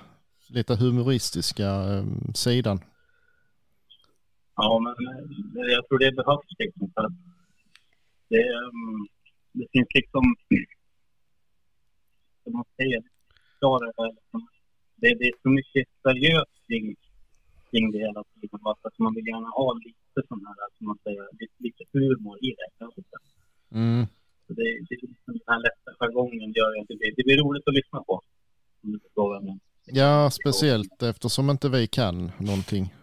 D: lite humoristiska ehm, sidan.
F: ja men eh, jag tror det behövs liksom för att det, ehm, det finns liksom, som man säger, klara det här liksom. Det, det är så mycket seriöst kring, kring det hela tiden. va. Så Att man vill gärna ha lite sån här, som man säger, lite, lite humor i det.
D: Mm,
F: Så det, det är liksom den här lätta jargongen gör ju att det blir, det blir roligt att lyssna på. Om du förstår vad jag menar.
D: ja, speciellt eftersom inte vi kan någonting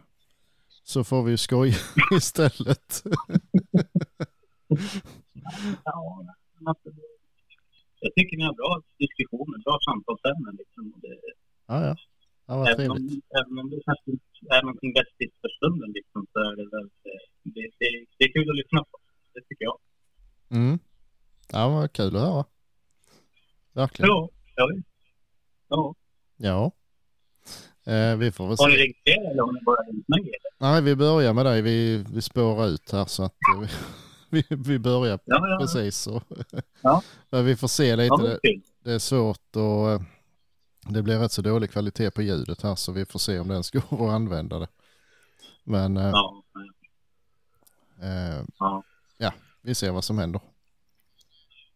D: så får vi ju skoja istället.
F: Ja, men alltså, det- jag tycker ni har bra diskussioner, bra samtalsämnen. Liksom. Och Det,
D: Ja, ja. ja vad
F: även,
D: trevligt.
F: om, även om det kanske inte är någonting vettigt för stunden liksom, så är det, väl, eh, det, det, det är kul att lyssna på. Det tycker jag.
D: Mm. Ja, vad kul att höra. Verkligen.
F: Ja, ja. visst. ja.
D: Ja. Eh, vi får väl
F: Har ni
D: se.
F: ringt er eller har ni bara ringt mig? eller?
D: Nej, vi börjar med dig. Vi, vi spårar ut här så att eh, vi, vi börjar
F: Ja, ja, ja.
D: precis så.
F: Ja.
D: Men vi får se lite.
F: ja men
D: Det,
F: kul.
D: det är svårt och eh, det blir rätt så dålig kvalitet på ljudet här så vi får se om det ens går att använda det. Men eh,
F: Ja,
D: eh,
F: ja.
D: vi ser vad som händer.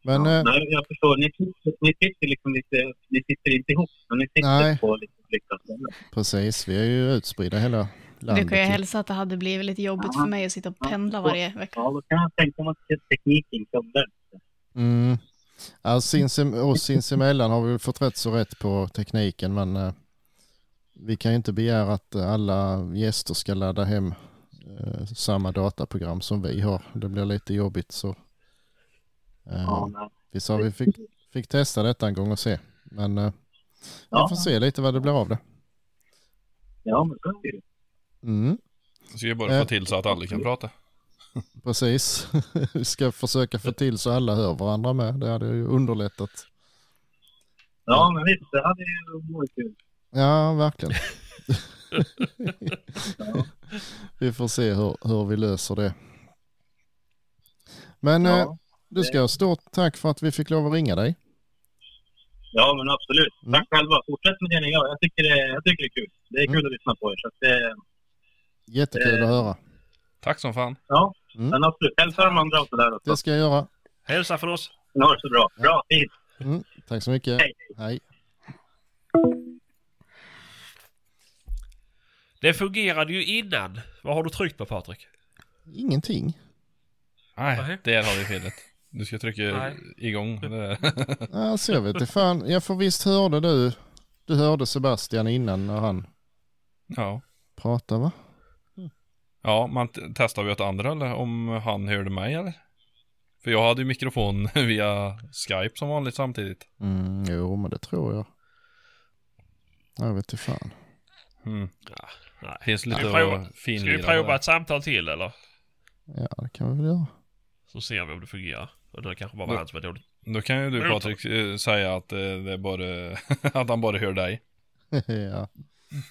D: Men
F: ja,
D: eh,
F: nej, jag förstår. Ni, ni sitter liksom lite, ni sitter inte ihop, men ni sitter
D: Nej.
F: på lite olika ställen.
D: precis, vi är ju utspridda i hela landet.
B: Du kan ju hälsa att det hade blivit lite jobbigt för mig att sitta och pendla varje vecka.
F: Ja, då kan jag tänka mig att tekniken kom där.
D: Mm. Ja, sinsem- och sinsemellan har vi väl fått rätt så rätt på tekniken men eh, vi kan ju inte begära att eh, alla gäster ska ladda hem eh, samma dataprogram som vi har. Det blir lite jobbigt så. Eh,
F: Ja, nej.
D: Vi sa vi fick, fick testa detta en gång och se. Men eh, vi
F: Ja.
D: får se lite vad det blir av det.
F: ja, men så är det ju.
D: Mm,
E: Jag ska ju bara
D: Eh.
E: få till så att alla kan prata.
D: precis. vi ska försöka få till så alla hör varandra med. Det hade ju underlättat.
F: Ja, men visst, det hade ju varit kul.
D: Ja, verkligen.
F: Ja.
D: Vi får se hur, hur vi löser det. Men eh,
F: Ja.
D: du ska ha stort tack för att vi fick lov att ringa dig.
F: ja, men absolut.
D: Mm.
F: Tack själva. Fortsätt med det ni gör. Jag tycker det, jag tycker det är kul. Det är kul
D: Mm.
F: att lyssna på er. Så att det,
D: Jättekul att höra.
E: Tack som fan.
F: ja,
D: Mm.
F: men absolut. Hälsa de andra och sådär också.
D: Det ska jag göra.
A: Hälsa från oss.
F: Ni har det så bra. Bra tid.
D: Mm, tack så mycket.
F: Hej.
D: Hej.
A: Det fungerade ju innan. Vad har du tryckt på Patrik?
D: Ingenting.
E: Nej,
A: Nej.
E: där har vi felet. Du ska trycka
A: Nej.
E: igång. Det-
D: Ja, ser vi det. Fan, jag får visst hörde du. Du hörde Sebastian innan när han
E: Ja.
D: pratade va?
E: Ja, man t- testar vi åt andra eller om han hörde mig eller? För jag hade ju mikrofon via Skype som vanligt samtidigt.
D: Mm, jo, men det tror jag. Jag vet inte fan.
E: Mm.
A: Ja, nej.
E: Finns
A: Ska
E: lite
A: vi prova-
E: att
A: Ska vi
E: finlira.
A: prova
E: där.
A: ett samtal till eller?
D: Ja, det kan vi väl göra.
A: Så ser vi om det fungerar. Och det kanske bara var
E: Ja.
A: han som var dålig.
E: Då kan ju du
A: Brutal.
E: Patrik eh, säga att eh, det är bara, att han bara hör dig.
D: ja.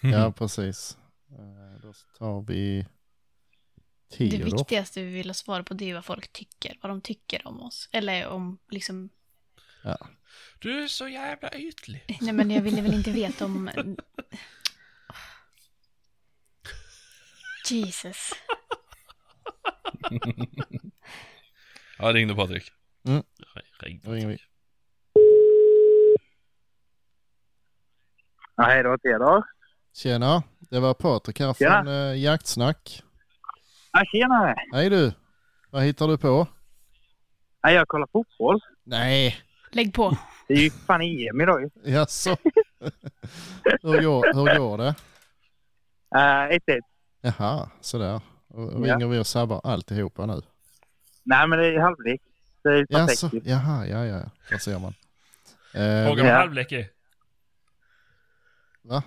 D: ja, precis. Eh, Då tar vi
B: Det
D: Theodor.
B: viktigaste vi vill ha svar på det är vad folk tycker, vad de tycker om oss. Eller om liksom,
A: Du är så jävla ytlig.
B: nej men jag ville väl inte veta om... Jesus.
E: Ja, ringde Patrik.
A: Ring.
D: Då ringer vi.
F: Ja, hej, det var Theodor.
D: Tjena, det var Patrik här
F: Tjena.
D: från eh, Jaktsnack.
F: Ja, tjenare!
D: Hej du, vad hittar du på?
F: Ja, jag kollar fotboll.
D: Nej,
B: Lägg på.
F: Det är ju fan EM idag ju.
D: jaså? hur, går, hur går det?
F: Eh, 1-1.
D: Jaha, sådär. Och och
F: Ja.
D: ringer vi och sabbar alltihopa nu?
F: Nej, men det är halvlek. Det är
D: Jaså, jaha, ja, ja, ja. där ser man. Eh,
A: Fråga vad
F: Ja.
A: halvlek är.
D: va?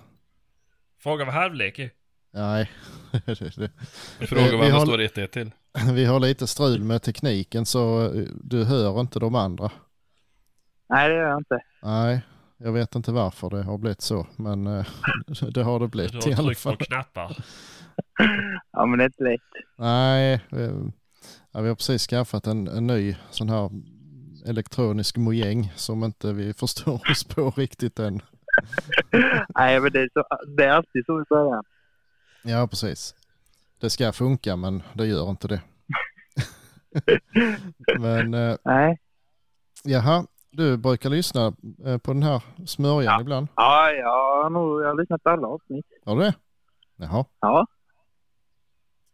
A: Fråga vad halvlek är.
D: Nej, det, det,
E: Fråga
D: vi
E: vad det
D: har-
E: står 1-1 till.
D: vi har lite strul med tekniken så eh, du hör inte de andra.
F: Nej, det gör jag inte.
D: Nej, jag vet inte varför det har blivit så, men eh, det har det
A: Du
D: blivit i
A: har
D: alla
A: tryckt
D: fall.
A: på knappar.
F: Ja, men det är inte lätt.
D: Nej, eh, ja, vi har precis skaffat en, en ny sån här elektronisk mojäng som inte vi förstår oss på riktigt än.
F: Nej, men det är, så, det är alltid så i början.
D: Ja, precis. Det ska funka, men det gör inte det. men eh,
F: Nej.
D: jaha, du brukar lyssna eh, på den här smörjan ibland.
F: Ja, jag har nog jag har lyssnat på alla avsnitt.
D: Har du det? Jaha.
F: Ja.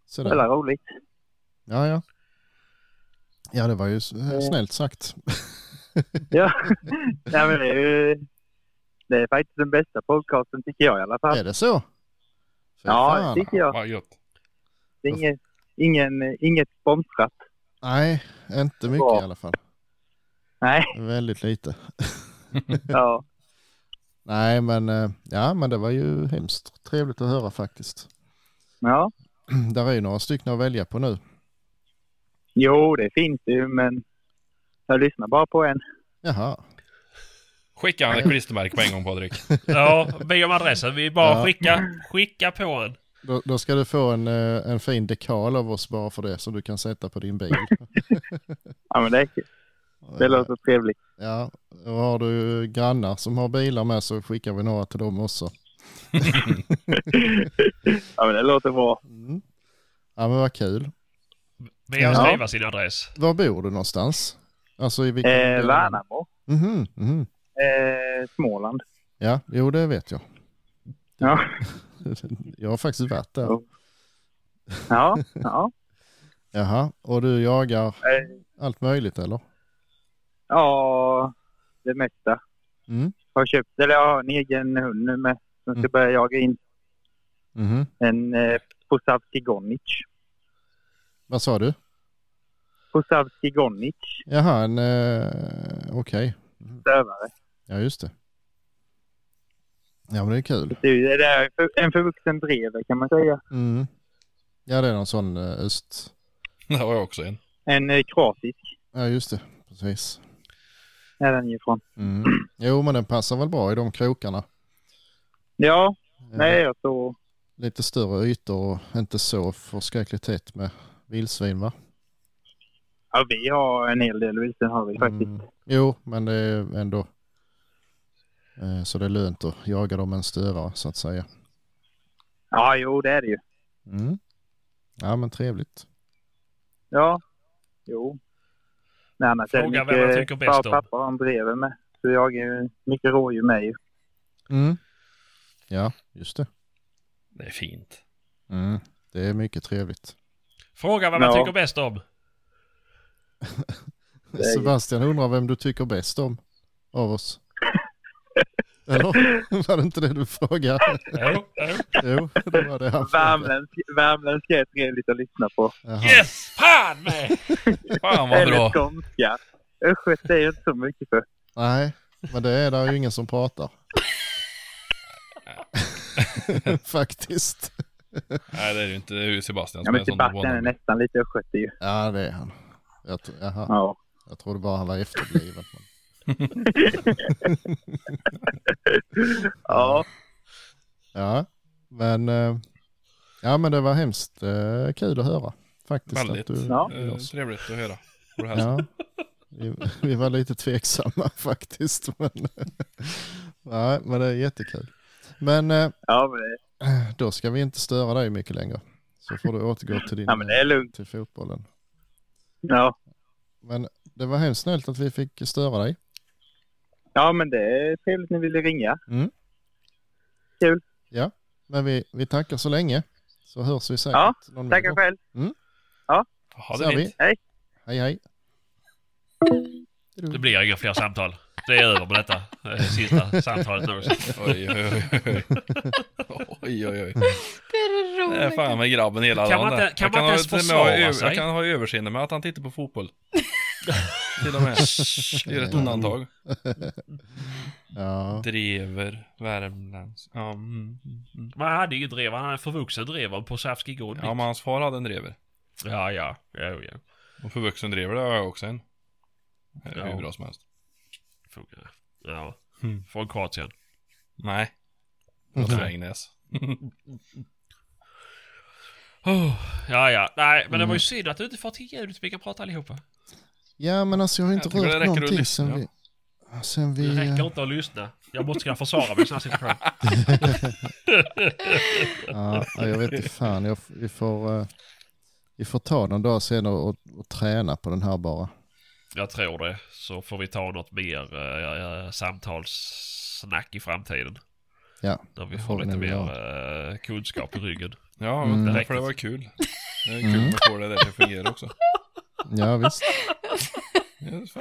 D: Sådär.
F: Väldigt roligt.
D: Ja, ja. Ja, det var ju s-
F: Mm.
D: eh, snällt sagt.
F: Ja. Nej, men det är ju... Det är faktiskt den bästa podcasten tycker jag i alla fall.
D: Är det så? Fy
F: Ja,
D: fan.
F: det tycker jag.
E: Vad gött.
F: Det är ingen, ingen, inget sponsrat.
D: Nej, inte mycket
F: Ja.
D: i alla fall.
F: Nej,
D: Väldigt lite.
F: ja.
D: Nej, men, eh, ja, men det var ju hemskt trevligt att höra faktiskt.
F: ja.
D: Där är ju några stycken att välja på nu.
F: Jo, det finns ju, men jag lyssnar bara på en.
D: Jaha,
E: Skicka han ett klistermärke på en gång Patrik.
A: Ja, be om adressen. Vi bara
D: Ja.
A: skicka, skicka på en.
D: då, då ska du få en, eh, en fin dekal av oss bara för det som du kan sätta på din bil. Eh,
F: Ja, men det, är kul. det låter trevligt.
D: Ja, och har du grannar som har bilar med så skickar vi några till dem också.
F: Ja, men det låter bra.
D: Mm. Ja, men vad kul.
A: Be om
D: Ja.
A: skriva sin adress.
D: Var bor du någonstans? Alltså i vilken
F: Eh,
D: del?
F: Värnamo.
D: Mhm, mhm.
F: Eh, Småland.
D: Ja, jo det vet jag.
F: Ja.
D: Jag har faktiskt varit där.
F: Ja. Ja, ja.
D: Jaha, och du jagar
F: Eh,
D: allt möjligt eller?
F: ja, det mesta.
D: Mm.
F: Jag har köpt, eller jag har en egen hund nu med. Som ska
D: Mm.
F: börja jaga in
D: Mhm.
F: en eh, Posavski Gonic.
D: Vad sa du?
F: Posavski Gonic,
D: Jaha, en... Eh, Okej,
F: dövare.
D: ja just det. Ja men det är kul.
F: Det är- det är för- en förvuxen drever kan man säga.
D: Mm. Ja det är någon sån eh, öst...
E: Det var jag också en.
F: En eh, kroatisk
D: Ja just det, precis.
F: är den ju ifrån.
D: Mm. Jo men den passar väl bra i de krokarna.
F: Ja,
D: Eh,
F: nej jag tror...
D: Lite större ytor och inte så förskräckligt tätt med vildsvin va?
F: Ja, vi har en hel del vilsen har vi faktiskt.
D: Mm. Jo, men det är ändå eh, så det är lönt att jaga dem en större så att säga.
F: Ja, jo det är det ju.
D: Mm. Ja, men trevligt.
F: Ja, jo. Nej, annars är det
A: Fråga
F: mycket
A: vem man tycker bäst
F: far
A: om.
F: och pappa de drever med. Så jag är ju mycket rådjur med ju.
D: Mm. Ja, just det.
E: Det är fint.
D: Mm. Det är mycket trevligt.
A: Fråga vad man
F: Ja.
A: tycker bäst om.
F: är ju-
D: Sebastian undrar vem du tycker bäst om av oss. Eller var det inte det du frågade?
A: Jo, jo.
D: Jo, det var det han frågade.
F: Värmländsk, värmländska är trevligt att lyssna på.
D: Jaha.
A: Yes! Fan med!
E: Fan vad
F: Eller
E: bra.
F: skånska. Östgöt är ju inte så mycket för.
D: Nej, men det är där ju ingen som pratar. Faktiskt.
E: Nej det är ju inte det är ju Sebastian
F: Ja,
E: som är
F: men
E: sån
F: Sebastian är
E: wannabe.
F: nästan lite östgöte ju.
D: Ja, det är han. Jag, tr- jaha.
F: Ja.
D: Jag trodde bara han var efterbliven. Men...
F: Ja.
D: Ja, men, eh, ja, men det var hemskt eh, kul att höra. Faktiskt
E: Väldigt.
D: att du
F: Ja.
D: med
E: Eh,
D: oss.
E: Trevligt att höra. Vår häst.
D: Ja, vi, vi var lite tveksamma faktiskt. Men, nej, men det är jättekul. Men eh,
F: Ja, men, det-
D: då ska vi inte störa dig mycket längre. Så får du återgå till, din,
F: ja, men det är lugnt.
D: till fotbollen.
F: Ja.
D: Men det var hemskt snällt att vi fick störa dig.
F: ja, men det är trevligt att ni ville ringa.
D: Men vi, vi tackar så länge. Så hörs vi säkert
F: Ja,
D: någon mer
F: Tackar
D: gång.
F: själv.
E: Ha
D: Så är
E: det fint.
D: vi.
F: Hej.
D: Hej, hej.
A: Det blir inga fler samtal. Det är över med detta. Det är sista samtalet nu.
E: Oj oj oj. Oj oj oj.
D: Mm.
B: Det är det
E: Det är
B: roliga.
E: fan med grabben hela
A: Kan
E: dagen.
A: man
E: där.
A: inte- kan
E: Jag
A: man inte ens
E: ha- till och med ha
A: försvara
E: ö-
A: sig?
E: Jag kan ha överseende med att han tittar på fotboll. till och med. Gör
D: Mm.
E: ett undantag.
D: Ja,
E: Drever, Värmlands. Ja, mm, mm, mm.
A: Man hade ju drev, han hade en förvuxen drever på Savski Gonic.
E: ja, men hans far hade en drever.
A: ja, ja. Jo, ja.
E: Och förvuxen drever det har jag också en. Det är
A: Ja.
E: hur bra som helst.
A: Funkar. Ja.
E: Mm.
A: Från Kroatien.
E: Nej.
D: Mm.
E: Alltså, Jag tror Ägnäs.
A: Oh, ja, ja. Nej, men det
E: Mm.
A: var ju synd att du inte får till ljudet så vi kan prata allihopa.
D: ja men alltså jag har inte
E: Jag tycker det
D: rört
E: räcker att
D: någonting
E: lyssna,
D: sen vi... Sen
A: Det
D: vi... eh,
A: räcker inte att lyssna. Jag måste kunna försvara mig i sådana situationer.
D: Ja, ja, jag vet inte fan. Jag, vi, får, eh, vi får ta någon dag sen och, och, och träna på den här bara.
A: Jag tror det. Så får vi ta något mer eh, eh, samtalssnack i framtiden.
D: Ja,
A: När vi
D: det
A: får
D: får vi
A: lite
D: när vi
A: mer eh, kunskap i ryggen.
E: Ja,
D: Mm.
E: men därför det var kul. Det är kul att få det där att fungera också.
D: Ja, visst.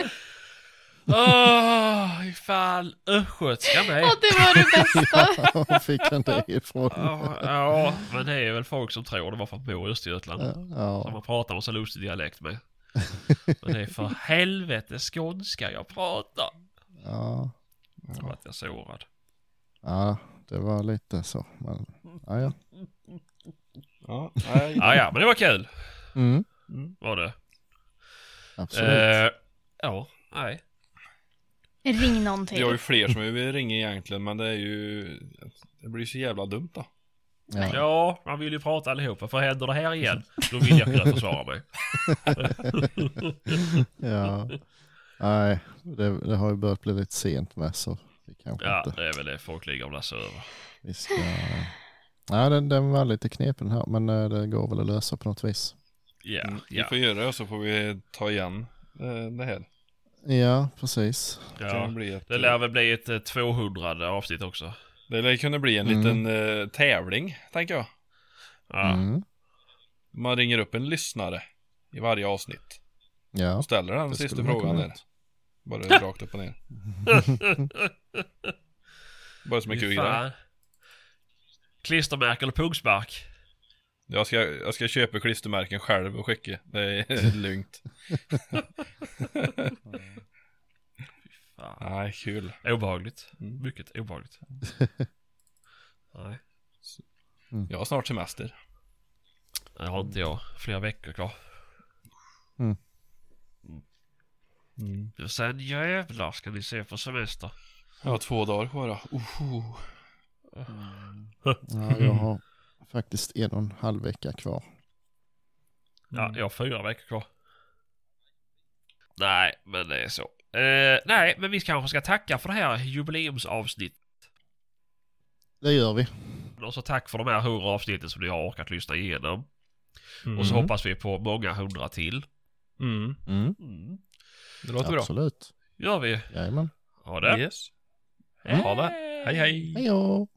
E: Ja, det är fan.
A: Åh, ifall östgötska med.
B: Och det var det bästa.
D: Ja, var fick han det ifrån?
A: Ja, ja, men det är väl folk som tror det var för att bo i Östergötland. Som
D: Ja,
A: man pratar med så lustig dialekt med. Men det är för helvete skånska jag pratar.
D: ja,
A: Så att jag sårad.
D: ja, det var lite så. Men, ja, ja.
E: Ja, nej.
A: Ah, Ja, ja, men det var kul.
D: Mm,
A: Var det.
D: absolut.
A: Eh, ja, nej.
B: Ring någon
E: Vi har ju
B: till.
E: fler som vi vill ringa egentligen, men det är ju... Det blir ju så jävla dumt då.
D: Ja.
A: Ja, man vill ju prata allihopa. För händer det här igen, då vill jag kunna försvara mig.
D: ja. Nej, det, det har ju börjat bli lite sent med så vi kanske
A: Ja,
D: inte...
A: det är väl det folk ligger och lassar över.
D: Vi ska... Nej, den, den var lite knepig den här, men eh, det går väl att lösa på något vis.
A: Ja,
E: Mm, Vi
A: ja.
E: får göra det och så får vi ta igen eh, det här.
D: Ja, precis.
A: Ja.
E: bli ett,
A: Det lär väl bli ett eh, 200 avsnitt också.
E: det lär kunna bli en
D: Mm.
E: liten eh, tävling, tänker jag.
A: Ja.
D: Mm.
E: Man ringer upp en lyssnare i varje avsnitt.
D: Ja.
E: Och ställer den
D: det
E: sista
D: skulle man
E: frågan
D: kunna
E: där. Bara rakt upp och ner. Bara som en kul grej.
A: Fan. Klistermärke eller pungspark?
E: Jag ska, jag ska köpa klistermärken själv och skicka. Det är lugnt.
A: Fan.
E: Nej, kul.
A: Obehagligt.
E: Mm.
A: Mycket obehagligt. Nej,
E: Jag har snart semester.
A: det har inte jag. Flera veckor kvar.
D: Mm.
E: Mm.
A: Och Sen jävlar ska ni se på semester.
E: Jag har två dagar kvar då. Oho.
D: ja, jag har faktiskt en och en halv vecka kvar.
A: Ja, jag har fyra veckor kvar. Nej, men det är så. Eh, nej, men vi kanske ska tacka för det här jubileumsavsnittet.
D: Det gör vi.
A: Och så tack för de här hundra avsnitten som ni har orkat lyssna igenom.
E: Mm.
A: Och så
D: Mm.
A: hoppas vi på många hundra till.
E: Mm.
D: Mm.
E: Det låter bra.
D: Absolut.
A: Gör vi.
D: Jajamän.
A: Ha det.
E: Yes. Ha det. Hej hej.
D: Hej då.